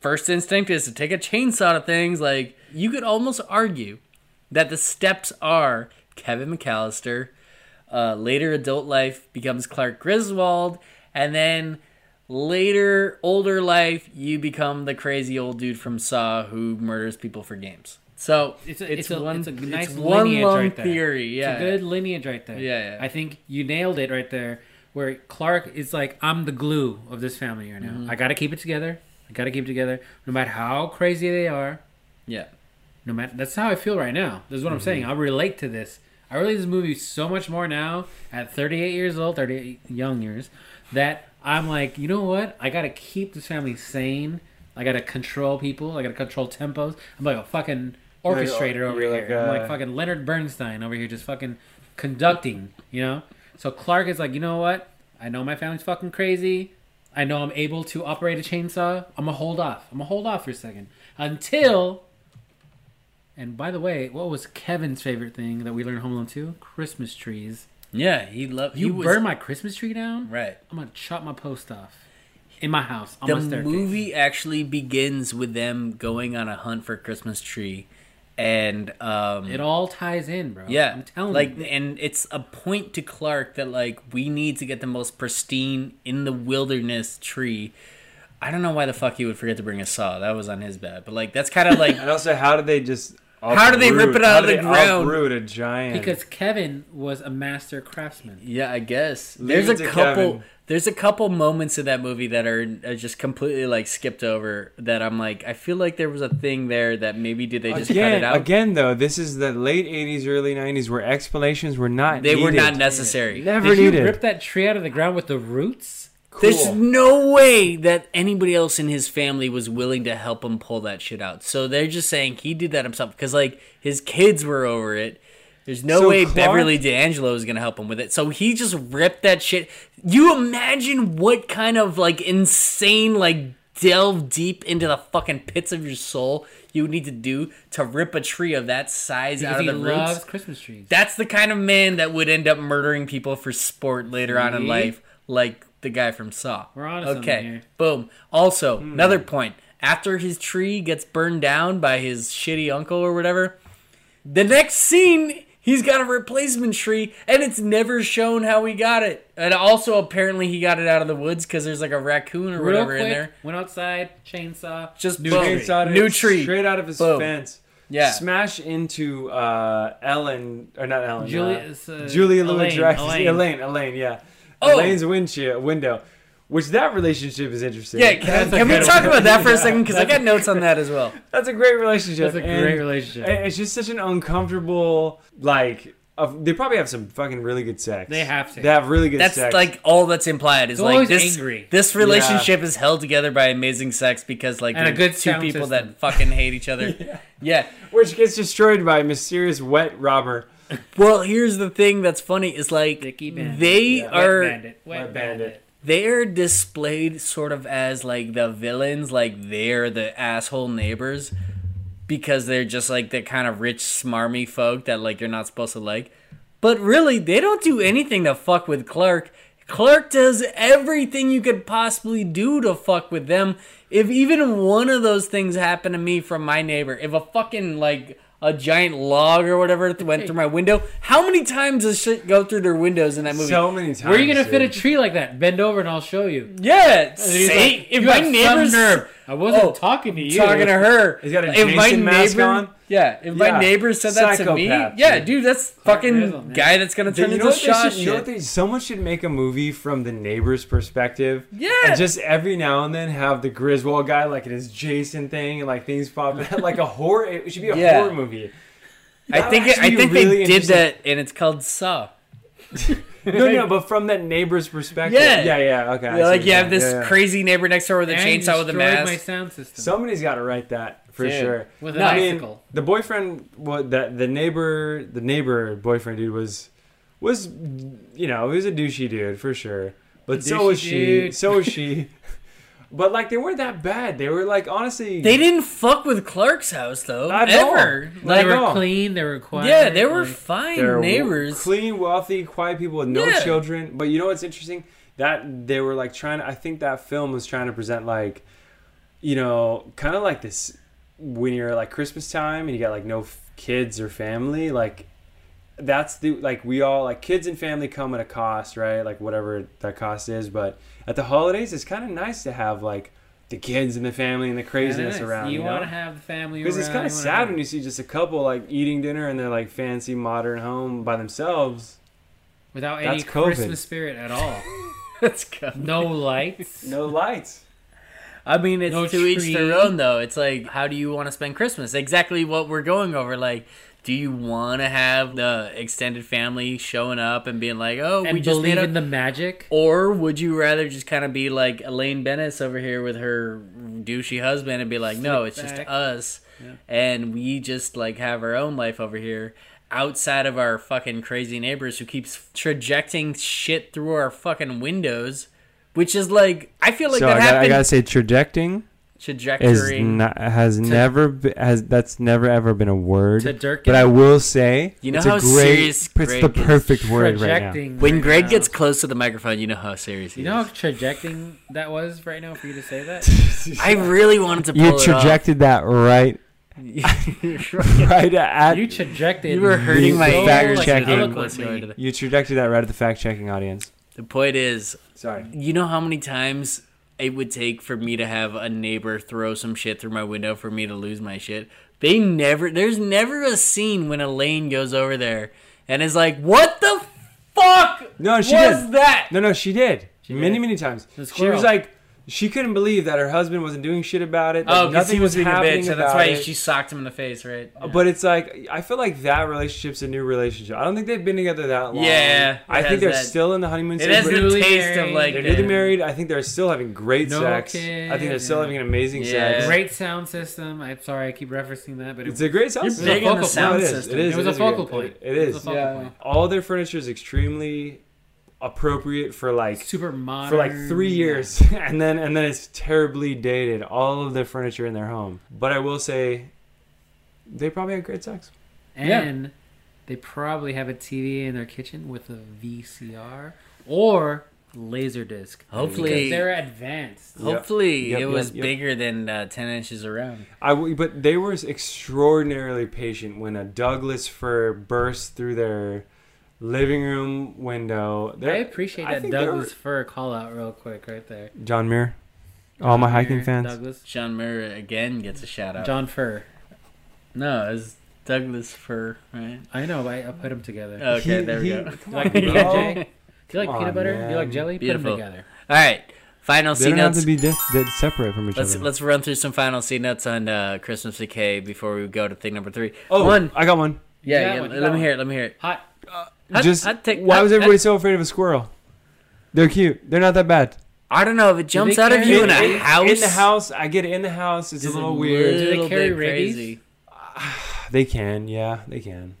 [SPEAKER 2] First instinct is to take a chainsaw to things. Like you could almost argue that the steps are Kevin McAllister, uh, later adult life becomes Clark Griswold, and then later older life you become the crazy old dude from Saw who murders people for games. So
[SPEAKER 4] It's a, it's, a, it's a nice
[SPEAKER 2] it's one
[SPEAKER 4] lineage
[SPEAKER 2] long
[SPEAKER 4] right there.
[SPEAKER 2] theory. Yeah,
[SPEAKER 4] It's a good lineage right there.
[SPEAKER 2] Yeah, yeah.
[SPEAKER 4] I think you nailed it right there. Where Clark is like, I'm the glue of this family right now.
[SPEAKER 2] Mm-hmm.
[SPEAKER 4] I got to keep it together. I got to keep it together, no matter how crazy they are.
[SPEAKER 2] yeah.
[SPEAKER 4] no matter that's how I feel right now. This is
[SPEAKER 3] Mm-hmm.
[SPEAKER 4] what I'm saying. I relate to this. I relate to this movie so much more now at 38 years old, 38 young years, that I'm like, you know what? I gotta keep this family sane. I gotta control people. I gotta control tempos. I'm like a fucking orchestrator over
[SPEAKER 3] you're
[SPEAKER 4] here.
[SPEAKER 3] like uh,
[SPEAKER 4] I'm
[SPEAKER 3] a-
[SPEAKER 4] like fucking Leonard Bernstein over here, just fucking conducting. You know. So Clark is like, you know what? I know my family's fucking crazy. I know I'm able to operate a chainsaw. I'm gonna hold off. I'm gonna hold off for a second until. And by the way, what was Kevin's favorite thing that we learned in Home Alone 2? Christmas trees.
[SPEAKER 2] Yeah, he loved.
[SPEAKER 4] You
[SPEAKER 2] he was,
[SPEAKER 4] burn my Christmas tree down?
[SPEAKER 2] right.
[SPEAKER 4] I'm gonna chop my post off in my house on
[SPEAKER 2] The
[SPEAKER 4] my staircase.
[SPEAKER 2] movie actually begins with them going on a hunt for a Christmas tree, and um,
[SPEAKER 4] It all ties in, bro.
[SPEAKER 2] yeah,
[SPEAKER 4] I'm telling
[SPEAKER 2] like,
[SPEAKER 4] you.
[SPEAKER 2] and it's a point to Clark that like we need to get the most pristine in the wilderness tree. I don't know why the fuck he would forget to bring a saw. That was on his bad, but like that's kind of like
[SPEAKER 3] And also, how did they just?
[SPEAKER 2] How did they rip it
[SPEAKER 3] uproot-
[SPEAKER 2] out
[SPEAKER 3] how
[SPEAKER 2] of
[SPEAKER 3] did
[SPEAKER 2] the
[SPEAKER 3] they
[SPEAKER 2] ground?
[SPEAKER 3] Uproot a giant.
[SPEAKER 4] because Kevin was a master craftsman.
[SPEAKER 2] Yeah, I guess
[SPEAKER 3] Leave
[SPEAKER 2] there's
[SPEAKER 3] it
[SPEAKER 2] a
[SPEAKER 3] to
[SPEAKER 2] couple.
[SPEAKER 3] Kevin.
[SPEAKER 2] There's a couple moments in that movie that are, are just completely like skipped over. That I'm like, I feel like there was a thing there that maybe did they just cut
[SPEAKER 3] again,
[SPEAKER 2] it out?
[SPEAKER 3] again, though, this is the late '80s, early '90s, where explanations were not.
[SPEAKER 2] they were not
[SPEAKER 3] needed.
[SPEAKER 2] necessary.
[SPEAKER 3] Never
[SPEAKER 4] Did you
[SPEAKER 3] needed.
[SPEAKER 4] rip that tree out of the ground with the roots?
[SPEAKER 2] There's no way that anybody else in his family was willing to help him pull that shit out. So they're just saying he did that himself because like his kids were over it. There's no
[SPEAKER 3] So
[SPEAKER 2] way
[SPEAKER 3] Clark-
[SPEAKER 2] Beverly D'Angelo is gonna help him with it. So he just ripped that shit. You imagine what kind of like insane like delve deep into the fucking pits of your soul you would need to do to rip a tree of that size
[SPEAKER 4] Because
[SPEAKER 2] out of
[SPEAKER 4] he
[SPEAKER 2] the
[SPEAKER 4] loves
[SPEAKER 2] roots.
[SPEAKER 4] Christmas trees.
[SPEAKER 2] That's the kind of man that would end up murdering people for sport later on in
[SPEAKER 4] See?
[SPEAKER 2] life, like the guy from Saw.
[SPEAKER 4] We're onto something here. Hmm.
[SPEAKER 2] boom. Also, another point. After his tree gets burned down by his shitty uncle or whatever, the next scene he's got a replacement tree, and it's never shown how he got it. And also, apparently, he got it out of the woods because there's like a raccoon or
[SPEAKER 4] Real
[SPEAKER 2] whatever
[SPEAKER 4] quick,
[SPEAKER 2] in there.
[SPEAKER 4] went outside, chainsaw,
[SPEAKER 2] Just
[SPEAKER 4] new
[SPEAKER 2] boom.
[SPEAKER 4] tree.
[SPEAKER 3] Straight out of
[SPEAKER 2] New
[SPEAKER 3] his-
[SPEAKER 2] tree.
[SPEAKER 3] straight out of his
[SPEAKER 2] Boom.
[SPEAKER 3] fence.
[SPEAKER 2] Yeah.
[SPEAKER 3] Smash into uh, Ellen or not Ellen.
[SPEAKER 4] Julie-
[SPEAKER 3] uh,
[SPEAKER 4] it's, uh,
[SPEAKER 3] Julia Louis
[SPEAKER 4] Elaine,
[SPEAKER 3] Dreyfus.
[SPEAKER 4] Elaine.
[SPEAKER 3] Elaine. Elaine. Yeah.
[SPEAKER 2] Oh!
[SPEAKER 3] Elaine's windshield window, which that relationship is interesting.
[SPEAKER 2] Yeah, can,
[SPEAKER 4] That's a
[SPEAKER 2] can we
[SPEAKER 4] good
[SPEAKER 2] talk
[SPEAKER 4] one.
[SPEAKER 2] about that for a second? Because I got notes on that as well.
[SPEAKER 3] that's a great relationship.
[SPEAKER 4] That's a
[SPEAKER 3] and-
[SPEAKER 4] great relationship.
[SPEAKER 3] and It's just such an uncomfortable like. Of, they probably have some fucking really good sex.
[SPEAKER 4] They have to.
[SPEAKER 3] They have really good
[SPEAKER 2] That's
[SPEAKER 3] sex.
[SPEAKER 2] like all that's implied is
[SPEAKER 4] They're
[SPEAKER 2] like
[SPEAKER 4] always
[SPEAKER 2] this.
[SPEAKER 4] angry.
[SPEAKER 2] This relationship is held together by amazing sex because like
[SPEAKER 4] And
[SPEAKER 2] they're
[SPEAKER 4] a good
[SPEAKER 2] two
[SPEAKER 4] sound
[SPEAKER 2] people
[SPEAKER 4] system.
[SPEAKER 2] that fucking hate each other. yeah.
[SPEAKER 3] which gets destroyed by a mysterious wet robber.
[SPEAKER 2] Well, here's the thing that's funny is like
[SPEAKER 4] Dicky Bandit.
[SPEAKER 2] they
[SPEAKER 4] Wet
[SPEAKER 2] are
[SPEAKER 4] bandit. Wet,
[SPEAKER 3] Wet
[SPEAKER 4] bandit.
[SPEAKER 3] bandit.
[SPEAKER 2] they are displayed sort of as like the villains, like they're the asshole neighbors because they're just like the kind of rich smarmy folk that like you're not supposed to like. But really, they don't do anything to fuck with Clark. Clark does everything you could possibly do to fuck with them. If even one of those things happened to me from my neighbor, if a fucking like a giant log or whatever went through my window, how many times does shit go through their windows in that movie?
[SPEAKER 3] So many times.
[SPEAKER 4] Where are you gonna fit a
[SPEAKER 3] dude.
[SPEAKER 4] tree like that? Bend over and I'll show you.
[SPEAKER 2] Yeah,
[SPEAKER 4] He's
[SPEAKER 2] see,
[SPEAKER 4] like,
[SPEAKER 2] if
[SPEAKER 4] "You
[SPEAKER 2] my
[SPEAKER 4] have some
[SPEAKER 2] neighbor's
[SPEAKER 4] nerve. I wasn't
[SPEAKER 2] Oh,
[SPEAKER 4] talking to you.
[SPEAKER 2] talking to her,
[SPEAKER 3] He's got a
[SPEAKER 2] if my
[SPEAKER 3] Jason mask
[SPEAKER 2] neighbor-
[SPEAKER 3] on.
[SPEAKER 2] Yeah, if
[SPEAKER 3] Yeah.
[SPEAKER 2] my neighbor said that to me,
[SPEAKER 3] Psychopath,
[SPEAKER 2] yeah,
[SPEAKER 3] dude.
[SPEAKER 2] dude, that's fucking
[SPEAKER 4] Rizzle, man.
[SPEAKER 2] guy that's gonna
[SPEAKER 3] Then
[SPEAKER 2] turn
[SPEAKER 3] you know
[SPEAKER 2] into
[SPEAKER 3] what they
[SPEAKER 2] shot
[SPEAKER 3] should- you know what
[SPEAKER 2] shit.
[SPEAKER 3] they- someone should make a movie from the neighbor's perspective.
[SPEAKER 2] Yeah.
[SPEAKER 3] And just every now and then have the Griswold guy, like it is Jason thing, and like things pop out. like a horror. It should be a
[SPEAKER 2] Yeah.
[SPEAKER 3] horror movie.
[SPEAKER 2] I think it, I
[SPEAKER 3] actually
[SPEAKER 2] think
[SPEAKER 3] really
[SPEAKER 2] they did
[SPEAKER 3] interesting.
[SPEAKER 2] that, and it's called Saw.
[SPEAKER 3] No, no, but from that neighbor's perspective.
[SPEAKER 2] Yeah.
[SPEAKER 3] Yeah, yeah, okay. I see
[SPEAKER 2] like
[SPEAKER 3] what
[SPEAKER 2] you have
[SPEAKER 3] mean.
[SPEAKER 2] this
[SPEAKER 3] Yeah, yeah.
[SPEAKER 2] crazy neighbor next door with a
[SPEAKER 4] And
[SPEAKER 2] chainsaw with a
[SPEAKER 4] destroyed
[SPEAKER 2] mask.
[SPEAKER 4] My sound system.
[SPEAKER 3] Somebody's got to write that for
[SPEAKER 2] Dude,
[SPEAKER 3] sure.
[SPEAKER 4] with an
[SPEAKER 3] I mean,
[SPEAKER 4] icicle.
[SPEAKER 3] the boyfriend, wa- that the neighbor, the neighbor boyfriend dude was, was, you know, he was a douchey dude for sure. But so
[SPEAKER 4] Douchey
[SPEAKER 3] was she.
[SPEAKER 4] dude.
[SPEAKER 3] So was she. but like they weren't that bad. They were like honestly.
[SPEAKER 2] They didn't fuck with Clark's house though,
[SPEAKER 3] Not at all.
[SPEAKER 2] ever.
[SPEAKER 3] Not
[SPEAKER 4] they
[SPEAKER 2] Like,
[SPEAKER 3] at
[SPEAKER 4] were
[SPEAKER 3] all.
[SPEAKER 4] clean. They were quiet.
[SPEAKER 2] yeah, they were
[SPEAKER 4] like-
[SPEAKER 2] fine
[SPEAKER 3] They're
[SPEAKER 2] neighbors.
[SPEAKER 3] Clean, wealthy, quiet people with no
[SPEAKER 2] Yeah.
[SPEAKER 3] children. But you know what's interesting? That they were like trying to, I think that film was trying to present like, you know, kind of like this when you're like Christmas time and you got like no f- kids or family, like that's the like we all like kids and family come at a cost, right? Like whatever that cost is, but at the holidays it's kind of nice to have like the kids and the family and the
[SPEAKER 4] Yeah, they're
[SPEAKER 3] craziness
[SPEAKER 4] nice.
[SPEAKER 3] around.
[SPEAKER 4] You,
[SPEAKER 3] You, know?
[SPEAKER 4] want to have the family
[SPEAKER 3] Because it's
[SPEAKER 4] around,
[SPEAKER 3] kind of
[SPEAKER 4] you wanna
[SPEAKER 3] sad
[SPEAKER 4] have-
[SPEAKER 3] when you see just a couple like eating dinner in their like fancy modern home by themselves.
[SPEAKER 4] without any
[SPEAKER 3] That's COVID.
[SPEAKER 4] Christmas spirit at all.
[SPEAKER 2] Let's go.
[SPEAKER 4] No lights.
[SPEAKER 3] No lights.
[SPEAKER 2] I mean, it's
[SPEAKER 4] No
[SPEAKER 2] to each
[SPEAKER 4] tree.
[SPEAKER 2] their own, though. It's like, how do you want to spend Christmas? Exactly what we're going over. Like, Do you want to have the extended family showing up and being like, "Oh,
[SPEAKER 4] and
[SPEAKER 2] we just made
[SPEAKER 4] believe
[SPEAKER 2] a
[SPEAKER 4] in the magic.
[SPEAKER 2] Or would you rather just kind of be like Elaine Bennis over here with her douchey husband and be like, no, it's just
[SPEAKER 4] back.
[SPEAKER 2] us, and we just like have our own life over here outside of our fucking crazy neighbors who keeps trajecting shit through our fucking windows, which is like I feel like
[SPEAKER 3] so
[SPEAKER 2] that
[SPEAKER 3] I gotta, I
[SPEAKER 2] happened.
[SPEAKER 3] gotta say, trajecting is
[SPEAKER 2] trajectory.
[SPEAKER 3] not, has never be, has that's never ever been a word.
[SPEAKER 4] To Durkin.
[SPEAKER 3] But I will say,
[SPEAKER 2] You know
[SPEAKER 3] it's a
[SPEAKER 2] how
[SPEAKER 3] great,
[SPEAKER 2] serious
[SPEAKER 3] It's
[SPEAKER 2] Greg
[SPEAKER 3] the
[SPEAKER 2] is.
[SPEAKER 3] perfect word right now.
[SPEAKER 4] projecting.
[SPEAKER 2] when Greg
[SPEAKER 4] now.
[SPEAKER 2] gets close to the microphone, you know how serious he
[SPEAKER 4] You know
[SPEAKER 2] is.
[SPEAKER 4] how trajecting that was right now for you to say that?
[SPEAKER 2] I really wanted to pull
[SPEAKER 3] You
[SPEAKER 2] it
[SPEAKER 3] trajected that right,
[SPEAKER 2] off.
[SPEAKER 3] right at
[SPEAKER 4] You trajected.
[SPEAKER 2] you were hurting
[SPEAKER 3] The
[SPEAKER 2] my
[SPEAKER 3] fact
[SPEAKER 2] ears.
[SPEAKER 3] checking.
[SPEAKER 2] Eloquently.
[SPEAKER 3] you trajected that right at the fact checking audience.
[SPEAKER 2] The point is,
[SPEAKER 3] Sorry.
[SPEAKER 2] You know how many times it would take for me to have a neighbor throw some shit through my window for me to lose my shit? They never, there's never a scene when Elaine goes over there and is like, what the fuck
[SPEAKER 3] No, she
[SPEAKER 2] was
[SPEAKER 3] did.
[SPEAKER 2] that?
[SPEAKER 3] No, no, she did many,
[SPEAKER 4] did.
[SPEAKER 3] many times. She
[SPEAKER 4] squirrel.
[SPEAKER 3] was like, she couldn't believe that her husband wasn't doing shit about it.
[SPEAKER 2] Oh,
[SPEAKER 3] that
[SPEAKER 2] because
[SPEAKER 3] nothing
[SPEAKER 2] he was being a
[SPEAKER 3] happening
[SPEAKER 2] bitch, and
[SPEAKER 3] about
[SPEAKER 2] that's why
[SPEAKER 3] it. Oh,
[SPEAKER 2] she socked him in the face, right?
[SPEAKER 3] But it's like I feel like that relationship's a new relationship. I don't think they've been together that long.
[SPEAKER 2] Yeah, it
[SPEAKER 3] I think
[SPEAKER 2] has
[SPEAKER 3] they're
[SPEAKER 2] that-
[SPEAKER 3] still in the honeymoon
[SPEAKER 2] It
[SPEAKER 3] stage.
[SPEAKER 2] has
[SPEAKER 3] but
[SPEAKER 2] the
[SPEAKER 4] Newly
[SPEAKER 2] taste of
[SPEAKER 4] married.
[SPEAKER 2] like
[SPEAKER 3] they're
[SPEAKER 2] the-
[SPEAKER 3] newly married. I think they're still having great
[SPEAKER 4] No
[SPEAKER 3] sex. I think they're
[SPEAKER 4] kids,
[SPEAKER 3] still
[SPEAKER 4] yeah.
[SPEAKER 3] having an amazing
[SPEAKER 2] Yeah.
[SPEAKER 3] sex.
[SPEAKER 4] Great sound system. I'm sorry, I keep referencing that, but
[SPEAKER 3] It's
[SPEAKER 4] it,
[SPEAKER 3] a great sound.
[SPEAKER 2] You're
[SPEAKER 3] system.
[SPEAKER 2] big on the
[SPEAKER 4] focal
[SPEAKER 3] No,
[SPEAKER 2] sound
[SPEAKER 3] it is.
[SPEAKER 2] system.
[SPEAKER 3] It is.
[SPEAKER 4] It was a
[SPEAKER 3] is
[SPEAKER 4] focal
[SPEAKER 3] good.
[SPEAKER 4] point.
[SPEAKER 3] It
[SPEAKER 4] It was
[SPEAKER 3] is.
[SPEAKER 4] a focal
[SPEAKER 3] Yeah.
[SPEAKER 4] point.
[SPEAKER 3] All their furniture is extremely appropriate for like
[SPEAKER 4] super modern.
[SPEAKER 3] for like three years, and then and then it's terribly dated. All of the furniture in their home. But I will say, they probably had great sex.
[SPEAKER 4] And they probably have a TV in their kitchen with a VCR or Laserdisc.
[SPEAKER 2] Hopefully-
[SPEAKER 4] Because they're advanced.
[SPEAKER 2] Hopefully,
[SPEAKER 3] Yep,
[SPEAKER 2] it
[SPEAKER 3] yep,
[SPEAKER 2] was
[SPEAKER 3] yep.
[SPEAKER 2] bigger than uh, 10 inches around.
[SPEAKER 3] I w- but they were extraordinarily patient when a Douglas fir burst through their living room window.
[SPEAKER 4] I
[SPEAKER 3] They're-
[SPEAKER 4] appreciate
[SPEAKER 3] I
[SPEAKER 4] that
[SPEAKER 3] think they
[SPEAKER 4] Douglas fur call out real quick right there.
[SPEAKER 3] were- John Muir, all my hiking
[SPEAKER 4] Here,
[SPEAKER 3] fans.
[SPEAKER 4] Douglas.
[SPEAKER 2] Sean Murray again gets a shout out.
[SPEAKER 4] John Fur.
[SPEAKER 2] No, it's Douglas Fur, right?
[SPEAKER 4] I know, I, I put them together.
[SPEAKER 2] Okay,
[SPEAKER 3] He-
[SPEAKER 2] there we
[SPEAKER 3] he-
[SPEAKER 2] go.
[SPEAKER 3] come
[SPEAKER 4] Like
[SPEAKER 3] on,
[SPEAKER 4] PJ?
[SPEAKER 3] bro.
[SPEAKER 4] Do you like
[SPEAKER 3] Come
[SPEAKER 4] peanut
[SPEAKER 3] on,
[SPEAKER 4] butter? Do you like
[SPEAKER 3] man.
[SPEAKER 4] jelly?
[SPEAKER 2] Beautiful.
[SPEAKER 4] Put them together.
[SPEAKER 2] All right, final
[SPEAKER 3] They
[SPEAKER 2] C
[SPEAKER 3] don't have
[SPEAKER 2] notes.
[SPEAKER 3] to be diff- that separate from each
[SPEAKER 2] Let's
[SPEAKER 3] other.
[SPEAKER 2] let's run through some final C notes on uh, Christmas Decay before we go to thing number three.
[SPEAKER 3] oh,
[SPEAKER 2] One.
[SPEAKER 3] I got one.
[SPEAKER 2] Yeah,
[SPEAKER 4] got
[SPEAKER 2] yeah,
[SPEAKER 4] one, you
[SPEAKER 2] let
[SPEAKER 4] got
[SPEAKER 2] me
[SPEAKER 4] one.
[SPEAKER 2] hear it. Let me hear it.
[SPEAKER 4] Hot.
[SPEAKER 2] Hot-
[SPEAKER 3] Just
[SPEAKER 2] hot take-
[SPEAKER 3] why
[SPEAKER 2] hot-
[SPEAKER 3] was everybody
[SPEAKER 2] hot-
[SPEAKER 3] so afraid of a squirrel? They're cute. They're not that bad.
[SPEAKER 2] I don't know if it jumps out of
[SPEAKER 4] care?
[SPEAKER 2] you in
[SPEAKER 3] It-
[SPEAKER 2] a
[SPEAKER 3] it-
[SPEAKER 2] house.
[SPEAKER 3] In the house, I get it in the house. It's
[SPEAKER 2] is
[SPEAKER 3] a little weird.
[SPEAKER 4] Do they
[SPEAKER 2] little
[SPEAKER 4] carry
[SPEAKER 2] bit
[SPEAKER 4] rabies?
[SPEAKER 2] crazy.
[SPEAKER 3] They can, yeah, they can.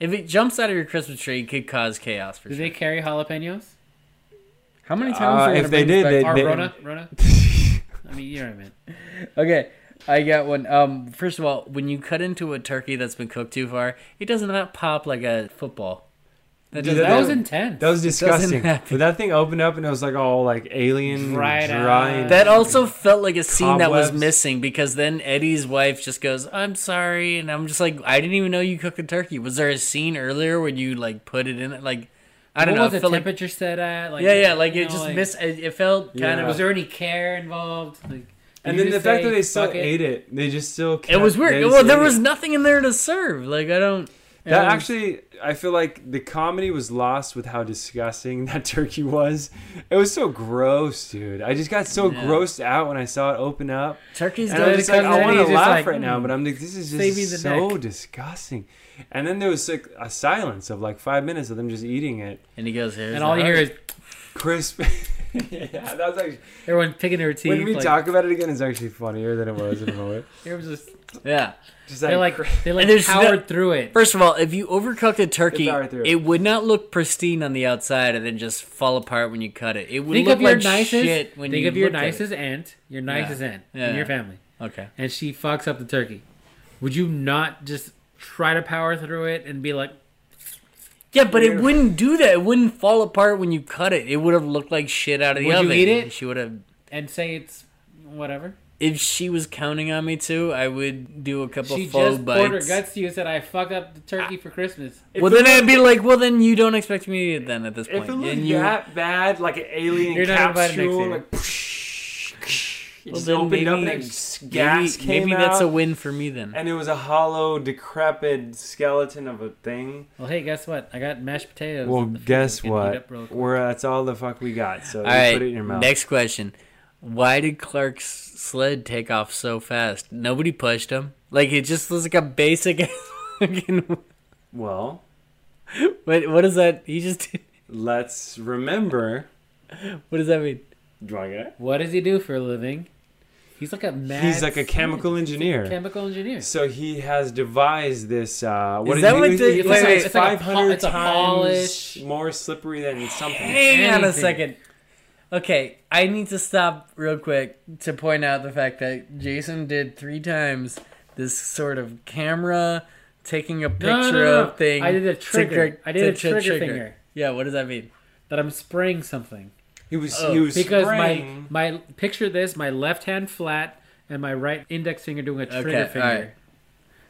[SPEAKER 2] If it jumps out of your Christmas tree, it could cause chaos for
[SPEAKER 4] Do
[SPEAKER 2] sure.
[SPEAKER 4] they carry jalapenos?
[SPEAKER 2] How many
[SPEAKER 3] Uh, if they did, they,
[SPEAKER 4] Or
[SPEAKER 3] they
[SPEAKER 4] Rona? Rona? I mean, you know what I mean.
[SPEAKER 2] Okay, I got one. Um, first of all, when you cut into a turkey that's been cooked too far, it does not pop like a football. That
[SPEAKER 3] Dude,
[SPEAKER 2] does
[SPEAKER 4] That
[SPEAKER 2] not-
[SPEAKER 4] was intense.
[SPEAKER 3] That was disgusting.
[SPEAKER 2] happen.
[SPEAKER 3] But that thing opened up and it was like all like alien
[SPEAKER 4] Dried
[SPEAKER 3] dry.
[SPEAKER 4] out.
[SPEAKER 3] and-
[SPEAKER 2] That also felt like a scene that was
[SPEAKER 3] Cobwebs.
[SPEAKER 2] missing because then Eddie's wife just goes, "I'm sorry," and I'm just like, "I didn't even know you cooked a turkey." Was there a scene earlier where you like put it in it? Like, I don't
[SPEAKER 4] what
[SPEAKER 2] know. it
[SPEAKER 4] was the
[SPEAKER 2] felt like,
[SPEAKER 4] temperature set at? Like,
[SPEAKER 2] yeah, yeah, like
[SPEAKER 4] you
[SPEAKER 2] it
[SPEAKER 4] know,
[SPEAKER 2] just
[SPEAKER 4] like,
[SPEAKER 2] missed. It, it felt kind
[SPEAKER 3] Yeah.
[SPEAKER 2] of.
[SPEAKER 4] Was there any care involved? Like,
[SPEAKER 3] and
[SPEAKER 4] did
[SPEAKER 3] then
[SPEAKER 4] you
[SPEAKER 3] the fact
[SPEAKER 4] say,
[SPEAKER 3] that they still
[SPEAKER 4] "Fuck
[SPEAKER 3] ate it, they just still.
[SPEAKER 2] It
[SPEAKER 3] kept-
[SPEAKER 2] was
[SPEAKER 3] they
[SPEAKER 2] weird.
[SPEAKER 3] just
[SPEAKER 2] Well, there
[SPEAKER 3] ate
[SPEAKER 2] was
[SPEAKER 3] it.
[SPEAKER 2] nothing in there to serve. Like, I don't.
[SPEAKER 3] that
[SPEAKER 2] it was-
[SPEAKER 3] actually. I feel like the comedy was lost with how disgusting that turkey was. It was so gross, dude. I just got so grossed out when I saw it open up.
[SPEAKER 2] Turkeys
[SPEAKER 3] And I'm
[SPEAKER 2] don't
[SPEAKER 3] just like,
[SPEAKER 2] come
[SPEAKER 3] I
[SPEAKER 4] in
[SPEAKER 3] want
[SPEAKER 4] and
[SPEAKER 3] to
[SPEAKER 4] he's
[SPEAKER 3] laugh
[SPEAKER 4] just like,
[SPEAKER 3] right now, but I'm like, this is
[SPEAKER 4] save me the
[SPEAKER 3] just so
[SPEAKER 4] neck.
[SPEAKER 3] disgusting. And then there was like a silence of like five minutes of them just eating it.
[SPEAKER 2] And he goes, "Here's
[SPEAKER 4] And all you hear is
[SPEAKER 3] Crisp. yeah, that was actually.
[SPEAKER 4] everyone picking their teeth.
[SPEAKER 3] When we
[SPEAKER 4] like,
[SPEAKER 3] talk about it again, it's actually funnier than it was in a moment.
[SPEAKER 4] it was just,
[SPEAKER 2] yeah."
[SPEAKER 3] Just
[SPEAKER 4] they like they like
[SPEAKER 2] there's
[SPEAKER 4] powered
[SPEAKER 2] no-
[SPEAKER 4] through it.
[SPEAKER 2] First of all, if you overcooked a turkey,
[SPEAKER 3] power through.
[SPEAKER 2] it would not look pristine on the outside and then just fall apart when you cut it. It would
[SPEAKER 4] Think
[SPEAKER 2] look
[SPEAKER 4] of your
[SPEAKER 2] like
[SPEAKER 4] nicest.
[SPEAKER 2] shit when
[SPEAKER 4] think
[SPEAKER 2] you
[SPEAKER 4] of your
[SPEAKER 2] looked at it.
[SPEAKER 4] nicest aunt, your nicest aunt
[SPEAKER 2] Yeah.
[SPEAKER 4] in your family,
[SPEAKER 2] Okay.
[SPEAKER 4] and she fucks up the turkey. Would you not just try to power through it and be like,
[SPEAKER 2] Yeah, but it wouldn't do that. It wouldn't fall apart when you cut it. It would have looked like shit out of the
[SPEAKER 4] Would you
[SPEAKER 2] oven.
[SPEAKER 4] eat it?
[SPEAKER 2] She would have.
[SPEAKER 4] and say it's whatever?
[SPEAKER 2] If she was counting on me to, I would do a couple
[SPEAKER 4] She
[SPEAKER 2] faux
[SPEAKER 4] just poured her
[SPEAKER 2] bites.
[SPEAKER 4] guts to you and said, "I fuck up the
[SPEAKER 3] Ah.
[SPEAKER 4] turkey for Christmas."
[SPEAKER 2] Well, then I'd be like, well, then you don't expect me to eat it then at this
[SPEAKER 3] If
[SPEAKER 2] point.
[SPEAKER 3] it
[SPEAKER 2] And
[SPEAKER 3] looked
[SPEAKER 2] you-
[SPEAKER 3] that bad, like an alien
[SPEAKER 4] You're not invited next
[SPEAKER 3] capsule,
[SPEAKER 4] year.
[SPEAKER 3] like it
[SPEAKER 2] well,
[SPEAKER 3] just
[SPEAKER 2] then
[SPEAKER 3] opened up and
[SPEAKER 2] maybe-
[SPEAKER 3] gas
[SPEAKER 2] maybe,
[SPEAKER 3] came
[SPEAKER 2] maybe that's
[SPEAKER 3] out,
[SPEAKER 2] a win for me then.
[SPEAKER 3] and it was a hollow, decrepit skeleton of a thing.
[SPEAKER 4] Well, hey, guess what? I got mashed potatoes.
[SPEAKER 3] Well,
[SPEAKER 4] in the freezer.
[SPEAKER 3] guess
[SPEAKER 4] Can heat
[SPEAKER 3] what?
[SPEAKER 4] up real quick.
[SPEAKER 3] We're that's all the fuck we got. So you
[SPEAKER 2] All right.
[SPEAKER 3] put it in your mouth.
[SPEAKER 2] Next question. Why did Clark's sled take off so fast? Nobody pushed him. Like it just was like a basic Fucking-
[SPEAKER 3] Well,
[SPEAKER 2] Wait, what is that? He just. did-
[SPEAKER 3] let's remember.
[SPEAKER 2] What does that mean?
[SPEAKER 3] Do I get it?
[SPEAKER 4] What does he do for a living? He's like a mad.
[SPEAKER 3] He's like a chemical engineer.
[SPEAKER 4] chemical engineer.
[SPEAKER 3] So he has devised this. Uh, what
[SPEAKER 2] Is
[SPEAKER 3] did
[SPEAKER 2] that
[SPEAKER 3] he-
[SPEAKER 2] what
[SPEAKER 3] he-
[SPEAKER 2] the- wait,
[SPEAKER 3] it's like
[SPEAKER 2] wait,
[SPEAKER 4] it's like a
[SPEAKER 3] 500
[SPEAKER 4] po- it's a polish.
[SPEAKER 3] times more slippery than something.
[SPEAKER 2] Hang on a
[SPEAKER 4] Anything.
[SPEAKER 2] second. Okay, I need to stop real quick to point out the fact that Jason did three times this sort of camera taking a picture
[SPEAKER 4] No, no, no, no.
[SPEAKER 2] of thing.
[SPEAKER 4] I did a
[SPEAKER 2] to
[SPEAKER 4] trigger.
[SPEAKER 2] cr-
[SPEAKER 4] I did
[SPEAKER 2] to
[SPEAKER 4] a
[SPEAKER 2] tr-
[SPEAKER 4] trigger finger.
[SPEAKER 2] Yeah, what does that mean?
[SPEAKER 4] That I'm spraying something
[SPEAKER 3] He was he was
[SPEAKER 4] Oh, because
[SPEAKER 3] spraying.
[SPEAKER 4] my my picture this my left hand flat and my right index finger doing a trigger
[SPEAKER 2] Okay, all
[SPEAKER 4] finger.
[SPEAKER 2] right.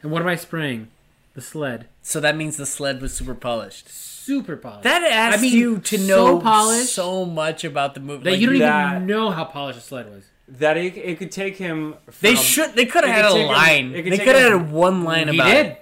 [SPEAKER 4] And what am I spraying? The sled.
[SPEAKER 2] So that means the sled was super polished.
[SPEAKER 4] Super polished.
[SPEAKER 2] That asks
[SPEAKER 4] I mean,
[SPEAKER 2] you to
[SPEAKER 4] so
[SPEAKER 2] know
[SPEAKER 4] polished
[SPEAKER 2] so much about the movie.
[SPEAKER 4] that
[SPEAKER 2] Like,
[SPEAKER 4] you don't
[SPEAKER 3] that-
[SPEAKER 4] even know how polished a sled was.
[SPEAKER 3] that it, it could take him. From,
[SPEAKER 2] They should. They could
[SPEAKER 3] um, it
[SPEAKER 2] have had
[SPEAKER 3] could
[SPEAKER 2] a
[SPEAKER 3] take a-
[SPEAKER 2] line.
[SPEAKER 3] it could
[SPEAKER 2] they
[SPEAKER 3] take
[SPEAKER 2] could
[SPEAKER 3] a-
[SPEAKER 2] have had one line
[SPEAKER 4] he
[SPEAKER 2] about.
[SPEAKER 4] did.
[SPEAKER 2] It.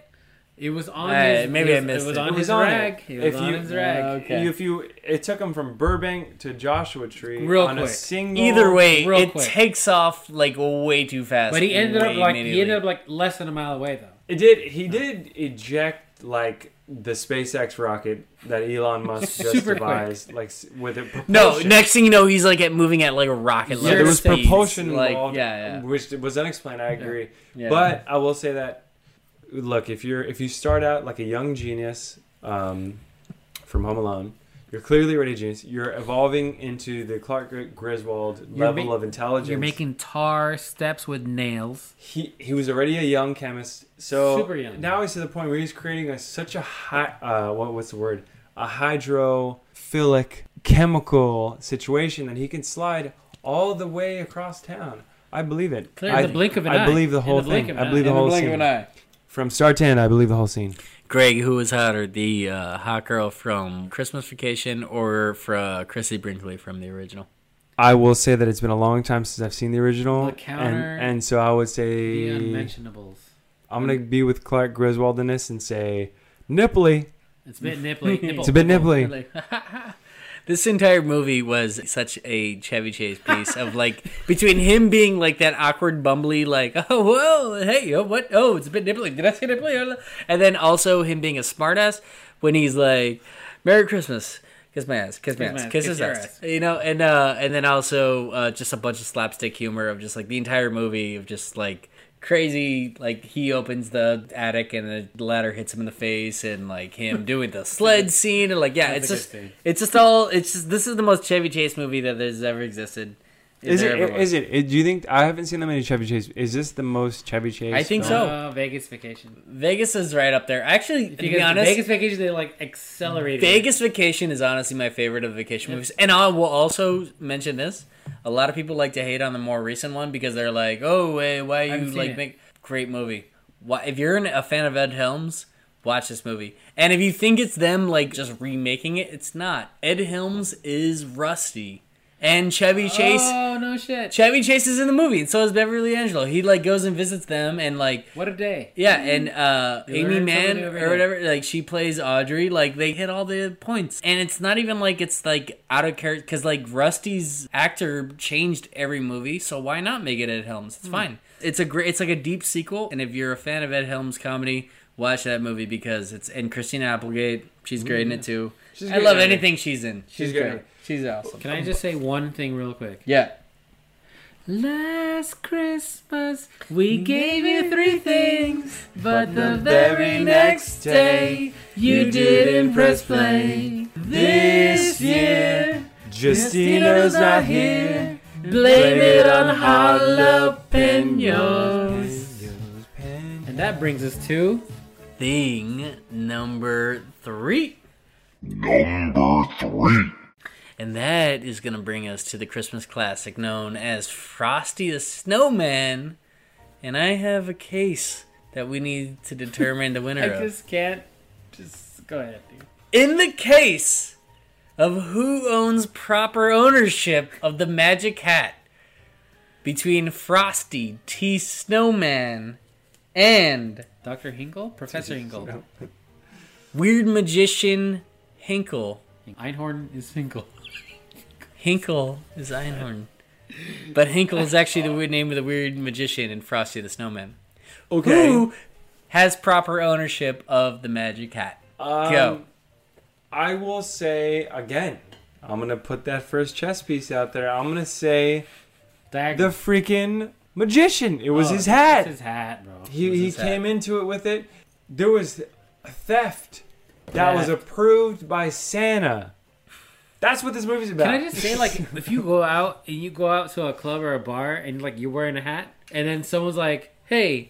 [SPEAKER 4] It was on
[SPEAKER 2] All right,
[SPEAKER 4] his.
[SPEAKER 2] maybe
[SPEAKER 4] it
[SPEAKER 2] I
[SPEAKER 4] was,
[SPEAKER 2] missed
[SPEAKER 4] it. Was
[SPEAKER 2] it.
[SPEAKER 4] on
[SPEAKER 3] It was
[SPEAKER 4] his
[SPEAKER 3] on it.
[SPEAKER 4] rag. It was
[SPEAKER 3] If
[SPEAKER 4] on
[SPEAKER 3] you- Oh,
[SPEAKER 4] his rag.
[SPEAKER 2] Okay.
[SPEAKER 3] You- If you, it took him from Burbank to Joshua Tree
[SPEAKER 4] Real
[SPEAKER 3] on a
[SPEAKER 4] quick.
[SPEAKER 3] single.
[SPEAKER 2] Either way,
[SPEAKER 4] Real
[SPEAKER 2] it
[SPEAKER 4] quick.
[SPEAKER 2] takes off like way too fast.
[SPEAKER 4] But he ended up
[SPEAKER 2] way
[SPEAKER 4] like he ended
[SPEAKER 2] immediately.
[SPEAKER 4] up like less than a mile away though.
[SPEAKER 3] It did. He did eject like the SpaceX rocket that Elon Musk just
[SPEAKER 4] Super
[SPEAKER 3] devised, like s- with a propulsion.
[SPEAKER 2] No, next thing you know, he's like at moving at like a rocket level.
[SPEAKER 3] Yeah, there was
[SPEAKER 2] speeds.
[SPEAKER 3] propulsion
[SPEAKER 2] like
[SPEAKER 3] involved,
[SPEAKER 2] yeah, yeah.
[SPEAKER 3] which was unexplained. I agree,
[SPEAKER 2] Yeah.
[SPEAKER 3] but I will say that look, if you're if you start out like a young genius um, from Home Alone, you're clearly already a genius. You're evolving into the Clark Gr- Griswold
[SPEAKER 4] You're
[SPEAKER 3] level
[SPEAKER 4] ma-
[SPEAKER 3] of intelligence.
[SPEAKER 4] You're making tar steps with nails.
[SPEAKER 3] he he was already a young chemist, so
[SPEAKER 4] Super young.
[SPEAKER 3] now he's to the point where he's creating a such a high uh, what what's the word a hydrophilic chemical situation that he can slide all the way across town. I believe it.
[SPEAKER 4] Clear in
[SPEAKER 3] I,
[SPEAKER 4] the blink of an
[SPEAKER 3] I
[SPEAKER 4] eye.
[SPEAKER 3] believe the
[SPEAKER 4] In
[SPEAKER 3] whole
[SPEAKER 4] the blink
[SPEAKER 3] thing.
[SPEAKER 4] of
[SPEAKER 3] I
[SPEAKER 4] an
[SPEAKER 3] believe the
[SPEAKER 4] eye. In the
[SPEAKER 3] whole
[SPEAKER 2] blink
[SPEAKER 3] scene.
[SPEAKER 2] of an eye.
[SPEAKER 3] From start to end, I believe the whole scene.
[SPEAKER 2] Greg, who was hotter, the uh, hot girl from Christmas Vacation or for uh, Chrissy Brinkley from the original?
[SPEAKER 3] I will say that it's been a long time since I've seen the original,
[SPEAKER 4] The counter-
[SPEAKER 3] and, and so I would
[SPEAKER 4] The
[SPEAKER 3] say
[SPEAKER 4] unmentionables.
[SPEAKER 3] I'm gonna be with Clark Griswold in this and say nipply.
[SPEAKER 4] It's a bit nipply. Nipple.
[SPEAKER 3] It's a bit nipply.
[SPEAKER 2] This entire movie was such a Chevy Chase piece of like between him being like that awkward, bumbly, like oh whoa, hey oh, what oh it's a bit nibbling. Did I say nibbling? And then also him being a smartass when he's like, "Merry Christmas." Kiss my ass, kiss my
[SPEAKER 4] Kiss my
[SPEAKER 2] ass, kiss
[SPEAKER 4] ass, kiss
[SPEAKER 2] his
[SPEAKER 4] your
[SPEAKER 2] ass.
[SPEAKER 4] ass.
[SPEAKER 2] You know, and uh, and then also uh, just a bunch of slapstick humor of just like the entire movie of just like crazy. Like he opens the attic and the ladder hits him in the face, and like him doing the sled scene, and like yeah, it's
[SPEAKER 4] That's a good
[SPEAKER 2] just
[SPEAKER 4] scene.
[SPEAKER 2] it's just all. It's just this is the most Chevy Chase movie that has ever existed.
[SPEAKER 3] Is
[SPEAKER 2] there
[SPEAKER 3] it?
[SPEAKER 2] ever was.
[SPEAKER 3] Is it? it- Do you think I haven't seen that many Chevy Chase? Is this the most Chevy Chase?
[SPEAKER 2] I think
[SPEAKER 3] film?
[SPEAKER 2] so.
[SPEAKER 4] Uh, Vegas vacation.
[SPEAKER 2] Vegas is right up there. Actually, to
[SPEAKER 4] Because
[SPEAKER 2] be honest,
[SPEAKER 4] Vegas vacation, they like accelerated. it.
[SPEAKER 2] Vegas Vacation is honestly my favorite of the vacation movies. And I will also mention this. A lot of people like to hate on the more recent one because they're like, "Oh, wait, why you
[SPEAKER 4] haven't seen
[SPEAKER 2] like
[SPEAKER 4] it.
[SPEAKER 2] make great movie? Why if you're an, a fan of Ed Helms, watch this movie. And if you think it's them like just remaking it, it's not. Ed Helms is Rusty, and Chevy Chase.
[SPEAKER 4] Oh no shit!
[SPEAKER 2] Chevy Chase is in the movie, and so is Beverly Angelo. He like goes and visits them, and like
[SPEAKER 4] What a day!
[SPEAKER 2] yeah, and uh,
[SPEAKER 4] You
[SPEAKER 2] Amy
[SPEAKER 4] learn something
[SPEAKER 2] Mann
[SPEAKER 4] new every
[SPEAKER 2] or
[SPEAKER 4] day.
[SPEAKER 2] whatever, like she plays Audrey. Like they hit all the points, and it's not even like it's like out of character because like Rusty's actor changed every movie, so why not make it Ed Helms? It's fine. It's a great. It's like a deep sequel, and if you're a fan of Ed Helms comedy, watch that movie because it's and Christina Applegate. She's great in it too. I
[SPEAKER 3] great
[SPEAKER 2] love
[SPEAKER 3] in it.
[SPEAKER 2] anything she's in. She's,
[SPEAKER 3] great in
[SPEAKER 2] great.
[SPEAKER 3] it.
[SPEAKER 2] She's awesome.
[SPEAKER 4] Can I just say one thing real quick?
[SPEAKER 2] Yeah.
[SPEAKER 4] Last Christmas we gave you three things, but the
[SPEAKER 3] very next day,
[SPEAKER 4] you
[SPEAKER 3] didn't press play. This year, Justina's not here.
[SPEAKER 4] blame
[SPEAKER 3] it on Jalapenos,
[SPEAKER 4] And that brings us to
[SPEAKER 2] Thing number three.
[SPEAKER 5] Number three.
[SPEAKER 2] And that is going to bring us to the Christmas classic known as Frosty the Snowman. And I have a case that we need to determine the winner
[SPEAKER 4] I
[SPEAKER 2] of.
[SPEAKER 4] just can't. Just go ahead, dude.
[SPEAKER 2] In the case of who owns proper ownership of the magic hat between Frosty T Snowman and
[SPEAKER 4] Doctor Hinkle, Professor Hinkle,
[SPEAKER 2] Weird Magician Hinkle.
[SPEAKER 4] Einhorn is Hinkle.
[SPEAKER 2] Hinkle is Einhorn. But Hinkle is actually the weird name of the weird magician in Frosty the Snowman.
[SPEAKER 3] Okay.
[SPEAKER 2] Who has proper ownership of the magic hat?
[SPEAKER 3] Um,
[SPEAKER 2] Go.
[SPEAKER 3] I will say again. I'm gonna put that first chess piece out there. I'm gonna say
[SPEAKER 4] Dag-
[SPEAKER 3] the freaking magician. It was
[SPEAKER 4] Oh,
[SPEAKER 3] his
[SPEAKER 4] it's
[SPEAKER 3] hat.
[SPEAKER 4] His hat, bro.
[SPEAKER 3] He,
[SPEAKER 2] was
[SPEAKER 3] he
[SPEAKER 2] his hat.
[SPEAKER 3] came into it with it. There was theft that was
[SPEAKER 4] Theft.
[SPEAKER 3] approved by Santa. That's what this movie's about.
[SPEAKER 4] Can I just say, like, if you go out and you go out to a club or a bar and like you're wearing a hat, and then someone's like, "Hey,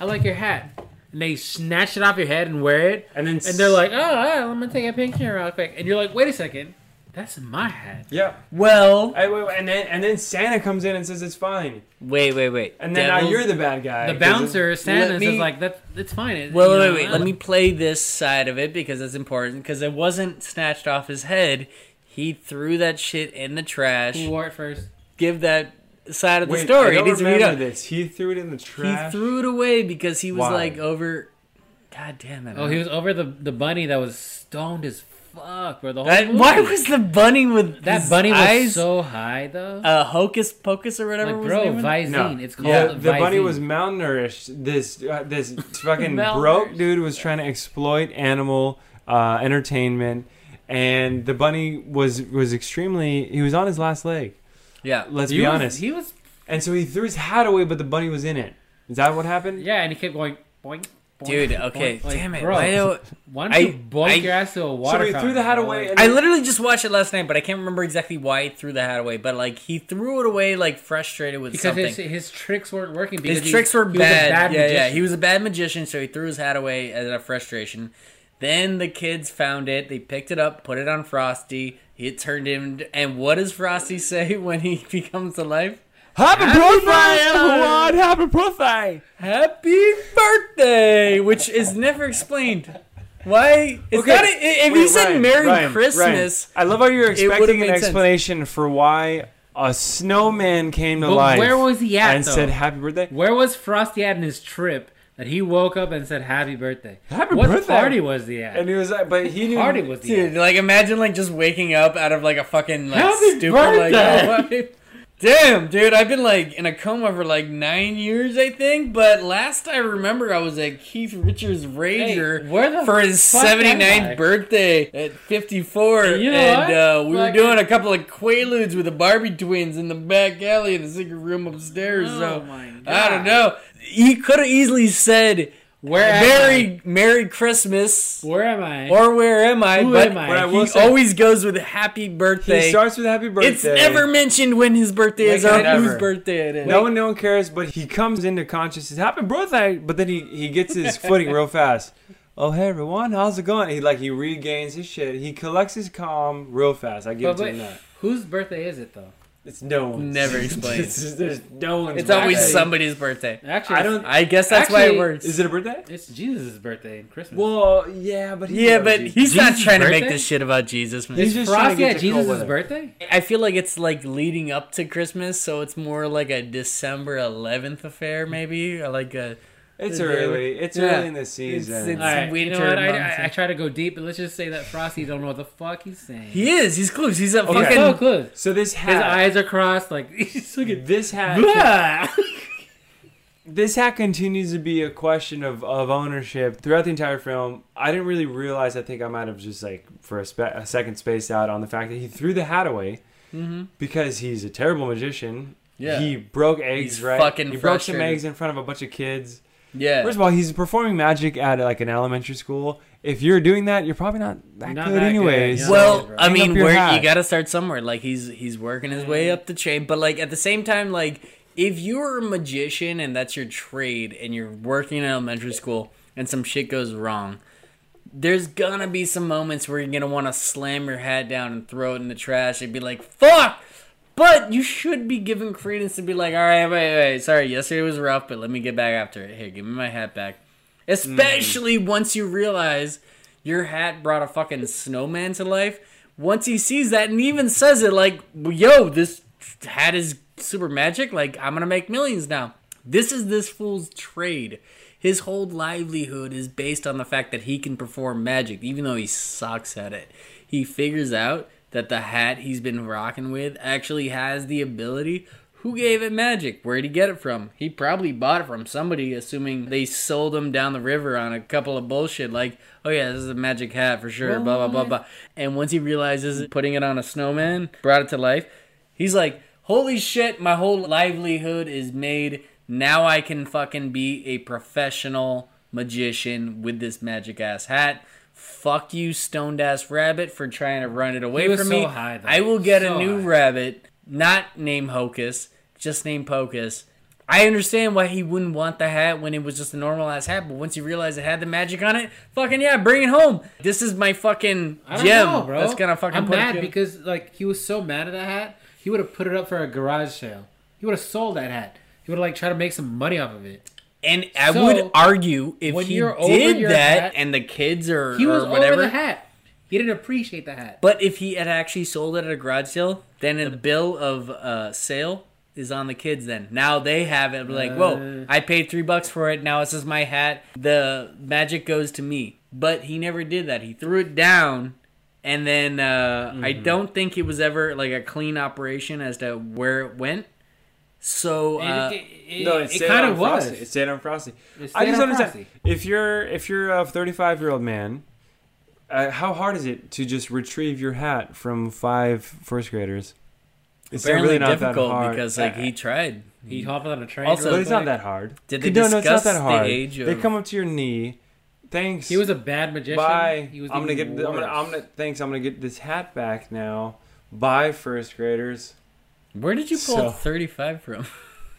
[SPEAKER 4] I like your hat," and they snatch it off your head and wear it,
[SPEAKER 3] and then
[SPEAKER 4] and they're like, "Oh, all right, let me take a picture real quick," and you're like, "Wait a second, that's my hat."
[SPEAKER 3] yeah.
[SPEAKER 2] Well,
[SPEAKER 3] I- wait, wait, and then and then Santa comes in and says it's fine.
[SPEAKER 2] wait, wait, wait.
[SPEAKER 3] And then now
[SPEAKER 2] Devil's-
[SPEAKER 3] you're the bad guy.
[SPEAKER 4] The
[SPEAKER 3] 'cause
[SPEAKER 4] bouncer
[SPEAKER 3] it's-
[SPEAKER 4] Santa
[SPEAKER 3] Let
[SPEAKER 4] says
[SPEAKER 3] me-
[SPEAKER 4] like that it's fine. It,
[SPEAKER 2] Well,
[SPEAKER 4] you
[SPEAKER 2] wait, wait.
[SPEAKER 4] know,
[SPEAKER 2] Let me play this side of it because it's important. Because it wasn't snatched off his head. He threw that shit in the trash.
[SPEAKER 4] Who wore it first?
[SPEAKER 2] Give that side of the
[SPEAKER 3] Wait,
[SPEAKER 2] story.
[SPEAKER 3] I
[SPEAKER 2] It
[SPEAKER 3] don't
[SPEAKER 2] needs to be
[SPEAKER 3] remember
[SPEAKER 2] done.
[SPEAKER 3] this. He threw it in the
[SPEAKER 2] He
[SPEAKER 3] trash.
[SPEAKER 2] threw it away because he was
[SPEAKER 3] Why?
[SPEAKER 2] like over. God damn it!
[SPEAKER 4] Oh, he was over the the bunny that was stoned as fuck, bro. The whole
[SPEAKER 2] That,
[SPEAKER 4] movie.
[SPEAKER 2] why was the bunny with
[SPEAKER 4] that
[SPEAKER 2] his
[SPEAKER 4] bunny was
[SPEAKER 2] eyes,
[SPEAKER 4] so high though?
[SPEAKER 2] uh, hocus pocus or whatever?
[SPEAKER 4] like,
[SPEAKER 2] was
[SPEAKER 4] bro,
[SPEAKER 2] the name of it?
[SPEAKER 4] Visine.
[SPEAKER 3] No,
[SPEAKER 4] It's called
[SPEAKER 3] yeah, the bunny
[SPEAKER 4] Visine.
[SPEAKER 3] was malnourished. This uh, this fucking
[SPEAKER 4] Malnourished.
[SPEAKER 3] broke dude was trying to exploit animal uh, entertainment, and the bunny was was extremely. He was on his last leg.
[SPEAKER 2] yeah.
[SPEAKER 3] Let's
[SPEAKER 4] He
[SPEAKER 3] be
[SPEAKER 4] was-
[SPEAKER 3] honest.
[SPEAKER 4] He was
[SPEAKER 3] and so he threw his hat away, but the bunny was in it. Is that what happened?
[SPEAKER 4] yeah, and he kept going boink. boink,
[SPEAKER 2] Dude, okay,
[SPEAKER 4] boink. Like,
[SPEAKER 2] damn it!
[SPEAKER 4] bro.
[SPEAKER 2] Why do-
[SPEAKER 4] Why don't you
[SPEAKER 2] I-
[SPEAKER 4] boink
[SPEAKER 2] I-
[SPEAKER 4] your ass to a water?
[SPEAKER 3] so he threw
[SPEAKER 4] fountain,
[SPEAKER 3] the hat
[SPEAKER 4] bro?
[SPEAKER 3] away.
[SPEAKER 4] Like,
[SPEAKER 3] And
[SPEAKER 2] I
[SPEAKER 3] then-
[SPEAKER 2] literally just watched it last night, but I can't remember exactly why he threw the hat away. But like he threw it away, like frustrated with
[SPEAKER 4] because
[SPEAKER 2] something.
[SPEAKER 4] his, his tricks weren't working. Because
[SPEAKER 2] His
[SPEAKER 4] he-
[SPEAKER 2] tricks were
[SPEAKER 4] he was a
[SPEAKER 2] bad. yeah, yeah.
[SPEAKER 4] magician.
[SPEAKER 2] He was a bad magician, so he threw his hat away out of frustration. Then the kids found it. They picked it up, put it on Frosty. It turned him. And what does Frosty say when he becomes alive?
[SPEAKER 3] Happy, birthday,
[SPEAKER 2] birthday!
[SPEAKER 3] everyone! Happy birthday!
[SPEAKER 2] Happy birthday, which is never explained. Why? It's not a, if he
[SPEAKER 3] Wait,
[SPEAKER 2] said
[SPEAKER 3] Ryan,
[SPEAKER 2] Merry
[SPEAKER 3] Ryan,
[SPEAKER 2] Christmas,
[SPEAKER 3] Ryan. I love how you're
[SPEAKER 2] it would've
[SPEAKER 3] expecting
[SPEAKER 2] made
[SPEAKER 3] an
[SPEAKER 2] sense.
[SPEAKER 3] explanation for why a snowman came to
[SPEAKER 4] But
[SPEAKER 3] life.
[SPEAKER 4] where was he at,
[SPEAKER 3] And
[SPEAKER 4] though?
[SPEAKER 3] said happy birthday.
[SPEAKER 4] Where was Frosty at in his trip that he woke up and said "Happy birthday"?
[SPEAKER 3] Happy
[SPEAKER 4] what
[SPEAKER 3] birthday.
[SPEAKER 4] party was he at?
[SPEAKER 3] And he was like, but he knew.
[SPEAKER 4] party was he
[SPEAKER 2] dude,
[SPEAKER 4] at?
[SPEAKER 2] like imagine like just waking up out of like a fucking like
[SPEAKER 4] Happy
[SPEAKER 2] stupor, like
[SPEAKER 4] birthday!
[SPEAKER 2] oh, what? damn, dude, I've been like in a coma for like nine years, I think. But last I remember, I was at Keith Richards Rager
[SPEAKER 4] Hey, where the
[SPEAKER 2] for his
[SPEAKER 4] fuck am
[SPEAKER 2] 79th
[SPEAKER 4] I?
[SPEAKER 2] birthday at 54,
[SPEAKER 4] You know
[SPEAKER 2] and uh,
[SPEAKER 4] what?
[SPEAKER 2] we
[SPEAKER 4] Fucking-
[SPEAKER 2] were doing a couple of quaaludes with the Barbie twins in the back alley in the secret room upstairs.
[SPEAKER 4] Oh
[SPEAKER 2] so
[SPEAKER 4] my
[SPEAKER 2] I don't
[SPEAKER 4] God.
[SPEAKER 2] know. He could have easily said.
[SPEAKER 4] Where am
[SPEAKER 2] Merry Merry Christmas
[SPEAKER 4] Where am I?
[SPEAKER 2] or where am I?
[SPEAKER 4] Who
[SPEAKER 2] but
[SPEAKER 4] am I?
[SPEAKER 3] But I will
[SPEAKER 2] he
[SPEAKER 3] say-
[SPEAKER 2] always goes with happy
[SPEAKER 3] He
[SPEAKER 2] birthday.
[SPEAKER 3] starts with happy birthday.
[SPEAKER 2] it's never mentioned when his birthday is
[SPEAKER 4] Like,
[SPEAKER 2] or
[SPEAKER 3] never.
[SPEAKER 2] whose birthday it is.
[SPEAKER 3] No one, no one cares. But he comes into consciousness. Happy birthday! But then he he gets his footing real fast. Oh hey everyone, how's it going? He like he regains his shit. He collects his calm real fast. I give
[SPEAKER 4] But
[SPEAKER 3] it to him
[SPEAKER 4] wait,
[SPEAKER 3] that.
[SPEAKER 4] whose birthday is it though?
[SPEAKER 3] It's no one's.
[SPEAKER 2] Never explained.
[SPEAKER 3] It's just- there's no one's.
[SPEAKER 2] it's always
[SPEAKER 3] birthday.
[SPEAKER 2] somebody's birthday.
[SPEAKER 4] Actually,
[SPEAKER 3] I
[SPEAKER 4] it's-
[SPEAKER 3] don't-
[SPEAKER 2] I guess that's why it
[SPEAKER 4] Actually,
[SPEAKER 2] works.
[SPEAKER 3] Is it a birthday?
[SPEAKER 4] It's Jesus' birthday and Christmas.
[SPEAKER 3] Well, yeah, but he
[SPEAKER 2] yeah,
[SPEAKER 3] knows
[SPEAKER 2] but
[SPEAKER 3] he's-
[SPEAKER 2] he's not
[SPEAKER 4] Jesus'
[SPEAKER 2] trying to make
[SPEAKER 4] birthday?
[SPEAKER 2] this shit about Jesus. Man.
[SPEAKER 3] He's
[SPEAKER 4] Is
[SPEAKER 3] just trying to
[SPEAKER 4] Frosty
[SPEAKER 3] get
[SPEAKER 4] at
[SPEAKER 3] to cold
[SPEAKER 4] Jesus'
[SPEAKER 3] weather.
[SPEAKER 4] birthday?
[SPEAKER 2] I feel like it's like leading up to Christmas, so it's more like a December 11th affair, maybe. Or like a
[SPEAKER 3] It's
[SPEAKER 2] Yeah.
[SPEAKER 3] early. It's
[SPEAKER 2] Yeah.
[SPEAKER 3] early in the season.
[SPEAKER 2] it's-
[SPEAKER 4] All right, you know
[SPEAKER 2] winter
[SPEAKER 4] what? I,
[SPEAKER 2] nonsense.
[SPEAKER 4] I, I try to go deep, but let's just say that Frosty don't know what the fuck he's saying.
[SPEAKER 2] he is. He's clueless. He's a
[SPEAKER 3] Okay.
[SPEAKER 4] He's
[SPEAKER 2] fucking.
[SPEAKER 4] so close.
[SPEAKER 3] so this
[SPEAKER 4] His
[SPEAKER 3] hat,
[SPEAKER 4] eyes are crossed, like he's looking.
[SPEAKER 3] this hat,
[SPEAKER 4] Blah!
[SPEAKER 3] this hat continues to be a question of, of ownership throughout the entire film. I didn't really realize. I think I might have just like for a, spe- a second spaced out on the fact that he threw the hat away because he's a terrible magician.
[SPEAKER 2] Yeah.
[SPEAKER 3] He broke eggs,
[SPEAKER 2] He's
[SPEAKER 3] right?
[SPEAKER 2] fucking
[SPEAKER 3] he broke some
[SPEAKER 2] frustrated.
[SPEAKER 3] eggs in front of a bunch of kids.
[SPEAKER 2] Yeah.
[SPEAKER 3] First of all, he's performing magic at like an elementary school. If you're doing that, you're probably not that
[SPEAKER 4] Not
[SPEAKER 3] good,
[SPEAKER 4] that good,
[SPEAKER 3] anyways.
[SPEAKER 4] yeah.
[SPEAKER 2] Well,
[SPEAKER 4] bro.
[SPEAKER 2] I
[SPEAKER 3] Hang
[SPEAKER 2] mean,
[SPEAKER 3] up your
[SPEAKER 2] where
[SPEAKER 3] hat.
[SPEAKER 2] you got to start somewhere. Like he's he's working his way up the chain, but like at the same time, like if you're a magician and that's your trade, and you're working in elementary school, and some shit goes wrong, there's gonna be some moments where you're gonna want to slam your hat down and throw it in the trash and be like, "Fuck." But you should be given credence to be like, all right, wait, wait, sorry, yesterday was rough, but let me get back after it. Here, give me my hat back. Especially once you realize your hat brought a fucking snowman to life. Once he sees that and even says it like, yo, this hat is super magic. Like, I'm going to make millions now. This is this fool's trade. His whole livelihood is based on the fact that he can perform magic, even though he sucks at it. He figures out that the hat he's been rocking with actually has the ability. Who gave it magic? Where'd he get it from? He probably bought it from somebody, assuming they sold him down the river on a couple of bullshit, like, oh yeah, this is a magic hat for sure, blah, blah, blah, blah. And once he realizes it, putting it on a snowman brought it to life, he's like, holy shit, my whole livelihood is made. Now I can fucking be a professional magician with this magic ass hat. Fuck you, stoned ass rabbit, for trying to run it away
[SPEAKER 4] was
[SPEAKER 2] from
[SPEAKER 4] so
[SPEAKER 2] me.
[SPEAKER 4] high, though.
[SPEAKER 2] I will get
[SPEAKER 4] So
[SPEAKER 2] a new
[SPEAKER 4] high.
[SPEAKER 2] rabbit, not name Hocus, just name Pocus. I understand why he wouldn't want the hat when it was just a normal ass hat, but once he realized it had the magic on it, fucking yeah, bring it home. This is my fucking
[SPEAKER 4] I don't
[SPEAKER 2] gem
[SPEAKER 4] know, bro.
[SPEAKER 2] that's gonna fucking
[SPEAKER 4] I'm
[SPEAKER 2] put
[SPEAKER 4] mad
[SPEAKER 2] it
[SPEAKER 4] because like he was so mad at that hat, he would have put it up for a garage sale. He would have sold that hat. He would have like tried to make some money off of it.
[SPEAKER 2] And I
[SPEAKER 4] So,
[SPEAKER 2] would argue if
[SPEAKER 4] when
[SPEAKER 2] he
[SPEAKER 4] you're over
[SPEAKER 2] did
[SPEAKER 4] your
[SPEAKER 2] that
[SPEAKER 4] hat-
[SPEAKER 2] and the kids or,
[SPEAKER 4] He was
[SPEAKER 2] or whatever,
[SPEAKER 4] over the hat. He didn't appreciate the hat.
[SPEAKER 2] but if he had actually sold it at a garage sale, then the bill of uh, sale is on the kids. Then now they have it. Like, whoa, I paid three bucks for it. Now this is my hat. The magic goes to me. But he never did that. He threw it down. And then uh, I don't think it was ever like a clean operation as to where it went. So uh,
[SPEAKER 3] No, it,
[SPEAKER 4] kind of was.
[SPEAKER 3] Frosty. It stayed on Frosty.
[SPEAKER 4] It
[SPEAKER 3] I
[SPEAKER 4] stayed
[SPEAKER 3] just
[SPEAKER 4] on
[SPEAKER 3] understand
[SPEAKER 4] Frosty.
[SPEAKER 3] if you're if you're a 35 year old man, uh, how hard is it to just retrieve your hat from five first graders? It's
[SPEAKER 2] apparently
[SPEAKER 3] really not that
[SPEAKER 2] difficult
[SPEAKER 3] hard.
[SPEAKER 2] because like he tried.
[SPEAKER 4] He hopped on a train.
[SPEAKER 2] Also-
[SPEAKER 3] but
[SPEAKER 4] real
[SPEAKER 3] it's not
[SPEAKER 4] quick.
[SPEAKER 3] that hard.
[SPEAKER 2] Did they
[SPEAKER 3] no, no, it's not
[SPEAKER 2] discuss
[SPEAKER 3] that
[SPEAKER 2] the
[SPEAKER 3] hard.
[SPEAKER 2] age
[SPEAKER 3] They
[SPEAKER 2] of-
[SPEAKER 3] come up to your knee. Thanks.
[SPEAKER 4] He was a bad magician.
[SPEAKER 3] Bye.
[SPEAKER 4] He was
[SPEAKER 3] I'm gonna
[SPEAKER 4] even
[SPEAKER 3] get. I'm gonna, I'm
[SPEAKER 4] worse.
[SPEAKER 3] gonna. Thanks. I'm gonna get this hat back now. Bye, first graders.
[SPEAKER 2] Where did you pull
[SPEAKER 3] So-
[SPEAKER 2] 35 from?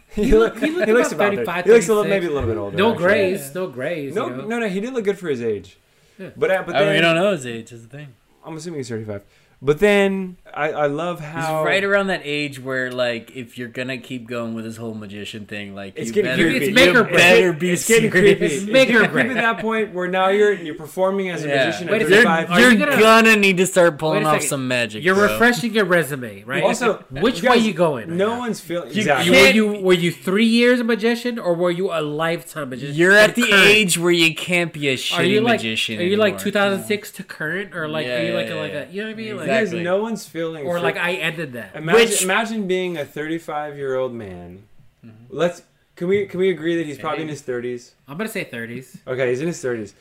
[SPEAKER 3] He, look,
[SPEAKER 4] he looked about
[SPEAKER 3] there.
[SPEAKER 4] 35,
[SPEAKER 3] He looks a little,
[SPEAKER 4] 36.
[SPEAKER 3] maybe a little bit older.
[SPEAKER 4] No
[SPEAKER 3] actually.
[SPEAKER 4] grays. No grays.
[SPEAKER 3] No,
[SPEAKER 4] you know?
[SPEAKER 3] no, no. He did look good for his age.
[SPEAKER 4] Yeah.
[SPEAKER 3] But uh, but
[SPEAKER 2] I mean, we
[SPEAKER 3] then,
[SPEAKER 2] don't know his age is the thing.
[SPEAKER 3] I'm assuming he's 35. But then I, I love
[SPEAKER 2] He's
[SPEAKER 3] how
[SPEAKER 2] right around that age where, like, if you're gonna keep going with this whole magician thing, like,
[SPEAKER 3] It's
[SPEAKER 2] you
[SPEAKER 3] getting
[SPEAKER 2] better,
[SPEAKER 4] creepy.
[SPEAKER 2] you
[SPEAKER 4] It's make or break.
[SPEAKER 2] better be
[SPEAKER 3] it's getting
[SPEAKER 2] serious.
[SPEAKER 3] creepy. It's
[SPEAKER 4] Make or
[SPEAKER 3] getting
[SPEAKER 4] break.
[SPEAKER 3] creepy at that point where now you're you're performing as a
[SPEAKER 2] Yeah.
[SPEAKER 3] magician
[SPEAKER 4] Wait
[SPEAKER 3] at
[SPEAKER 4] a second.
[SPEAKER 3] 35.
[SPEAKER 4] Are
[SPEAKER 2] You're
[SPEAKER 4] you gonna-
[SPEAKER 2] gonna, need to start pulling
[SPEAKER 4] Wait a
[SPEAKER 2] off
[SPEAKER 4] second.
[SPEAKER 2] some magic.
[SPEAKER 4] You're
[SPEAKER 2] bro.
[SPEAKER 4] refreshing your resume, right?
[SPEAKER 3] Also,
[SPEAKER 4] which
[SPEAKER 3] you
[SPEAKER 4] way
[SPEAKER 3] guys-
[SPEAKER 4] you going? right
[SPEAKER 3] no
[SPEAKER 4] now?
[SPEAKER 3] one's feeling
[SPEAKER 2] You-
[SPEAKER 3] exactly.
[SPEAKER 4] You- were
[SPEAKER 2] can't-
[SPEAKER 4] you were you three years a magician or were you a lifetime magician?
[SPEAKER 2] You're at the
[SPEAKER 4] Current.
[SPEAKER 2] age where you can't be a shitty
[SPEAKER 4] Are you like
[SPEAKER 2] magician.
[SPEAKER 4] are you like
[SPEAKER 2] anymore.
[SPEAKER 4] 2006 to current or like
[SPEAKER 2] Yeah,
[SPEAKER 4] are you like
[SPEAKER 2] yeah,
[SPEAKER 4] a, like
[SPEAKER 2] yeah.
[SPEAKER 4] a you know what I mean? Like,
[SPEAKER 2] Exactly.
[SPEAKER 3] Guys, no one's feeling.
[SPEAKER 4] Or
[SPEAKER 3] free-
[SPEAKER 4] like I ended that.
[SPEAKER 3] imagine,
[SPEAKER 2] Which-
[SPEAKER 3] imagine being a 35 year old man.
[SPEAKER 4] Mm-hmm.
[SPEAKER 3] Let's can we can we agree that he's probably in his 30s?
[SPEAKER 4] I'm gonna say 30s
[SPEAKER 3] Okay, he's in his 30s.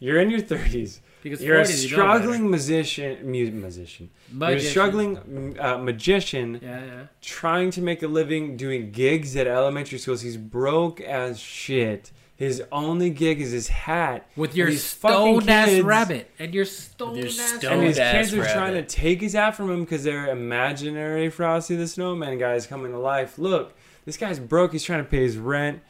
[SPEAKER 3] You're in your 30s.
[SPEAKER 4] because
[SPEAKER 3] You're a
[SPEAKER 4] 40s, you know better.
[SPEAKER 3] struggling musician, mu- musician. You're a
[SPEAKER 4] Magician.
[SPEAKER 3] struggling uh, magician
[SPEAKER 4] Yeah, yeah.
[SPEAKER 3] trying to make a living doing gigs at elementary schools. He's broke as shit. His only gig is his hat.
[SPEAKER 4] With your
[SPEAKER 3] These fucking
[SPEAKER 4] stoned ass
[SPEAKER 3] kids-
[SPEAKER 4] rabbit and your stoned
[SPEAKER 2] your
[SPEAKER 4] ass.
[SPEAKER 2] stoned-
[SPEAKER 3] And these
[SPEAKER 2] Old-ass
[SPEAKER 3] kids are trying to
[SPEAKER 2] rabbit.
[SPEAKER 3] take his hat from him because they're imaginary Frosty the Snowman guys coming to life. Look, this guy's broke. He's trying to pay his rent.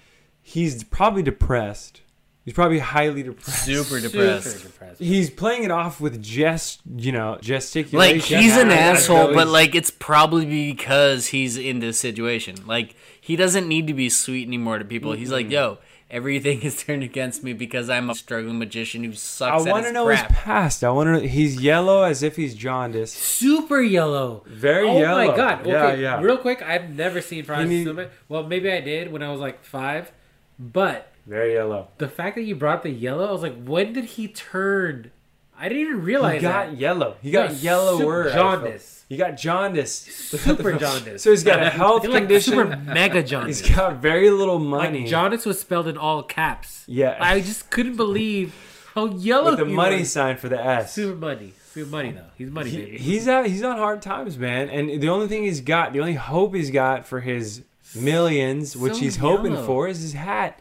[SPEAKER 3] He's probably depressed. He's probably highly depressed.
[SPEAKER 2] super
[SPEAKER 4] Super
[SPEAKER 2] depressed.
[SPEAKER 4] depressed.
[SPEAKER 3] He's playing it off with jest, you know, gesticulation.
[SPEAKER 2] Like he's an
[SPEAKER 3] Yeah,
[SPEAKER 2] asshole, but
[SPEAKER 3] abilities.
[SPEAKER 2] like it's probably because he's in this situation. Like he doesn't need to be sweet anymore to people. He's like, yo, everything is turned against me because I'm a struggling magician who
[SPEAKER 3] I
[SPEAKER 2] sucks at
[SPEAKER 3] want
[SPEAKER 2] his
[SPEAKER 3] to know
[SPEAKER 2] crap.
[SPEAKER 3] his past. I want to. know He's yellow as if he's jaundiced.
[SPEAKER 4] Super yellow.
[SPEAKER 3] Very
[SPEAKER 4] oh
[SPEAKER 3] yellow.
[SPEAKER 4] my god. Okay,
[SPEAKER 3] Yeah, yeah.
[SPEAKER 4] real quick, I've never seen Frosty
[SPEAKER 3] need-
[SPEAKER 4] Snowman. Well, maybe I did when I was like five, but
[SPEAKER 3] Very yellow.
[SPEAKER 4] the fact that you brought up the yellow, I was like, when did he turn? I didn't even
[SPEAKER 3] He
[SPEAKER 4] realize
[SPEAKER 3] got
[SPEAKER 4] that.
[SPEAKER 3] yellow. He got
[SPEAKER 4] Like,
[SPEAKER 3] yellower.
[SPEAKER 4] super
[SPEAKER 3] I felt.
[SPEAKER 4] jaundice.
[SPEAKER 3] He got jaundice.
[SPEAKER 4] Super jaundice.
[SPEAKER 3] So he's got a health
[SPEAKER 4] They're like
[SPEAKER 3] condition.
[SPEAKER 4] super mega jaundice.
[SPEAKER 3] He's got very little money.
[SPEAKER 4] Like jaundice was spelled in all caps.
[SPEAKER 3] Yeah.
[SPEAKER 4] I just couldn't believe how yellow
[SPEAKER 3] with the
[SPEAKER 4] he
[SPEAKER 3] money
[SPEAKER 4] was.
[SPEAKER 3] sign for the S.
[SPEAKER 4] Super money. Super money though. He's money
[SPEAKER 3] He-
[SPEAKER 4] baby.
[SPEAKER 3] he's at he's on hard times, man. And the only thing he's got, the only hope he's got for his millions, which
[SPEAKER 4] So
[SPEAKER 3] he's hoping
[SPEAKER 4] yellow.
[SPEAKER 3] for, is his hat,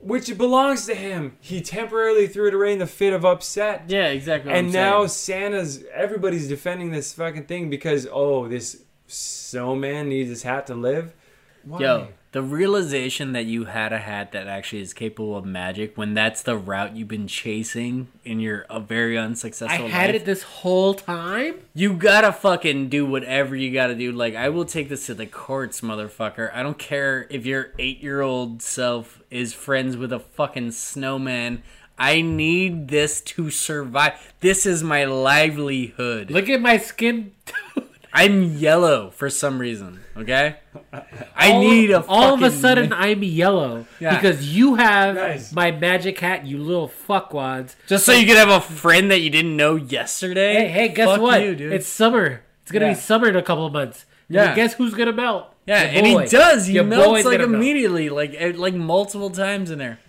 [SPEAKER 3] which belongs to him. He temporarily threw it away in the fit of upset.
[SPEAKER 2] Yeah, exactly. what
[SPEAKER 3] and
[SPEAKER 2] I'm
[SPEAKER 3] now
[SPEAKER 2] saying.
[SPEAKER 3] Santa's everybody's defending this fucking thing because oh this snowman needs his hat to live. Why?
[SPEAKER 2] yo, the realization that you had a hat that actually is capable of magic when that's the route you've been chasing in your a very
[SPEAKER 4] I
[SPEAKER 2] unsuccessful
[SPEAKER 4] had
[SPEAKER 2] life.
[SPEAKER 4] it this whole time.
[SPEAKER 2] You gotta fucking do whatever you gotta do. Like, I will take this to the courts, motherfucker. I don't care if your eight year old self is friends with a fucking snowman. I need this to survive. This is my livelihood.
[SPEAKER 4] Look at my skin.
[SPEAKER 2] I'm yellow for some reason, okay? I
[SPEAKER 4] All-
[SPEAKER 2] need a
[SPEAKER 4] all of a
[SPEAKER 2] fucking-
[SPEAKER 4] sudden I'm yellow
[SPEAKER 2] Yeah.
[SPEAKER 4] because you have
[SPEAKER 3] Nice.
[SPEAKER 4] my magic hat, you little fuckwads.
[SPEAKER 2] Just so you could have a friend that you didn't know yesterday.
[SPEAKER 4] Hey, hey, guess
[SPEAKER 2] Fuck
[SPEAKER 4] what?
[SPEAKER 2] you, dude.
[SPEAKER 4] It's summer. It's gonna
[SPEAKER 2] Yeah.
[SPEAKER 4] be summer in a couple of months.
[SPEAKER 2] Yeah.
[SPEAKER 4] And guess who's gonna melt?
[SPEAKER 2] Yeah,
[SPEAKER 4] Your
[SPEAKER 2] and
[SPEAKER 4] boy.
[SPEAKER 2] he does. He
[SPEAKER 4] Your boy's
[SPEAKER 2] melts like
[SPEAKER 4] gonna melt.
[SPEAKER 2] immediately, like eh, like multiple times in there.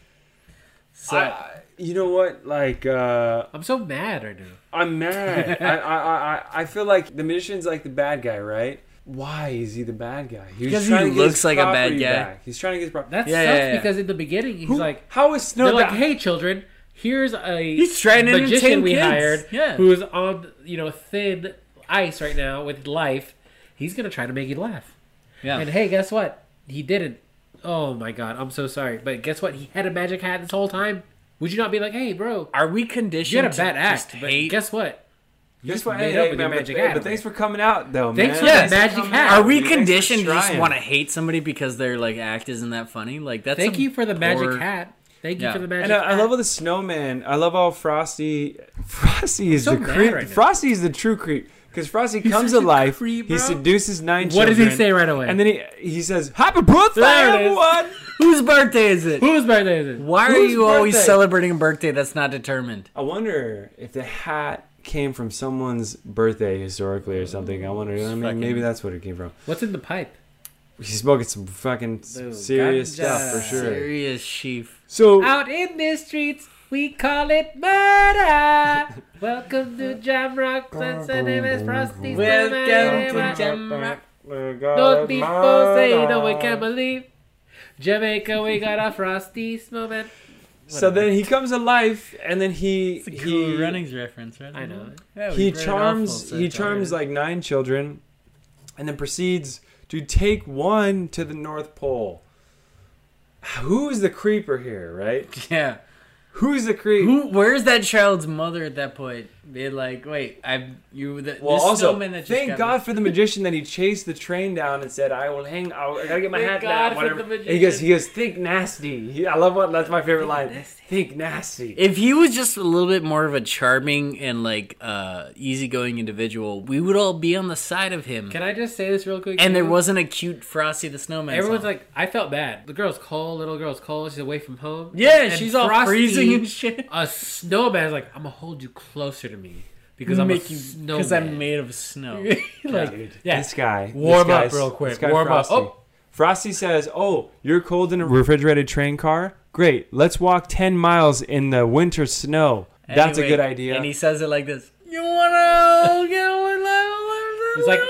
[SPEAKER 2] So
[SPEAKER 3] I, you know what? Like, uh,
[SPEAKER 4] I'm so mad right now.
[SPEAKER 3] I'm mad. I, I, I, I- I feel like the magician's like the bad guy, right? Why is he the bad guy? He was
[SPEAKER 2] Because he
[SPEAKER 3] trying to get
[SPEAKER 2] looks
[SPEAKER 3] his
[SPEAKER 2] like a bad
[SPEAKER 3] property
[SPEAKER 2] guy.
[SPEAKER 3] Back. He's trying to get his property.
[SPEAKER 4] That
[SPEAKER 2] Yeah,
[SPEAKER 4] sucks
[SPEAKER 2] yeah, yeah.
[SPEAKER 4] because at the beginning he's like,
[SPEAKER 3] how is no?
[SPEAKER 4] they're like,
[SPEAKER 3] that-
[SPEAKER 4] hey children, here's a
[SPEAKER 2] He's trying to
[SPEAKER 4] magician
[SPEAKER 2] entertain
[SPEAKER 4] we
[SPEAKER 2] kids."
[SPEAKER 4] hired
[SPEAKER 2] Yeah.
[SPEAKER 4] who's on you know thin ice right now with life. He's gonna try to make you laugh.
[SPEAKER 2] yeah,
[SPEAKER 4] And hey, guess what? He didn't. Oh my god, I'm so sorry. But guess what? He had a magic hat this whole time. Would you not be like, hey, bro,
[SPEAKER 2] are we
[SPEAKER 4] you
[SPEAKER 2] conditioned?
[SPEAKER 4] had a bad
[SPEAKER 2] to
[SPEAKER 4] act,
[SPEAKER 2] just
[SPEAKER 4] but
[SPEAKER 2] hate?
[SPEAKER 4] guess what? You
[SPEAKER 3] Guess what?
[SPEAKER 4] made
[SPEAKER 3] Hey,
[SPEAKER 4] up
[SPEAKER 3] hey,
[SPEAKER 4] with
[SPEAKER 3] man,
[SPEAKER 4] your
[SPEAKER 3] but,
[SPEAKER 4] magic
[SPEAKER 3] th-
[SPEAKER 4] hat.
[SPEAKER 3] but thanks for coming out, though,
[SPEAKER 4] Thanks for
[SPEAKER 3] man.
[SPEAKER 2] Yes.
[SPEAKER 4] the magic
[SPEAKER 3] Coming
[SPEAKER 4] hat.
[SPEAKER 3] out.
[SPEAKER 2] are we
[SPEAKER 3] Thanks for
[SPEAKER 2] conditioned to just
[SPEAKER 3] trying.
[SPEAKER 2] want to hate somebody because their like act isn't that funny? Like that's
[SPEAKER 4] Thank
[SPEAKER 2] some
[SPEAKER 4] you for the
[SPEAKER 2] poor-
[SPEAKER 4] magic hat. Thank you
[SPEAKER 2] Yeah.
[SPEAKER 4] for the magic
[SPEAKER 3] And uh, I, I
[SPEAKER 4] hat.
[SPEAKER 3] love how the snowman. I love how Frosty. Frosty is
[SPEAKER 4] so
[SPEAKER 3] the
[SPEAKER 4] mad
[SPEAKER 3] creep.
[SPEAKER 4] right now.
[SPEAKER 3] Frosty is the true creep because Frosty comes to
[SPEAKER 4] such a
[SPEAKER 3] life.
[SPEAKER 4] creep,
[SPEAKER 3] he
[SPEAKER 4] bro.
[SPEAKER 3] seduces nine
[SPEAKER 4] What
[SPEAKER 3] children.
[SPEAKER 4] does he say right away?
[SPEAKER 3] And then he he says, "Happy birthday,
[SPEAKER 2] There it is.
[SPEAKER 3] everyone!"
[SPEAKER 2] Whose birthday is it?
[SPEAKER 4] Whose birthday is it?
[SPEAKER 2] Why are
[SPEAKER 3] Whose
[SPEAKER 2] you always
[SPEAKER 3] birthday?
[SPEAKER 2] celebrating a birthday that's not determined?
[SPEAKER 3] I wonder if the hat came from someone's birthday historically or something. I wonder. I mean,
[SPEAKER 2] Fucking-
[SPEAKER 3] maybe that's what it came from.
[SPEAKER 4] What's in the pipe?
[SPEAKER 3] He's smoking some fucking s-
[SPEAKER 4] Dude,
[SPEAKER 3] serious
[SPEAKER 4] ganja.
[SPEAKER 3] stuff for sure.
[SPEAKER 2] Serious chief.
[SPEAKER 3] So
[SPEAKER 4] Out in the streets, we call it murder. Welcome to Jam Rock. My name is Frosty.
[SPEAKER 2] Welcome to Jam Rock.
[SPEAKER 4] North people say no one can believe. Jamaica, we got a Frosty snowman.
[SPEAKER 3] So then he comes to life, and then he he
[SPEAKER 2] Runnings reference, right?
[SPEAKER 4] I know.
[SPEAKER 2] Yeah,
[SPEAKER 3] he charms he charms like nine children, and then proceeds to take one to the North Pole. Who is the creeper here, right?
[SPEAKER 2] Yeah.
[SPEAKER 3] Who's the creep?
[SPEAKER 2] Who? Where's that child's mother at that point? They're like, wait, I'm you. The,
[SPEAKER 3] Well,
[SPEAKER 2] this
[SPEAKER 3] also,
[SPEAKER 2] snowman that just
[SPEAKER 3] thank
[SPEAKER 2] got
[SPEAKER 3] God for the magician that he chased the train down and said, "I will hang. I, I gotta get my
[SPEAKER 4] Thank
[SPEAKER 3] hat
[SPEAKER 4] God
[SPEAKER 3] down."
[SPEAKER 4] for
[SPEAKER 3] Whatever.
[SPEAKER 4] the
[SPEAKER 3] And he goes,
[SPEAKER 4] magician.
[SPEAKER 3] he goes, think nasty. He, I love what that's my favorite line. Think nasty.
[SPEAKER 2] If he was just a little bit more of a charming and like uh easygoing individual, we would all be on the side of him.
[SPEAKER 4] Can I just say this real quick?
[SPEAKER 2] and there
[SPEAKER 4] too?
[SPEAKER 2] wasn't a cute Frosty the Snowman.
[SPEAKER 4] Everyone's
[SPEAKER 2] song.
[SPEAKER 4] like, I felt bad. The girl's cold, little girl's cold. She's away from home.
[SPEAKER 2] yeah,
[SPEAKER 4] And
[SPEAKER 2] she's all
[SPEAKER 4] Frosty,
[SPEAKER 2] freezing and shit.
[SPEAKER 4] A snowman's like, I'm gonna hold you closer to me because I'm
[SPEAKER 2] Make
[SPEAKER 4] a
[SPEAKER 2] you
[SPEAKER 4] snowman.
[SPEAKER 2] because I'm made of snow.
[SPEAKER 4] like, yeah.
[SPEAKER 3] This guy. this
[SPEAKER 4] Warm up
[SPEAKER 3] guy's-
[SPEAKER 4] real quick.
[SPEAKER 3] this guy
[SPEAKER 4] Warm up.
[SPEAKER 3] Frosty.
[SPEAKER 4] Oh.
[SPEAKER 3] Frosty says, "Oh, you're cold in a refrigerated train car. Great. Let's walk ten miles in the winter snow. That's a
[SPEAKER 2] Anyway,
[SPEAKER 3] good idea."
[SPEAKER 2] And he says it like this: You wanna get away?
[SPEAKER 4] It's like-
[SPEAKER 2] like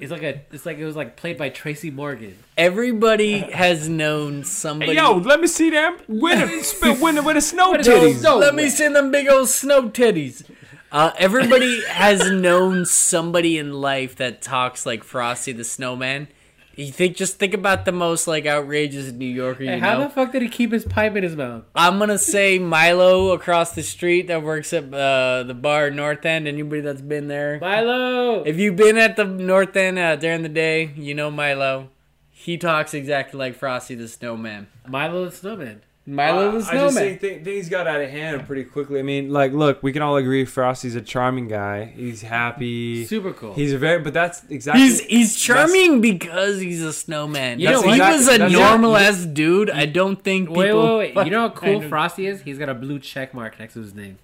[SPEAKER 4] It's like a. It's like it was like played by Tracy Morgan.
[SPEAKER 2] everybody has known somebody.
[SPEAKER 3] Yo, let me see them winter, spit winter with a snow
[SPEAKER 4] Winter
[SPEAKER 3] titties.
[SPEAKER 4] snow.
[SPEAKER 2] Let me see them big old snow titties. Uh, everybody has known somebody in life that talks like Frosty the Snowman. You think just think about the most like outrageous New Yorker you
[SPEAKER 4] Hey,
[SPEAKER 2] know.
[SPEAKER 4] how the fuck did he keep his pipe in his mouth?
[SPEAKER 2] I'm gonna say Milo across the street that works at uh, the bar at North End. Anybody that's been there,
[SPEAKER 4] Milo.
[SPEAKER 2] if you've been at the North End uh, during the day, you know Milo. He talks exactly like Frosty the Snowman.
[SPEAKER 4] Milo the snowman.
[SPEAKER 2] Milo the
[SPEAKER 4] Uh,
[SPEAKER 3] I just
[SPEAKER 2] Snowman.
[SPEAKER 3] think thi- things got out of hand pretty quickly. I mean, like, look, we can all agree Frosty's a charming guy. He's happy.
[SPEAKER 4] Super cool.
[SPEAKER 3] He's a very, but that's exactly.
[SPEAKER 2] He's he's charming because he's a snowman.
[SPEAKER 4] You know
[SPEAKER 2] If
[SPEAKER 4] what?
[SPEAKER 2] he was a
[SPEAKER 3] That's-
[SPEAKER 2] normal ass dude, I don't think people.
[SPEAKER 4] Wait, wait, wait. You know how
[SPEAKER 2] I
[SPEAKER 4] cool Frosty is? He's got a blue check mark next to his name.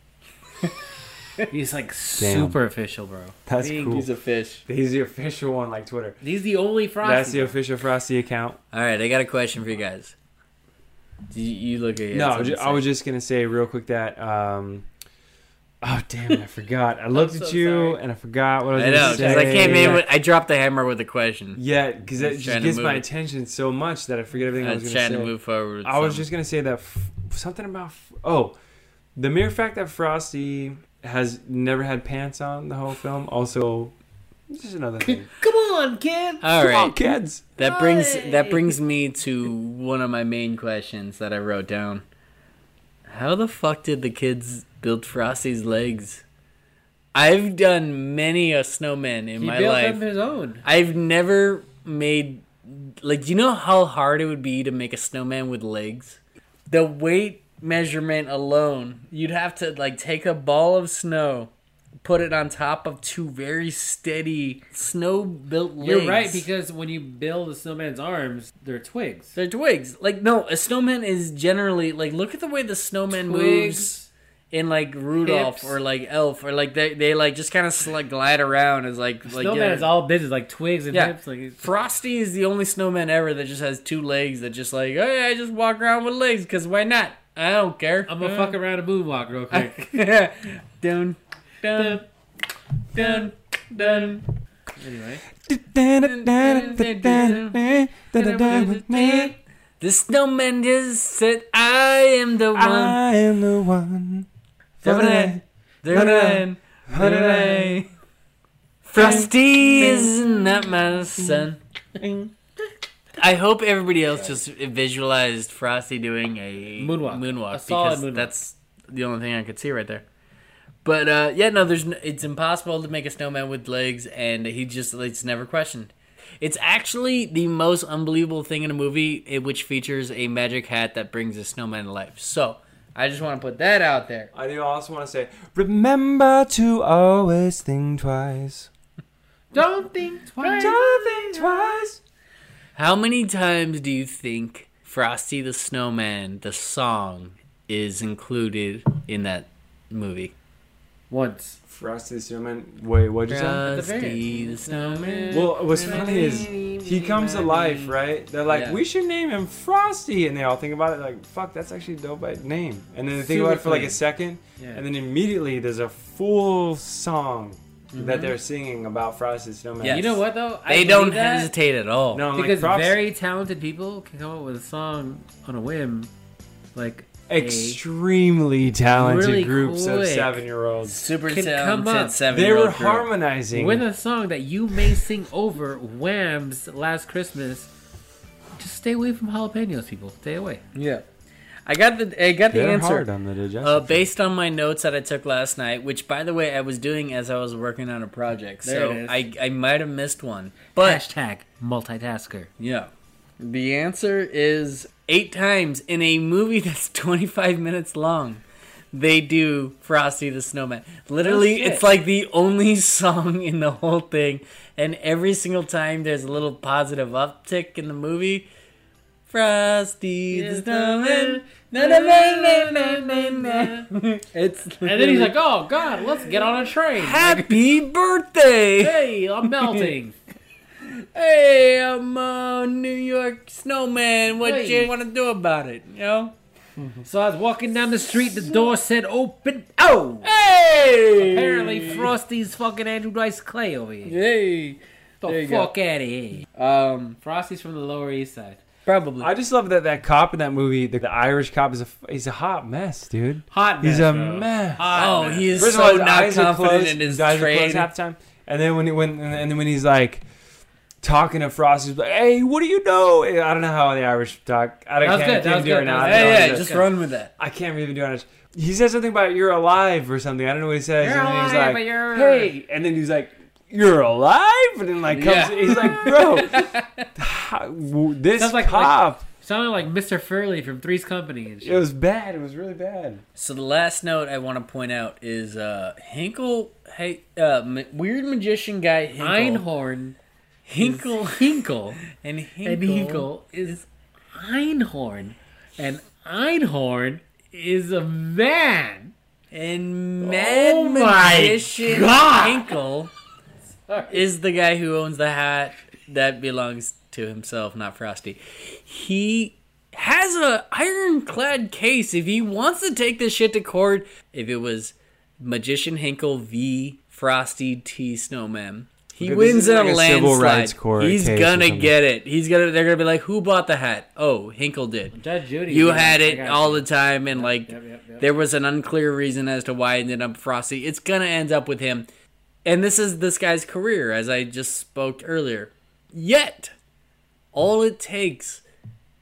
[SPEAKER 4] He's like super official, bro.
[SPEAKER 3] that's cool. He's,
[SPEAKER 2] a fish.
[SPEAKER 3] the official one, like Twitter.
[SPEAKER 4] He's the only Frosty.
[SPEAKER 3] That's the official Frosty account.
[SPEAKER 2] All right, I got a question for you guys. Do you, you look at it?
[SPEAKER 3] no, ju- I was just gonna say real quick that. um Oh damn! it, I forgot. I looked
[SPEAKER 4] so
[SPEAKER 3] at you
[SPEAKER 4] sorry.
[SPEAKER 3] and I forgot what I was
[SPEAKER 2] I know
[SPEAKER 3] gonna
[SPEAKER 2] because
[SPEAKER 3] say.
[SPEAKER 2] I came in. With, I dropped the hammer with a question.
[SPEAKER 3] Yeah, because
[SPEAKER 2] I
[SPEAKER 3] it
[SPEAKER 2] was
[SPEAKER 3] just
[SPEAKER 2] trying to
[SPEAKER 3] gets
[SPEAKER 2] move
[SPEAKER 3] my
[SPEAKER 2] it.
[SPEAKER 3] attention so much that I forget everything I,
[SPEAKER 2] I
[SPEAKER 3] was
[SPEAKER 2] was
[SPEAKER 3] gonna
[SPEAKER 2] trying
[SPEAKER 3] say.
[SPEAKER 2] to move forward. with
[SPEAKER 3] I was
[SPEAKER 2] something.
[SPEAKER 3] just gonna say that f- something about f- oh, the mere fact that Frosty has never had pants on the whole film also just another thing.
[SPEAKER 4] Come on, kid.
[SPEAKER 2] All
[SPEAKER 3] Come on,
[SPEAKER 2] right,
[SPEAKER 3] kids.
[SPEAKER 2] that brings that brings me to one of my main questions that I wrote down. How the fuck did the kids build Frosty's legs? I've done many a snowman in
[SPEAKER 4] He
[SPEAKER 2] my
[SPEAKER 4] built
[SPEAKER 2] life.
[SPEAKER 4] up his own.
[SPEAKER 2] I've never made like you know how hard it would be to make a snowman with legs. The weight measurement alone, you'd have to like take a ball of snow, put it on top of two very steady snow-built legs.
[SPEAKER 4] You're right because when you build a snowman's arms, they're twigs.
[SPEAKER 2] they're twigs. Like no, a snowman is generally like look at the way the snowman moves in like Rudolph
[SPEAKER 4] Hips.
[SPEAKER 2] or like Elf or like they they like just kind of sl- like glide around as like like
[SPEAKER 4] Snowman
[SPEAKER 2] yeah.
[SPEAKER 4] is all business, like twigs and
[SPEAKER 2] Yeah.
[SPEAKER 4] hips. Like it's-
[SPEAKER 2] Frosty is the only snowman ever that just has two legs that just like hey I just walk around with legs because why not I don't care
[SPEAKER 4] I'm gonna fuck around and moonwalk real quick.
[SPEAKER 2] dun dun dun dun.
[SPEAKER 4] anyway,
[SPEAKER 3] I
[SPEAKER 2] The snowman just said, "I am the one."
[SPEAKER 3] am the one. for
[SPEAKER 2] Dun-dun-dun,
[SPEAKER 3] the-
[SPEAKER 2] dun-dun-dun, dun-dun-dun. Frosty is not my son. I hope everybody else just visualized Frosty doing a
[SPEAKER 4] Moonwalk.
[SPEAKER 2] moonwalk
[SPEAKER 4] A solid
[SPEAKER 2] because
[SPEAKER 4] moonwalk.
[SPEAKER 2] that's the only thing I could see right there. But uh, yeah, no, there's n- it's impossible to make a snowman with legs, and he just it's never questioned. It's actually the most unbelievable thing in a movie, eh, which features a magic hat that brings a snowman to life. So I just want to put that out there.
[SPEAKER 3] I do also want to say, remember to always think twice.
[SPEAKER 4] don't think twice.
[SPEAKER 3] Don't think twice.
[SPEAKER 2] How many times do you think Frosty the Snowman, the song, is included in that movie?
[SPEAKER 4] Once.
[SPEAKER 3] Frosty the Snowman. Wait, what'd you say?
[SPEAKER 2] Frosty the Snowman.
[SPEAKER 3] Well, what's funny is he comes to life, right? They're like,
[SPEAKER 2] Yeah.
[SPEAKER 3] we should name him Frosty, and they all think about it like, fuck, that's actually a dope name. And then they think about it for like a
[SPEAKER 4] Super
[SPEAKER 3] second,
[SPEAKER 4] Yeah.
[SPEAKER 3] and then immediately there's a full song
[SPEAKER 4] Mm-hmm.
[SPEAKER 3] that they're singing about Frosty the Snowman.
[SPEAKER 2] Yeah.
[SPEAKER 4] You know what though? I
[SPEAKER 2] they
[SPEAKER 4] believe
[SPEAKER 2] don't
[SPEAKER 4] that
[SPEAKER 2] hesitate at all.
[SPEAKER 3] No, I'm
[SPEAKER 4] because
[SPEAKER 3] like, Frosty-
[SPEAKER 4] very talented people can come up with a song on a whim, like a,
[SPEAKER 3] extremely talented
[SPEAKER 4] really
[SPEAKER 3] groups of
[SPEAKER 4] quick.
[SPEAKER 3] seven-year-olds.
[SPEAKER 2] Super
[SPEAKER 4] Can come
[SPEAKER 2] talented
[SPEAKER 4] up.
[SPEAKER 2] seven
[SPEAKER 3] They
[SPEAKER 2] year
[SPEAKER 3] were
[SPEAKER 2] old.
[SPEAKER 3] harmonizing.
[SPEAKER 4] with a song that you may sing over Wham's "Last Christmas." Just stay away from jalapenos, people. Stay away.
[SPEAKER 2] Yeah. I got the I got the
[SPEAKER 3] They're
[SPEAKER 2] answer.
[SPEAKER 3] hard on the digestion.
[SPEAKER 2] Uh, based on my notes that I took last night, which by the way I was doing as I was working on a project,
[SPEAKER 4] There
[SPEAKER 2] so
[SPEAKER 4] it is.
[SPEAKER 2] I I might have missed one. But
[SPEAKER 4] Hashtag multitasker.
[SPEAKER 2] yeah, the answer is eight times in a movie that's 25 minutes long. They do Frosty the Snowman. Literally,
[SPEAKER 4] shit.
[SPEAKER 2] it's like the only song in the whole thing, and every single time there's a little positive uptick in the movie. Frosty the Snowman. Na, na, na, na, na, na, na. It's
[SPEAKER 4] And then he's like, "Oh God, let's get on a train."
[SPEAKER 2] Happy birthday!
[SPEAKER 4] hey, I'm melting.
[SPEAKER 2] Hey, I'm a New York snowman. What
[SPEAKER 4] Hey.
[SPEAKER 2] you want to do about it? You know?
[SPEAKER 4] so I was walking down the street. The door said open. Oh,
[SPEAKER 2] Hey!
[SPEAKER 4] apparently Frosty's fucking Andrew Dice Clay over here.
[SPEAKER 2] Hey. There
[SPEAKER 4] The
[SPEAKER 2] you go.
[SPEAKER 4] fuck out of here.
[SPEAKER 2] Um,
[SPEAKER 4] Frosty's from the Lower East Side.
[SPEAKER 2] probably.
[SPEAKER 3] I just love that that cop in that movie, the, the Irish cop, is a he's a hot mess, dude.
[SPEAKER 4] Hot.
[SPEAKER 3] He's
[SPEAKER 4] mess,
[SPEAKER 3] a
[SPEAKER 4] bro.
[SPEAKER 3] mess.
[SPEAKER 4] Hot.
[SPEAKER 2] oh,
[SPEAKER 4] mess.
[SPEAKER 2] he is
[SPEAKER 3] First of all,
[SPEAKER 2] so
[SPEAKER 3] his
[SPEAKER 2] not
[SPEAKER 3] eyes are
[SPEAKER 2] confident
[SPEAKER 3] closed,
[SPEAKER 2] in his
[SPEAKER 3] his eyes are
[SPEAKER 2] trade.
[SPEAKER 3] closed half the time. And then when he when and then when he's like talking to Frost, he's like, "Hey, what do you know?" I don't know how the Irish talk. I don't
[SPEAKER 4] That was
[SPEAKER 3] can't,
[SPEAKER 4] good, that
[SPEAKER 3] can't
[SPEAKER 4] was
[SPEAKER 3] do
[SPEAKER 4] good,
[SPEAKER 3] it
[SPEAKER 4] that
[SPEAKER 3] now.
[SPEAKER 4] was
[SPEAKER 3] I don't know
[SPEAKER 2] Hey,
[SPEAKER 3] how
[SPEAKER 2] yeah,
[SPEAKER 3] to do
[SPEAKER 2] just
[SPEAKER 3] it.
[SPEAKER 2] run with that.
[SPEAKER 3] I can't even do Irish. He says something about you're alive or something. I don't know what he says.
[SPEAKER 4] You're
[SPEAKER 3] and then he's
[SPEAKER 4] alive,
[SPEAKER 3] like,
[SPEAKER 4] but you're-
[SPEAKER 3] "Hey," and then he's like, "You're alive," and then like comes.
[SPEAKER 2] Yeah.
[SPEAKER 3] He's like, "Bro, how- w- this
[SPEAKER 4] Sounds like-
[SPEAKER 3] cop."
[SPEAKER 4] Sounded like Mr. Furley from Three's Company and shit.
[SPEAKER 3] it was bad. It was really bad.
[SPEAKER 2] So the last note I want to point out is uh Hinkle, hey, uh, ma- weird magician guy Hinkle,
[SPEAKER 4] Einhorn.
[SPEAKER 2] Hinkle,
[SPEAKER 4] Hinkle.
[SPEAKER 2] and Hinkle,
[SPEAKER 4] And Hinkle is Einhorn. And Einhorn is a man.
[SPEAKER 2] And Mad
[SPEAKER 4] Oh my
[SPEAKER 2] Magician
[SPEAKER 4] God.
[SPEAKER 2] Hinkle is the guy who owns the hat that belongs to himself, not Frosty. He has a ironclad case if he wants to take this shit to court. If it was Magician Hinkle v Frosty T Snowman. He
[SPEAKER 3] Okay, this
[SPEAKER 2] wins
[SPEAKER 3] is
[SPEAKER 2] in a
[SPEAKER 3] like a civil rights
[SPEAKER 2] landslide.
[SPEAKER 3] court
[SPEAKER 2] He's
[SPEAKER 3] case or
[SPEAKER 2] gonna
[SPEAKER 3] something.
[SPEAKER 2] get it. He's gonna. They're gonna be like, "Who bought the hat? Oh, Hinkle did."
[SPEAKER 4] Judge Judy.
[SPEAKER 2] You
[SPEAKER 4] yeah,
[SPEAKER 2] had
[SPEAKER 4] I
[SPEAKER 2] it
[SPEAKER 4] got
[SPEAKER 2] all
[SPEAKER 4] you.
[SPEAKER 2] the time, and like
[SPEAKER 4] yep, yep, yep.
[SPEAKER 2] there was an unclear reason as to why it ended up Frosty. It's gonna end up with him, and this is this guy's career, as I just spoke earlier. Yet, all it takes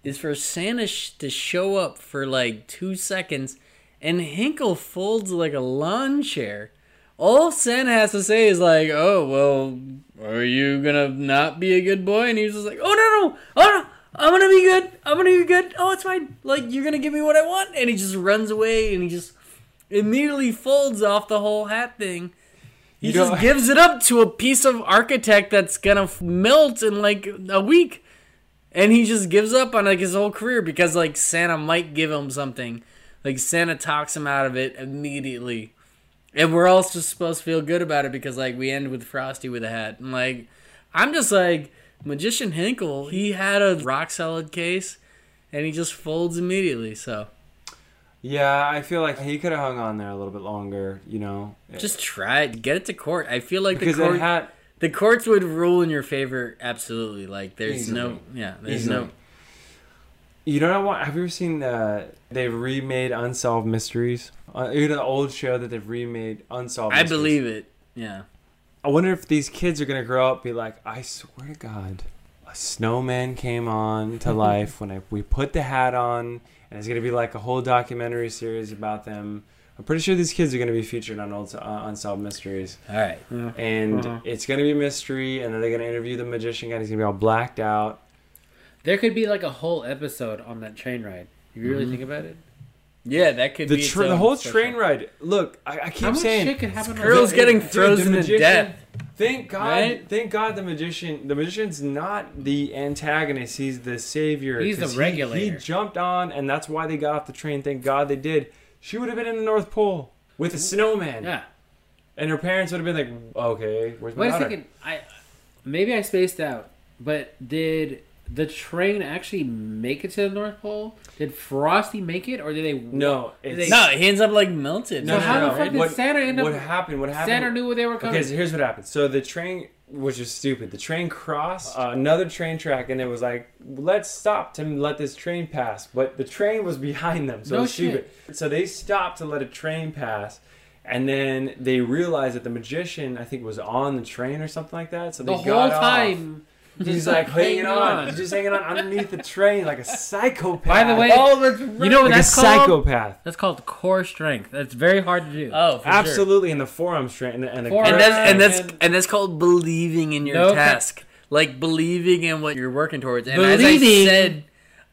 [SPEAKER 2] is for Santa sh- to show up for like two seconds, and Hinkle folds like a lawn chair. All Santa has to say is like, "Oh well, are you gonna not be a good boy?" And he's just like, "Oh no, no, oh no, I'm gonna be good. I'm gonna be good. Oh, it's fine. Like you're gonna give me what I want." And he just runs away, and he just immediately folds off the whole hat thing. He
[SPEAKER 3] You
[SPEAKER 2] just
[SPEAKER 3] know-
[SPEAKER 2] gives it up to a piece of architect that's gonna f- melt in like a week, and he just gives up on like his whole career because like Santa might give him something Like Santa talks him out of it immediately, and we're all just supposed to feel good about it because like we end with Frosty with a hat. And like I'm just like Magician Hinkle. He had a rock solid case, and he just folds immediately. So
[SPEAKER 3] Yeah, I feel like he could have hung on there a little bit longer, you know.
[SPEAKER 2] just try it. Get it to court. I feel like
[SPEAKER 3] because
[SPEAKER 2] the court.
[SPEAKER 3] it had
[SPEAKER 2] the courts would rule in your favor absolutely like there's no
[SPEAKER 3] Easily.
[SPEAKER 2] yeah there's
[SPEAKER 3] Easily.
[SPEAKER 2] no
[SPEAKER 3] You know what? Have you ever seen uh, they've remade Unsolved Mysteries? Uh, you know the old show that they've remade Unsolved.
[SPEAKER 2] i
[SPEAKER 3] Mysteries?
[SPEAKER 2] believe it yeah
[SPEAKER 3] I wonder if these kids are gonna grow up and be like, I swear to God, a snowman came on to life when I, we put the hat on, and it's gonna be like a whole documentary series about them. I'm pretty sure these kids are gonna be featured on old, uh, Unsolved Mysteries,
[SPEAKER 2] all right
[SPEAKER 3] and
[SPEAKER 4] Mhm.
[SPEAKER 3] it's gonna be mystery, and then they're gonna interview the magician guy. and He's gonna be all blacked out.
[SPEAKER 4] There could be like a whole episode on that train ride. If you really think about it,
[SPEAKER 2] yeah that could
[SPEAKER 3] The
[SPEAKER 2] be its
[SPEAKER 3] tra- the
[SPEAKER 2] own
[SPEAKER 3] whole
[SPEAKER 2] special.
[SPEAKER 3] train ride. Look, I, I keep
[SPEAKER 4] how much
[SPEAKER 3] saying
[SPEAKER 4] shit could happen? on
[SPEAKER 2] girls
[SPEAKER 4] that-
[SPEAKER 2] getting
[SPEAKER 3] Dude,
[SPEAKER 2] frozen
[SPEAKER 3] the
[SPEAKER 2] to
[SPEAKER 3] magician-
[SPEAKER 2] death.
[SPEAKER 3] Thank God!
[SPEAKER 2] Right?
[SPEAKER 3] Thank God the magician. The magician's not the antagonist. He's the savior.
[SPEAKER 4] He's the
[SPEAKER 3] 'cause he- He,
[SPEAKER 4] regulator.
[SPEAKER 3] jumped on, and that's why they got off the train. Thank God they did. She would have been in the North Pole with a snowman,
[SPEAKER 4] Yeah.
[SPEAKER 3] and her parents would have been like, "Okay, where's my
[SPEAKER 4] Wait a
[SPEAKER 3] daughter?"
[SPEAKER 4] second. I maybe I spaced out, but did the train actually make it to the North Pole? Did Frosty make it, or did they?
[SPEAKER 3] No,
[SPEAKER 4] Did
[SPEAKER 3] it's-
[SPEAKER 2] no he Oh, ends up like melted
[SPEAKER 4] So how the fuck did
[SPEAKER 3] What-
[SPEAKER 4] Santa end up-
[SPEAKER 3] What happened? What happened?
[SPEAKER 4] Santa knew where they were coming.
[SPEAKER 3] Okay, so here's what happened. So the train, which is stupid, the train crossed uh, another train track, and it was like, let's stop to let this train pass. But the train was behind them, so
[SPEAKER 4] No
[SPEAKER 3] it's stupid. So they stopped to let a train pass, and then they realized that the magician, I think, was on the train or something like that. So they got
[SPEAKER 4] the whole
[SPEAKER 3] off.
[SPEAKER 4] time.
[SPEAKER 3] He's like hanging on. He's
[SPEAKER 4] Just
[SPEAKER 3] just hanging on underneath the train like a psychopath.
[SPEAKER 4] By the way, you know what
[SPEAKER 3] like
[SPEAKER 4] Oh, that's
[SPEAKER 3] a
[SPEAKER 4] called?
[SPEAKER 3] psychopath.
[SPEAKER 4] That's called core strength. That's very hard to do.
[SPEAKER 2] oh for absolutely
[SPEAKER 3] Absolutely, in the forearm straight and the, and the
[SPEAKER 4] Forearm
[SPEAKER 2] and that's and that's
[SPEAKER 4] And-
[SPEAKER 2] and that's called believing in your
[SPEAKER 4] No, okay.
[SPEAKER 2] task like believing in what you're working towards and
[SPEAKER 4] Believing-
[SPEAKER 2] as i said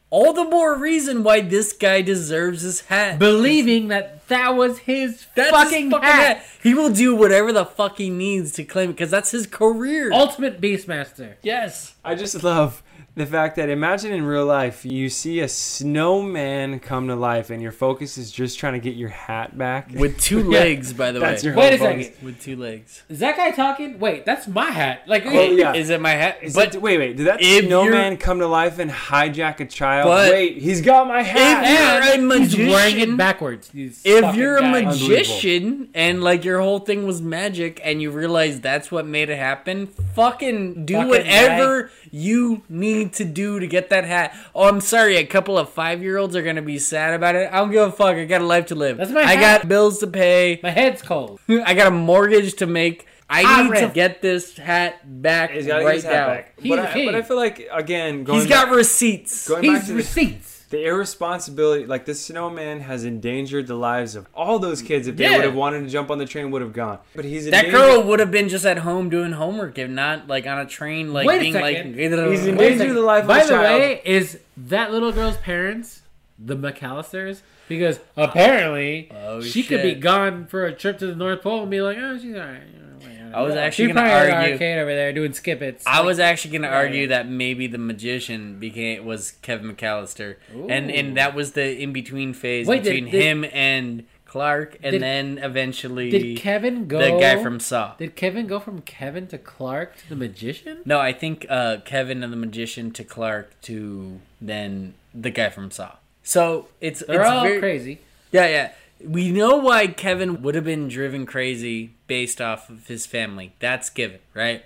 [SPEAKER 2] all the more reason why this guy deserves his hat
[SPEAKER 4] Believing that that was his
[SPEAKER 2] that's his
[SPEAKER 4] fucking, hat.
[SPEAKER 2] He will do whatever the fuck he needs to claim it because that's his career.
[SPEAKER 4] Ultimate Beastmaster.
[SPEAKER 2] yes.
[SPEAKER 3] I just love the fact that imagine in real life you see a snowman come to life and your focus is just trying to get your hat back.
[SPEAKER 2] With two
[SPEAKER 3] Yeah.
[SPEAKER 2] legs, by the
[SPEAKER 3] That's
[SPEAKER 2] way.
[SPEAKER 3] your
[SPEAKER 4] Wait
[SPEAKER 3] whole
[SPEAKER 4] a
[SPEAKER 3] focus.
[SPEAKER 4] second.
[SPEAKER 2] With two legs.
[SPEAKER 4] Is that guy talking? Wait, that's my hat. Like,
[SPEAKER 3] Oh, yeah.
[SPEAKER 2] Is it my hat?
[SPEAKER 3] Is
[SPEAKER 2] but
[SPEAKER 3] it- wait, wait. Did that
[SPEAKER 2] if
[SPEAKER 3] snowman
[SPEAKER 2] you're-
[SPEAKER 3] come to life and hijack a child?
[SPEAKER 2] But-
[SPEAKER 3] wait, he's got my hat.
[SPEAKER 2] If-
[SPEAKER 4] and
[SPEAKER 2] You're a
[SPEAKER 4] he's wearing it
[SPEAKER 2] magician.
[SPEAKER 4] backwards. These
[SPEAKER 2] if
[SPEAKER 4] fucking
[SPEAKER 2] you're a
[SPEAKER 4] guys.
[SPEAKER 2] magician and like your whole thing was magic and you realize that's what made it happen, fucking do
[SPEAKER 4] Fucking
[SPEAKER 2] whatever you need to do to get that hat. Oh, I'm sorry, a couple of five year olds are gonna be sad about it. I don't give a fuck. I got a life to live.
[SPEAKER 4] That's my
[SPEAKER 2] I
[SPEAKER 4] hat.
[SPEAKER 2] got bills to pay.
[SPEAKER 4] my head's cold.
[SPEAKER 2] I got a mortgage to make. I
[SPEAKER 4] I
[SPEAKER 2] need to
[SPEAKER 4] read-
[SPEAKER 2] get this hat back
[SPEAKER 3] He's got
[SPEAKER 2] right
[SPEAKER 3] his hat
[SPEAKER 2] now.
[SPEAKER 3] back.
[SPEAKER 4] He's
[SPEAKER 3] but,
[SPEAKER 4] the
[SPEAKER 3] I,
[SPEAKER 4] king.
[SPEAKER 3] but I feel like again, going
[SPEAKER 2] He's got
[SPEAKER 3] back,
[SPEAKER 2] receipts.
[SPEAKER 3] going back
[SPEAKER 4] He's
[SPEAKER 3] to the-
[SPEAKER 4] receipts.
[SPEAKER 3] the irresponsibility. Like this snowman has endangered the lives of all those kids. If they
[SPEAKER 4] Yeah.
[SPEAKER 3] would have wanted to jump on the train, would have gone. But he's
[SPEAKER 2] That
[SPEAKER 3] endangered-
[SPEAKER 2] girl would have been just at home doing homework, if not like on a train, like
[SPEAKER 4] Wait a
[SPEAKER 2] being like.
[SPEAKER 4] second.
[SPEAKER 3] He's in
[SPEAKER 4] Wait a
[SPEAKER 3] Danger
[SPEAKER 4] second.
[SPEAKER 3] the life of
[SPEAKER 4] By
[SPEAKER 3] a
[SPEAKER 4] the
[SPEAKER 3] child.
[SPEAKER 4] way, is that little girl's parents the McAllisters? Because apparently
[SPEAKER 2] Oh,
[SPEAKER 4] she could be
[SPEAKER 2] shit.
[SPEAKER 4] gone for a trip to the North Pole and be like, oh, she's alright. you know, whatever."
[SPEAKER 2] I was actually
[SPEAKER 4] She
[SPEAKER 2] Oh, gonna
[SPEAKER 4] probably at an
[SPEAKER 2] argue-
[SPEAKER 4] arcade over there doing skip its.
[SPEAKER 2] I was actually going to argue that maybe the magician became was Kevin McAllister, and and that was the in between phase
[SPEAKER 4] Wait, did-
[SPEAKER 2] between
[SPEAKER 4] did-
[SPEAKER 2] him and Clark, and
[SPEAKER 4] Did-
[SPEAKER 2] then eventually
[SPEAKER 4] Did Kevin go?
[SPEAKER 2] the guy from Saw.
[SPEAKER 4] Did Kevin go from Kevin to Clark to the magician?
[SPEAKER 2] no, I think uh, Kevin and the magician to Clark to then the guy from Saw. So it's
[SPEAKER 4] They're
[SPEAKER 2] it's
[SPEAKER 4] all
[SPEAKER 2] very-
[SPEAKER 4] crazy.
[SPEAKER 2] Yeah, yeah. We know why Kevin would have been driven crazy based off of his family. That's given, right?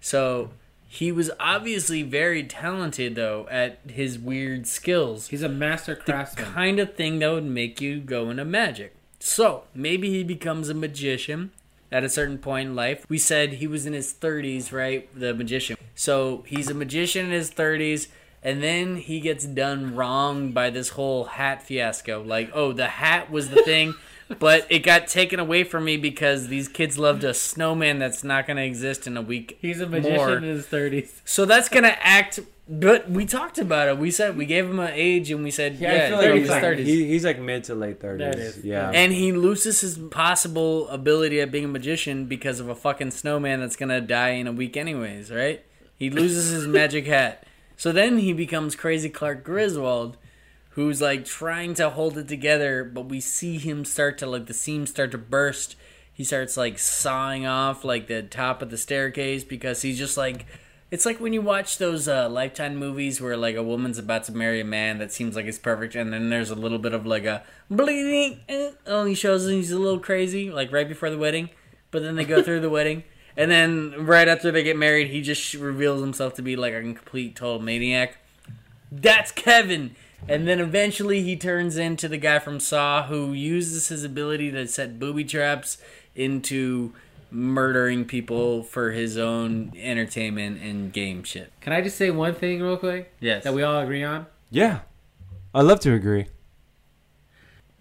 [SPEAKER 2] So he was obviously very talented, though, at his weird skills.
[SPEAKER 4] He's a master craftsman.
[SPEAKER 2] kind of thing that would make you go into magic. So maybe he becomes a magician at a certain point in life. We said he was in his 30s, right? The magician. So he's a magician in his 30s, and then he gets done wrong by this whole hat fiasco. Like, oh, the hat was the thing. But it got taken away from me because these kids loved a snowman that's not going to exist in a week.
[SPEAKER 4] He's a magician
[SPEAKER 2] more.
[SPEAKER 4] in his thirties.
[SPEAKER 2] So that's gonna act. But we talked about it. We said we gave him an age, and we said
[SPEAKER 3] Yeah,
[SPEAKER 2] yeah,
[SPEAKER 3] I feel like he's,
[SPEAKER 2] 30s,
[SPEAKER 3] like,
[SPEAKER 2] 30s.
[SPEAKER 3] he- he's like mid to late
[SPEAKER 4] That
[SPEAKER 3] thirties.
[SPEAKER 4] is,
[SPEAKER 3] Yeah.
[SPEAKER 2] and he loses his possible ability at being a magician because of a fucking snowman that's gonna die in a week, anyways. Right? He loses his magic hat. So then he becomes Crazy Clark Griswold, who's like trying to hold it together, but we see him start to like the seams start to burst. He starts like sawing off like the top of the staircase because he's just like it's like when you watch those uh, Lifetime movies where like a woman's about to marry a man that seems like it's perfect, and then there's a little bit of like a bleeding. eh, Oh, he shows he's a little crazy, like right before the wedding, but then they go through the wedding, and then right after they get married, he just reveals himself to be like a complete total maniac. That's Kevin. And then eventually he turns into the guy from Saw who uses his ability to set booby traps into murdering people for his own entertainment and game shit.
[SPEAKER 4] Can I just say one thing real quick
[SPEAKER 2] Yes.
[SPEAKER 4] that we all agree on?
[SPEAKER 3] Yeah. I love to agree.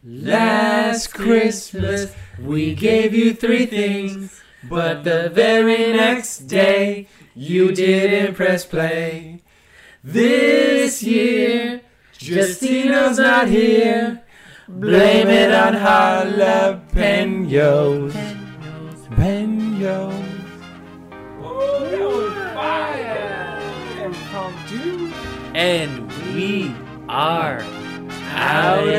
[SPEAKER 1] Last Christmas, we gave you three things, but the very next day, you didn't press play. This year, Justino's not here.
[SPEAKER 3] Blame it on jalapenos. Penos. Oh, that was fire. Impromptu.
[SPEAKER 2] And we are
[SPEAKER 1] Out